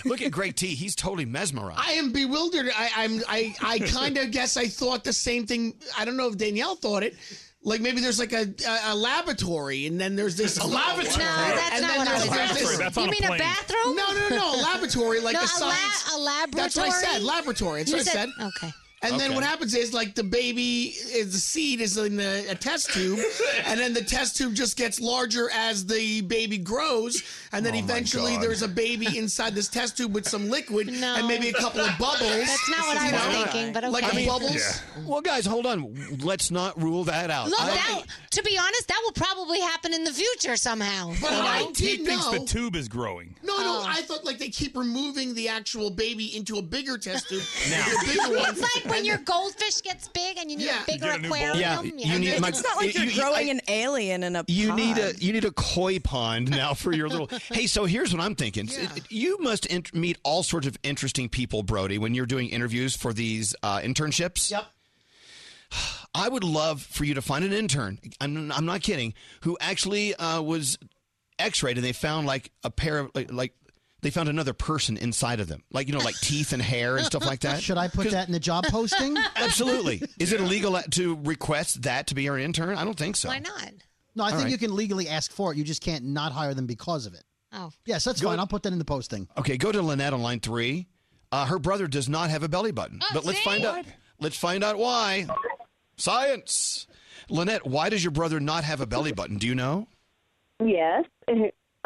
Look at Greg T. He's totally mesmerized.
I am bewildered. I, I'm I I kind of guess I thought the same thing. I don't know if Danielle thought it. Like maybe there's like a a, a laboratory, and then there's this
No,
laboratory.
that's
and
not
then
what I
there's
was
this-
asking. That's on You a mean a plane. bathroom?
No, no, no, a laboratory like
No,
a
a la-
science.
a laboratory.
That's what I said. Laboratory. That's
You
what I
said-
said.
Okay.
And then
Okay.
what happens is like the baby is the seed is in the a test tube, and then the test tube just gets larger as the baby grows, and then
Oh, my
eventually
God.
there's a baby inside this test tube with some liquid and maybe a couple of bubbles.
That's not what I
You
was
know?
thinking, but okay.
Like the bubbles.
Well, guys, hold on. Let's not rule that out.
Oh. Look,
I-
that, to be honest, that will probably happen in the future somehow.
But
you know?
I
He
did
thinks
know.
the tube is growing.
No, no, I thought like they keep removing the actual baby into a bigger test tube.
Now-
into a bigger one.
it's like when your goldfish gets big and you need a bigger aquarium.
Yeah, you need my-
it's not like you're
you-
growing an alien in a
You
pod.
need a you need a koi pond now for your little. hey, so here's what I'm thinking. You must int- meet all sorts of interesting people, Brody, when you're doing interviews for these uh, internships. Yep. I would love for you to find an intern. I'm, I'm not kidding. Who actually uh, was X-rayed and they found like a pair of like. like they found another person inside of them, like you know, like teeth and hair and stuff like that.
Should I put
'Cause-
that in the job posting?
Absolutely. Is it illegal uh, to request that to be your intern? I don't think so.
not?
No, I
All
think
right.
you can legally ask for it. You just can't not hire them because of it.
Oh.
Yes, that's
Go-
fine. I'll put that in the posting.
Okay, go to Lynette on line three. Uh, her brother does not have a belly button,
Oh,
but let's
see?
find out.
What?
Let's find out why. Science. Lynette, why does your brother not have a belly button? Do you know?
Yes.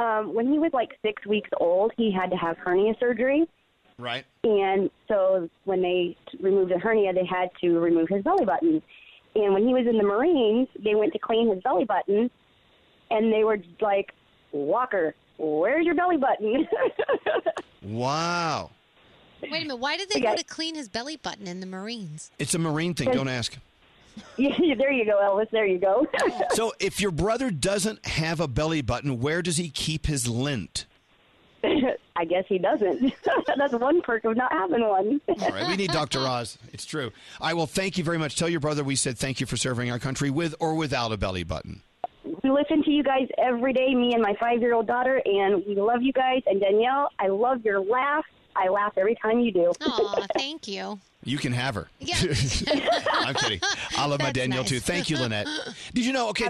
Um, when he was like six weeks old, he had to have hernia surgery.
Right.
And so when they removed the hernia, they had to remove his belly button. And when he was in the Marines, they went to clean his belly button, and they were just like, Walker, where's your belly button?
Wow.
Wait a minute. Why did they go to clean his belly button in the Marines?
It's a Marine thing. Don't ask.
yeah, there you go, Elvis. There you go.
So, if your brother doesn't have a belly button, where does he keep his lint?
I guess he doesn't. That's one perk of not having one.
All right, we need Dr. Oz. It's true. I will thank you very much. Tell your brother we said thank you for serving our country with or without a belly button.
We listen to you guys every day, me and my five year old daughter, and we love you guys. And Danielle, I love your laugh. I laugh every time you do.
Aw, thank you.
You can have her.
Yeah.
I'm kidding. I love my
That's
Danielle
nice.
too. Thank you, Lynette. Did you know? Okay,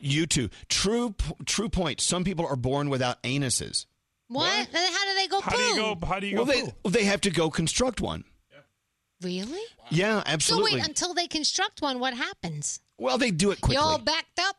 you too. True, p- true point. Some people are born without anuses.
What? Then How do they go
How
poo?
do you
go- how do
well, they they have to go construct one.
Really?
Yeah,
So
absolutely.
wait, until they construct one, what happens?
well, they do it quickly.
Y'all backed up?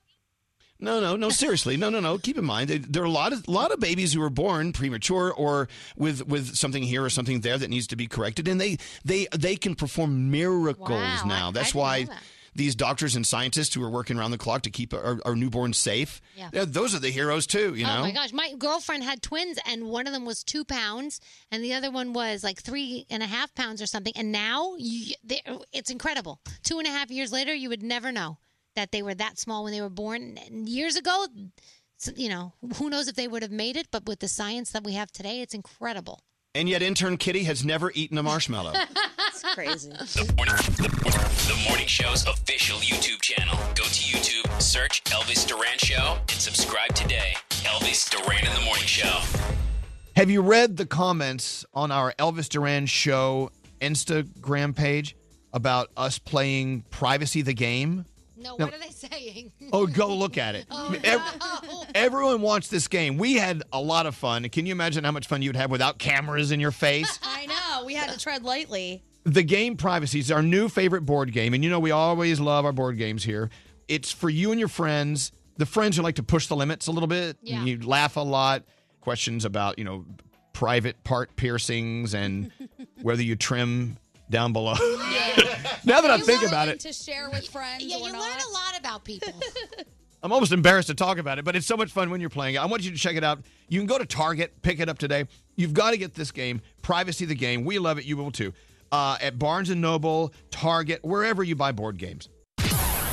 No, no, no. Seriously, no, no, no. Keep in mind, they, there are a lot of lot of babies who are born premature or with with something here or something there that needs to be corrected, and they they they can perform miracles
Wow,
now.
I- I
That's
didn't
why
know that.
these doctors and scientists who are working around the clock to keep our, our newborns safe,
Yeah.
yeah, those are the heroes too. You know.
Oh my gosh, my girlfriend had twins, and one of them was two pounds, and the other one was like three and a half pounds or something. And now you, they, it's incredible. Two and a half years later, you would never know that they were that small when they were born. And years ago, s- you know, who knows if they would have made it? But with the science that we have today, it's incredible.
And yet, intern Kitty has never eaten a marshmallow.
That's crazy.
The Morning Show's official YouTube channel. Go to YouTube, search Elvis Duran Show, and subscribe today. Elvis Duran in the Morning Show.
Have you read the comments on our Elvis Duran show Instagram page about us playing Privacy the Game?
No,
No.
what are they saying?
Oh, go look at it.
Oh,
Ev-
no.
Everyone wants this game. We had a lot of fun. Can you imagine how much fun you'd have without cameras in your face?
I know. We had to tread lightly.
The game Privacy is our new favorite board game, and you know we always love our board games here. It's for you and your friends. The friends who like to push the limits a little bit.
Yeah.
You laugh a lot. Questions about you know private part piercings and whether you trim down below. now that I'm thinking about it,
To share with friends.
yeah, you learn a lot about people. Uh,
I'm almost embarrassed to talk about it, but it's so much fun when you're playing it. I want you to check it out. You can go to Target, pick it up today. You've got to get this game, Privacy the Game. We love it. You will too. Uh, at Barnes and Noble, Target, wherever you buy board games.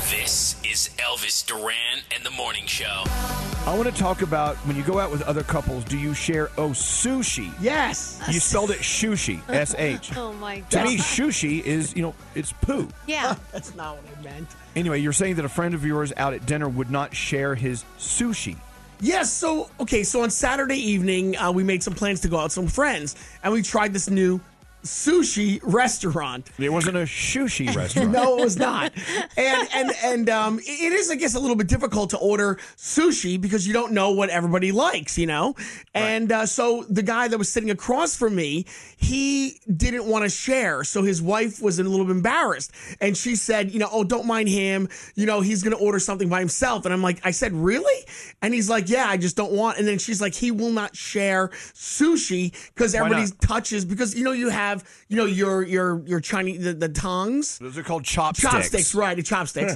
This is Elvis Duran and the Morning Show.
I want to talk about when you go out with other couples, do you share oh sushi?
Yes.
You spelled it sushi, S H.
Oh my
To
god.
me, sushi is, you know, it's poo.
yeah. That's not what I meant.
Anyway, you're saying that a friend of yours out at dinner would not share his sushi.
Yes. So okay. So on Saturday evening, uh, we made some plans to go out with some friends, and we tried this new
sushi restaurant.
It wasn't a sushi restaurant.
no, it was not. And and and um, it is, I guess, a little bit difficult to order sushi because you don't know what everybody likes, you know. And uh, so the guy that was sitting across from me, he didn't want to share, so his wife was a little embarrassed, and she said, you know, oh, don't mind him, you know, he's gonna order something by himself. And I'm like, I said, really? And he's like, yeah, I just don't want. And then she's like, he will not share sushi because
Why not?
everybody's touches because you know you have you know your your your Chinese the, the tongs.
Those are called chopsticks.
Chopsticks, right? The chopsticks.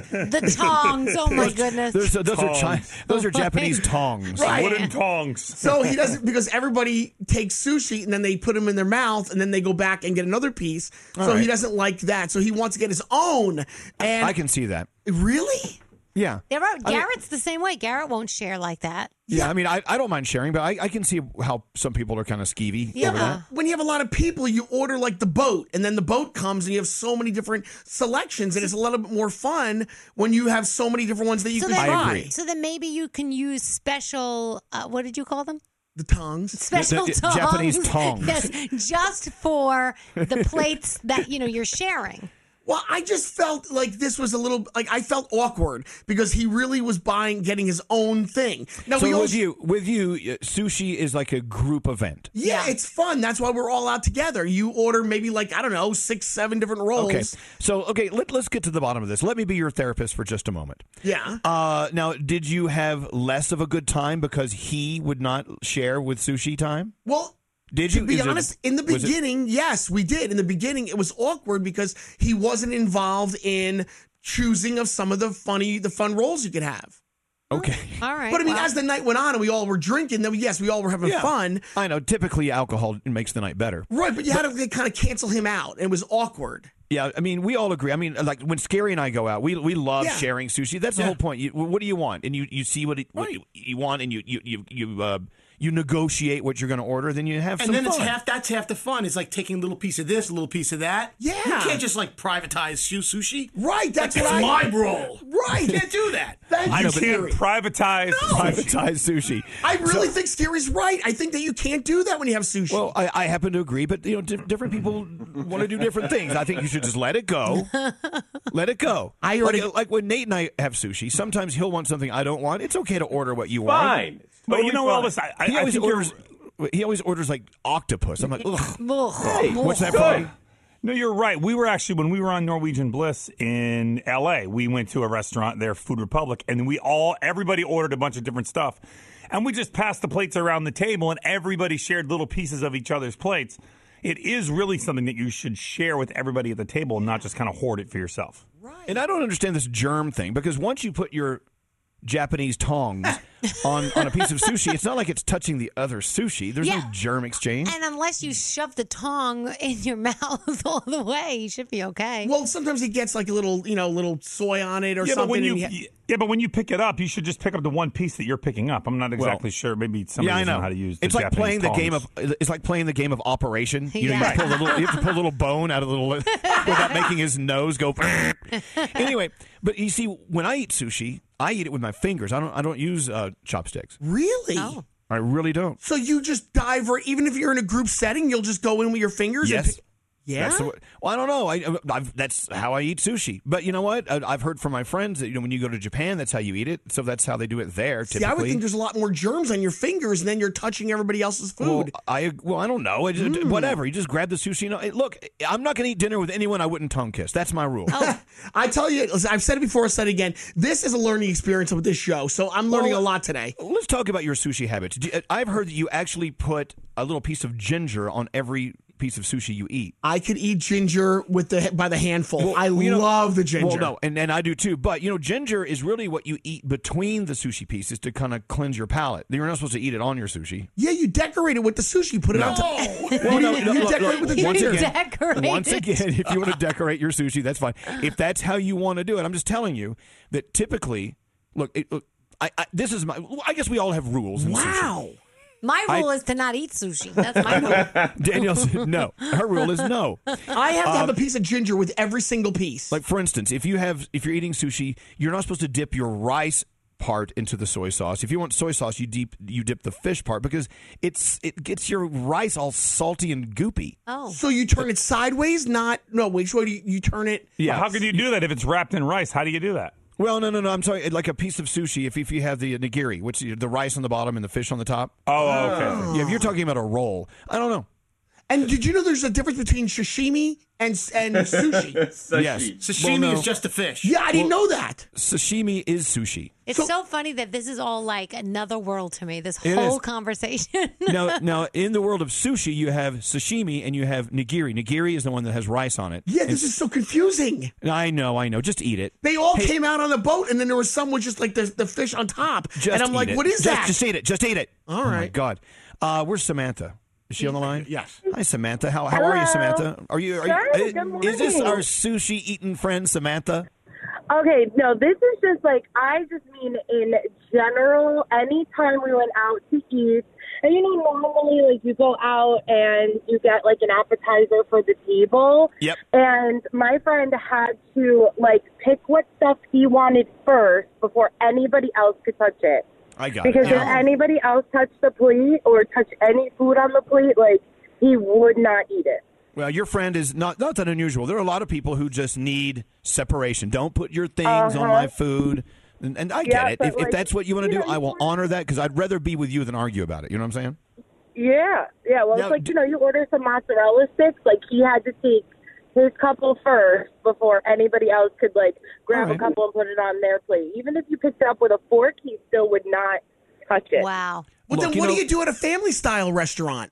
the tongs. Oh my goodness.
Those, those are Chi-
Tongs.
those are Japanese tongs.
Right.
tongs.
So he doesn't because everybody takes sushi and then they put them in their mouth and then they go back and get another piece.
All
so he
right.
doesn't like that. So he wants to get his own. And
I can see that.
Really?
Yeah.
They're out-
I mean-
Garrett's the same way. Garrett won't share like that.
Yeah, I mean, I, I don't mind sharing, but I, I can see how some people are kind of skeevy over that.
When you have a lot of people, you order like the boat, and then the boat comes, and you have so many different selections, and it's a little bit more fun when you have so many different ones that you can try.
So then maybe you can use special. Uh, what did you call them?
The tongs.
Special
The- the
tongs.
Japanese tongs.
Yes, just for the plates that you know you're sharing.
Well, I just felt like this was a little like I felt awkward because he really was buying, getting his own thing. Now
so
we
with
all
you, with you, uh, sushi is like a group event.
Yeah, it's fun. That's why we're all out together. You order maybe like I don't know six, seven different rolls.
Okay, so okay, let, let's get to the bottom of this. Let me be your therapist for just a moment.
Yeah.
Uh, now, did you have less of a good time because he would not share with sushi time?
Well,
did you?
To be
is it-
honest, in the
was it-
beginning, yes, we did. In the beginning, it was awkward because he wasn't involved in choosing of some of the funny, the fun roles you could have.
Okay.
All right.
But I mean,
well,
as the night went on and we all were drinking, then yes, we all were having
Yeah.
fun.
I know. Typically, alcohol makes the night better.
Right, but you had to kind of cancel him out. It was awkward.
Yeah, I mean, we all agree. I mean, like when Scary and I go out, we we love
Yeah.
sharing sushi. That's the whole point. You, what do you want? And you, you see what, it, what you, you want, and you you you you, uh, you negotiate what you're going to order. Then you have
and
some
then it's
fun.
half that's half the fun. It's like taking a little piece of this, a little piece of that. Yeah. You can't just like privatize shu- sushi.
Right, that's
like,
what
it's
I-
my roll.
Right.
You can't do that.
Thank
I
you,
know, but-
Scary.
privatize
privatized sushi.
I really think Scary's right. I think that you can't do that when you have sushi.
Well, I, I happen to agree, but you know, di- different people want to do different things. I think you should just let it go. Let it go. I
already-
like, like when Nate and I have sushi. Sometimes he'll want something I don't want. It's okay to order what you
Fine.
want.
It's But you totally know, fine. Elvis, I- I-
he
I
always
think you're-
orders. He always orders like octopus. I'm like, ugh.
Hey,
what's that
Good.
for?
No, you're right. We were actually when we were on Norwegian Bliss in L.A. We went to a restaurant there, Food Republic, and we all everybody ordered a bunch of different stuff, and we just passed the plates around the table, and everybody shared little pieces of each other's plates. It is really something that you should share with everybody at the table, and not just kind of hoard it for yourself.
And I don't understand this germ thing because once you put your Japanese tongs on, on a piece of sushi, it's not like it's touching the other sushi. There's no
Yeah.
germ exchange.
and unless you shove the tong in your mouth all the way, you should be okay.
Well, sometimes he gets like a little, you know, little soy on it or
yeah,
something.
but when you
and he-
yeah, but when you pick it up, you should just pick up the one piece that you're picking up. I'm not exactly sure. Maybe somebody
yeah, I
doesn't
know.
know how to use. The
it's like
Japanese
playing
tongs.
the game of. It's like playing the game of Operation. You, know, you,
Yeah.
just pull the little, you have to pull a little bone out of the little without making his nose go. anyway, but you see, when I eat sushi, I eat it with my fingers. I don't. I don't use uh, chopsticks.
really?
I really don't.
So you just dive right, even if you're in a group setting, you'll just go in with your fingers? and
Yes.
pick- yeah.
That's the way, well, I don't know. I, I've, that's how I eat sushi. But you know what? I, I've heard from my friends that you know when you go to Japan, that's how you eat it. So that's how they do it there. Typically,
See, I would think there's a lot more germs on your fingers, and then you're touching everybody else's
Well,
food. Hmm.
I well, I don't know. I just, Whatever. You just grab the sushi. You know, Hey, look, I'm not going to eat dinner with anyone I wouldn't tongue kiss. That's my rule.
Oh. I tell you, listen, I've said it before, I'll say it again. This is a learning experience with this show, so I'm learning
Well,
a lot today.
Let's talk about your sushi habits. Do you- uh, I've heard that you actually put a little piece of ginger on every piece of sushi you eat.
I could eat ginger with the by the handful. I
you know-
love the ginger.
Well, no, and, and I do too. But you know, ginger is really what you eat between the sushi pieces to kind of cleanse your palate. You're not supposed to eat it on your sushi.
Yeah, you decorate it with the sushi. Put it on top.
Well, no,
you
no,
you
look,
decorate
look,
with the
once
ginger.
again, once again, if you want to decorate your sushi, that's fine. If that's how you want to do it, I'm just telling you that typically, look, it, look I, I, this is my. I guess we all have rules. In
Wow. My
I-
rule is to not eat sushi. That's my rule.
Sushi. Danielle said no. Her rule is no.
I have to have
Um,
a piece of ginger with every single piece.
Like for instance, if you have if you're eating sushi, you're not supposed to dip your rice part into the soy sauce. If you want soy sauce, you deep you dip the fish part because it's it gets your rice all salty and goopy.
Oh. So you turn it sideways, not no. Which way do you, you turn it?
Well, how can you do that if it's wrapped in rice? How do you do that?
Well, no, no, no. I'm sorry. Like a piece of sushi, if, if you have the nigiri, which is the rice on the bottom and the fish on the top.
Oh, okay.
Yeah, if you're talking about a roll, I don't know.
And did you know there's a difference between sashimi and and sushi?
Yes.
Sashimi
Well, no.
is just a fish.
Yeah, I didn't
Well,
know that.
Sashimi is sushi.
It's so, funny that this is all like another world to me. This
It
whole
is.
conversation.
now, now in the world of sushi, you have sashimi and you have nigiri. Nigiri is the one that has rice on it.
Yeah, this is so confusing.
I know, I know. Just eat it.
They all
Hey,
came out on the boat, and then there was someone just like the, the fish on top.
Just
and I'm
eat
like,
it.
what is
Just-
that?
Just eat it. Just eat it.
All
Oh my
right.
God. Uh, where's Samantha? Is she on the line?
Yes.
Hi, Samantha. How, how are you,
Hello.
Samantha? Are you? Are
Sure,
you
good
is this
morning.
our sushi eating friend, Samantha?
Okay, no, this is just like I just mean in general. Anytime we went out to eat, and you know, normally like you go out and you get like an appetizer for the table.
Yep.
And my friend had to like pick what stuff he wanted first before anybody else could touch it.
I got
because
it.
if anybody else touched the plate or touched any food on the plate, like he would not eat it.
Well, your friend is not not that unusual. There are a lot of people who just need separation. Don't put your things
Uh-huh.
on my food. And, and I
Yeah,
get it.
but
If, if
like,
that's what you want to do, I will honor that because I'd rather be with you than argue about it. You know what I'm saying?
Yeah, yeah. Well,
Now,
it's like you know, you order some mozzarella sticks. Like he had to take his couple first before anybody else could like grab a couple and put it on their plate. Even if you picked it up with a fork, he still would not touch it.
Wow.
Well, then what do you do at a family style restaurant?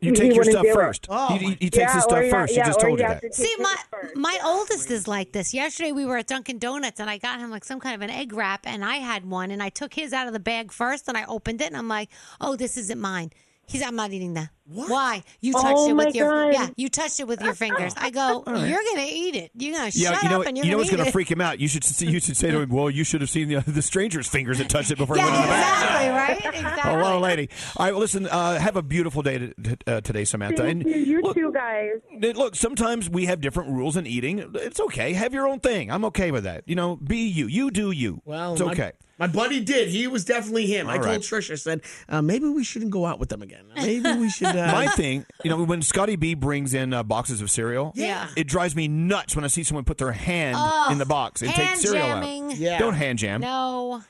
You take He your wouldn't stuff do it. first.
Oh,
He-
my-
he takes Yeah, his stuff or you- first. She yeah, just or told you you have that. to
See, my my oldest is like this. Yesterday we were at Dunkin' Donuts and I got him like some kind of an egg wrap and I had one and I took his out of the bag first and I opened it and I'm like, oh, this isn't mine. He's I'm not eating that. Why? You
Oh
touched it
my
with your
God.
yeah. You touched it with your fingers. I go.
right.
You're gonna eat it. You're gonna shut
you know,
up
what-
and
you
you're
know
gonna
what's
eat
going to
it.
freak him out. You should see, you should say to him, "Well, you should have seen the, the stranger's fingers that touched it before he went in the back."
Exactly right. Exactly.
Hello, lady. All right, well, listen. Uh, have a beautiful day to, to- uh, today, Samantha.
Thank
And
you, you two guys.
th- look, sometimes we have different rules in eating. It's okay. Have your own thing. I'm okay with that. You know, be you. You do you.
Well,
it's
my-
okay.
My buddy did. He was definitely him. I
All
told
right.
Trisha, I said, uh, maybe we shouldn't go out with them again. Maybe we should. Uh,
My thing, you know, when Scotty B brings in uh, boxes of cereal,
Yeah.
it drives me nuts when I see someone put their hand
Oh,
in the box and take
hand
cereal
jamming.
out.
Yeah.
Don't hand jam.
No.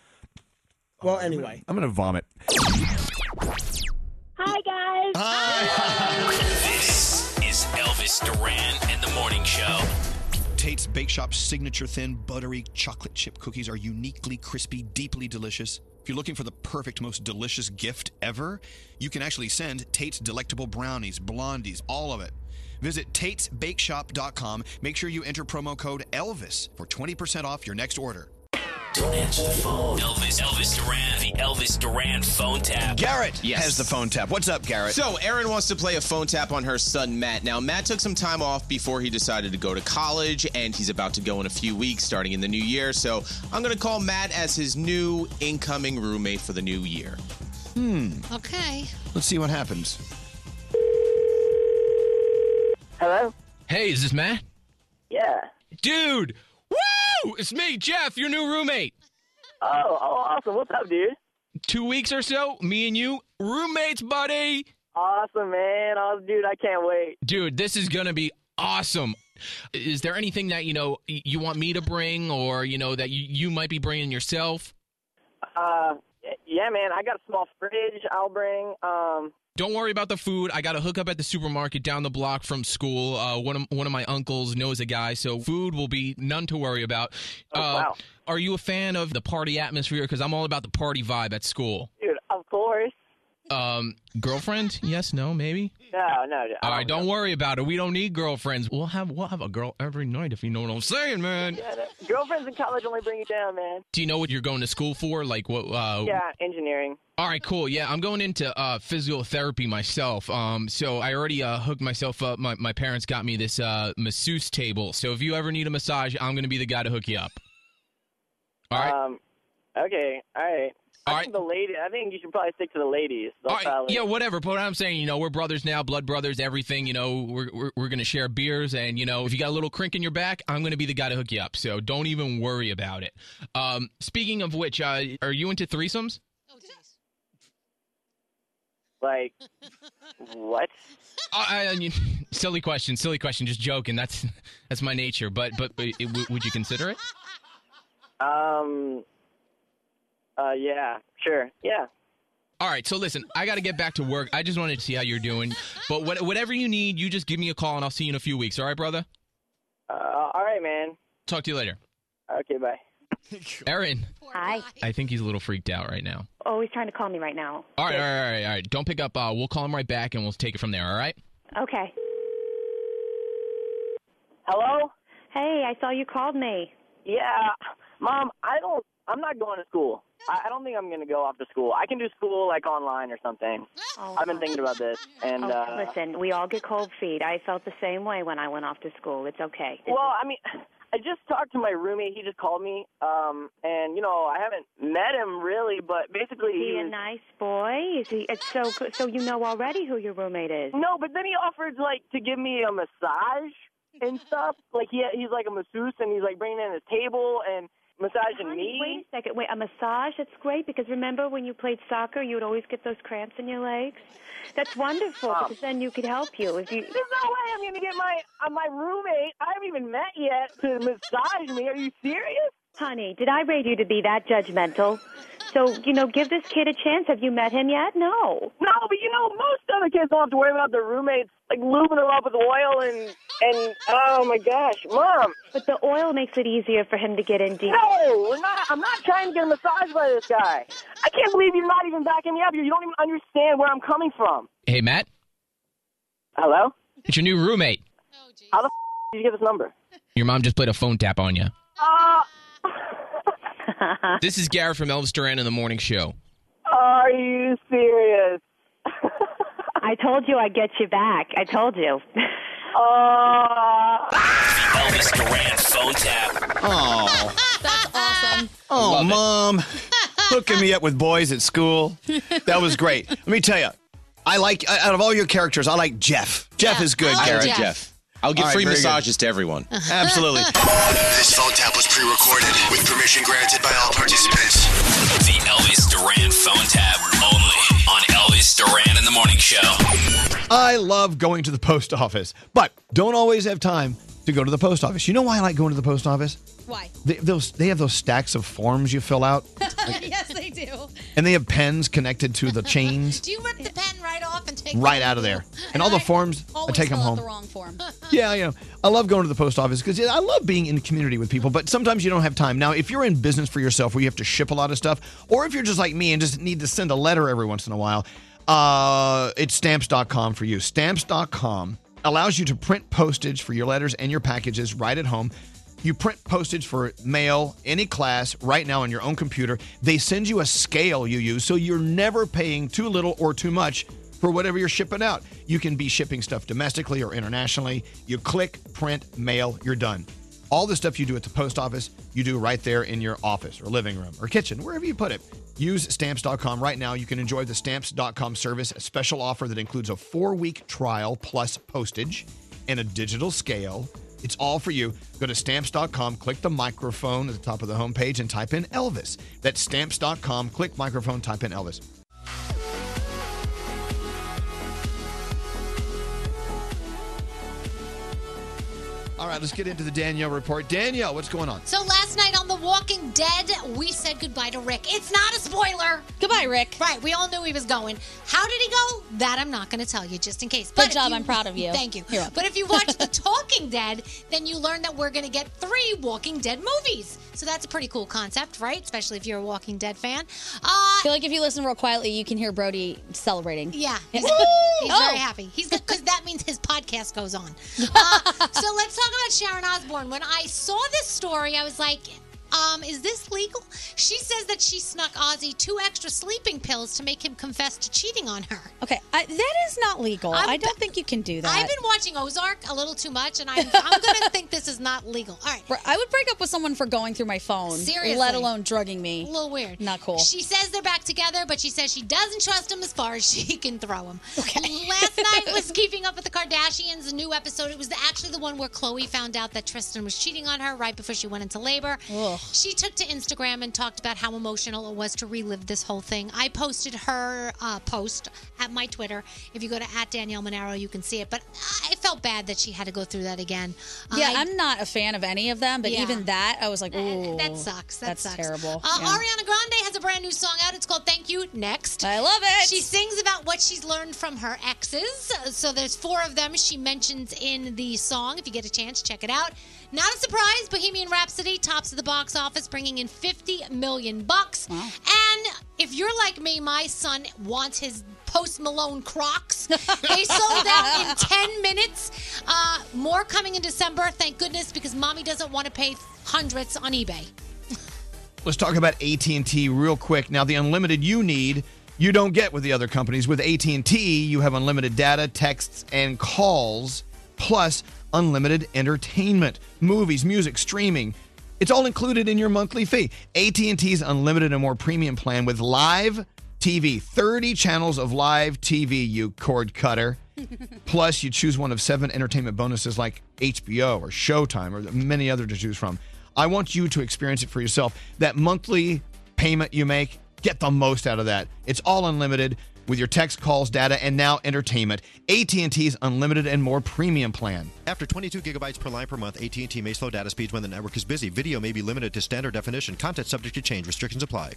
Well, anyway.
I'm gonna vomit.
Hi guys.
This is Elvis Duran and the Morning Show.
Tate's Bake Shop's signature thin, buttery chocolate chip cookies are uniquely crispy, deeply delicious. If you're looking for the perfect, most delicious gift ever, you can actually send Tate's Delectable Brownies, Blondies, all of it. Visit Tate'sBakeShop.com. Make sure you enter promo code ELVIS for 20% off your next order.
Don't answer the phone. Elvis, Elvis Duran, the Elvis Duran phone tap.
Garrett
Yes.
has the phone tap. What's up, Garrett? So, Erin wants to play a phone tap on her son, Matt. Now, Matt took some time off before he decided to go to college, and he's about to go in a few weeks, starting in the new year. So, I'm going to call Matt as his new incoming roommate for the new year.
Hmm.
Okay.
Let's see what happens.
Hello?
Hey, is this Matt?
Yeah.
Dude! Woo! It's me, Jeff, your new roommate.
Oh, oh, awesome. What's up, dude?
Two weeks or so, me and you, roommates, buddy.
Awesome, man. Oh, dude, I can't wait.
Dude, this is going to be awesome. Is there anything that, you know, y- you want me to bring or, you know, that you, you might be bringing yourself?
Uh, y- yeah, man. I got a small fridge I'll bring. Um,
Don't worry about the food. I got to hook up at the supermarket down the block from school. Uh, one of one of my uncles knows a guy, so food will be none to worry about. Oh,
wow.
Are you a fan of the party atmosphere? Because I'm all about the party vibe at school.
dude, of course.
Um, girlfriend? Yes, no, maybe.
No, no, no.
All right, don't worry about it. We don't need girlfriends. We'll have we'll have a girl every night if you know what I'm saying, man.
Yeah, no. Girlfriends in college only bring you down, man.
Do you know what you're going to school for? Like what? Uh,
Yeah, engineering.
All right, cool. Yeah, I'm going into uh, physical therapy myself. Um, so I already uh, hooked myself up. My, my parents got me this uh, masseuse table. So if you ever need a massage, I'm going to be the guy to hook you up. All right.
Um, okay, all right.
All
I
right.
think the lady. I think you should probably stick to the ladies. They'll
All right,
probably-
yeah, whatever. But what I'm saying, you know, we're brothers now, blood brothers, everything. You know, we're we're, we're gonna share beers, and you know, if you got a little crink in your back, I'm gonna be the guy to hook you up. So don't even worry about it. Um, speaking of which, uh, are you into threesomes?
Like what?
I, I, I mean, silly question, silly question. Just joking. That's that's my nature. But but, but it, would you consider it?
Um. Uh. Yeah. Sure. Yeah.
All right, so listen, I got to get back to work. I just wanted to see how you're doing. But what, whatever you need, you just give me a call, and I'll see you in a few weeks. All right, brother.
Uh, all right, man.
Talk to you later,
Okay. Bye.
Aaron.
Hi.
I think he's a little freaked out right now.
Oh, he's trying to call me right now.
All right, all right, all right, all right. Don't pick up. Uh, we'll call him right back, and we'll take it from there. All right.
Okay.
Hello?
Hey, I saw you called me.
Yeah, mom. I don't. I'm not going to school. I, I don't think I'm going to go off to school. I can do school like online or something. I've been thinking about this, and
oh,
uh,
listen, we all get cold feet. I felt the same way when I went off to school. It's okay.
Well, I mean, I just talked to my roommate. He just called me, um, and you know, I haven't met him really, but basically,
Is
he
he a
was-
nice boy? Is he? It's so good. So you know already who your roommate is.
No, but then he offered like to give me a massage and stuff. Like he he's like a masseuse, and he's like bringing in his table and massaging
Honey,
me.
wait a second. Wait, a massage? That's great because remember when you played soccer, you would always get those cramps in your legs. That's wonderful because then you could help you if you.
There's no way I'm gonna get Oh. my uh, my roommate. I haven't even met yet to massage me. Are you serious?
Honey, did I raise you to be that judgmental? So, you know, give this kid a chance. Have you met him yet? No.
No, but you know, most other kids don't have to worry about their roommates like lubing them up with oil and and oh my gosh, mom.
But the oil makes it easier for him to get in deep.
No, we're not. I'm not trying to get a massage by this guy. I can't believe you're not even backing me up. You don't even understand where I'm coming from.
Hey, Matt.
Hello.
It's your new roommate.
How the f- did you get this number?
Your mom just played a phone tap on you.
Uh,
this is Garrett from Elvis Duran and the Morning Show.
are you serious?
I told you I'd get you back. I told you.
Uh,
Elvis Duran phone tap.
Oh,
That's awesome.
oh, mom, hooking me up with boys at school. That was great. Let me tell you, I like out of all your characters, I like Jeff. Jeff is good,
I like
Garrett.
Jeff. I'll give
All right,
free
very good.
massages to everyone.
Absolutely.
This phone tap was pre-recorded with permission granted by all participants.
The Elvis Duran phone tap only on Elvis Duran and the Morning Show.
I love going to the post office, but don't always have time to go to the post office. You know why I like going to the post office?
Why?
They, those they have those stacks of forms you fill out,
yes, they do.
and they have pens connected to the chains
Do you rip the pen right off and take
right out of there. And all the forms, I take them home.
the wrong form.
Yeah, you know, I love going to the post office because I love being in community with people, but sometimes you don't have time. Now, if you're in business for yourself where you have to ship a lot of stuff, or if you're just like me and just need to send a letter every once in a while, uh, it's stamps.com for you. Stamps.com allows you to print postage for your letters and your packages right at home. You print postage for mail, any class, right now on your own computer. They send you a scale you use, so you're never paying too little or too much for whatever you're shipping out. You can be shipping stuff domestically or internationally. You click, print, mail, you're done. All the stuff you do at the post office, you do right there in your office or living room or kitchen, wherever you put it. Use stamps.com right now. You can enjoy the stamps.com service, a special offer that includes a four week trial plus postage and a digital scale. It's all for you. Go to stamps.com, click the microphone at the top of the homepage, and type in Elvis. That's stamps.com, click microphone, type in Elvis. All right, let's get into the Danielle report. Danielle, what's going on?
So last night on The Walking Dead, we said goodbye to Rick. It's not a spoiler.
Goodbye, Rick.
Right, we all knew he was going. How did he go? That I'm not going to tell you, just in case. But if
job, I'm proud of you.
Thank you.
You're welcome.
But if you watch The Talking Dead, then you learn that we're going to get three Walking Dead movies. So that's a pretty cool concept, right? Especially if you're a Walking Dead fan. I
feel like if you listen real quietly, you can hear Brody celebrating.
Yeah, he's, he's
Oh.
very happy. He's because that means his podcast goes on. Uh, so let's talk about Sharon Osbourne. When I saw this story, I was like, um, is this legal? She says that she snuck Ozzy two extra sleeping pills to make him confess to cheating on her.
Okay, I, that is not legal. I'm, I do not think you can do that.
I've been watching Ozark a little too much, and I'm, I'm going to think this is not legal. All right.
I would break up with someone for going through my phone,
Seriously.
let alone drugging me.
A little weird.
Not cool.
She says they're back together, but she says she doesn't trust him as far as she can throw him. Okay. Last night was Keeping Up with the Kardashians, a new episode. It was the, actually the one where Chloe found out that Tristan was cheating on her right before she went into labor. She took to Instagram and talked about how emotional it was to relive this whole thing. I posted her uh, post at my Twitter. If you go to at Danielle Monero, you can see it. But I felt bad that she had to go through that again.
yeah,
I-
I'm not a fan of any of them, but
Yeah.
even that, I was like, ooh,
that sucks. That
that's
sucks.
terrible.
Uh,
Yeah.
Ariana Grande has a brand new song out. It's called "Thank You." Next,
I love it.
She sings about what she's learned from her exes. So there's four of them she mentions in the song. If you get a chance, check it out. Not a surprise, Bohemian Rhapsody tops of the box office, bringing in 50 million bucks. And if you're like me, my son wants his Post Malone Crocs. They sold out in 10 minutes. Uh, more coming in December, thank goodness, because mommy doesn't want to pay hundreds on eBay.
Let's talk about AT&T real quick. Now, the unlimited you need, you don't get with the other companies. With AT&T, you have unlimited data, texts, and calls, plus unlimited entertainment, movies, music, streaming. It's all included in your monthly fee. AT&T's unlimited and more premium plan with live TV, 30 channels of live TV, you cord cutter. Plus, you choose one of seven entertainment bonuses like HBO or Showtime or many other to choose from. I want you to experience it for yourself. That monthly payment you make, get the most out of that. It's all unlimited with your text, calls, data, and now entertainment. AT&T's unlimited and more premium plan.
After 22 gigabytes per line per month, AT&T may slow data speeds when the network is busy. Video may be limited to standard definition. Content subject to change. Restrictions apply.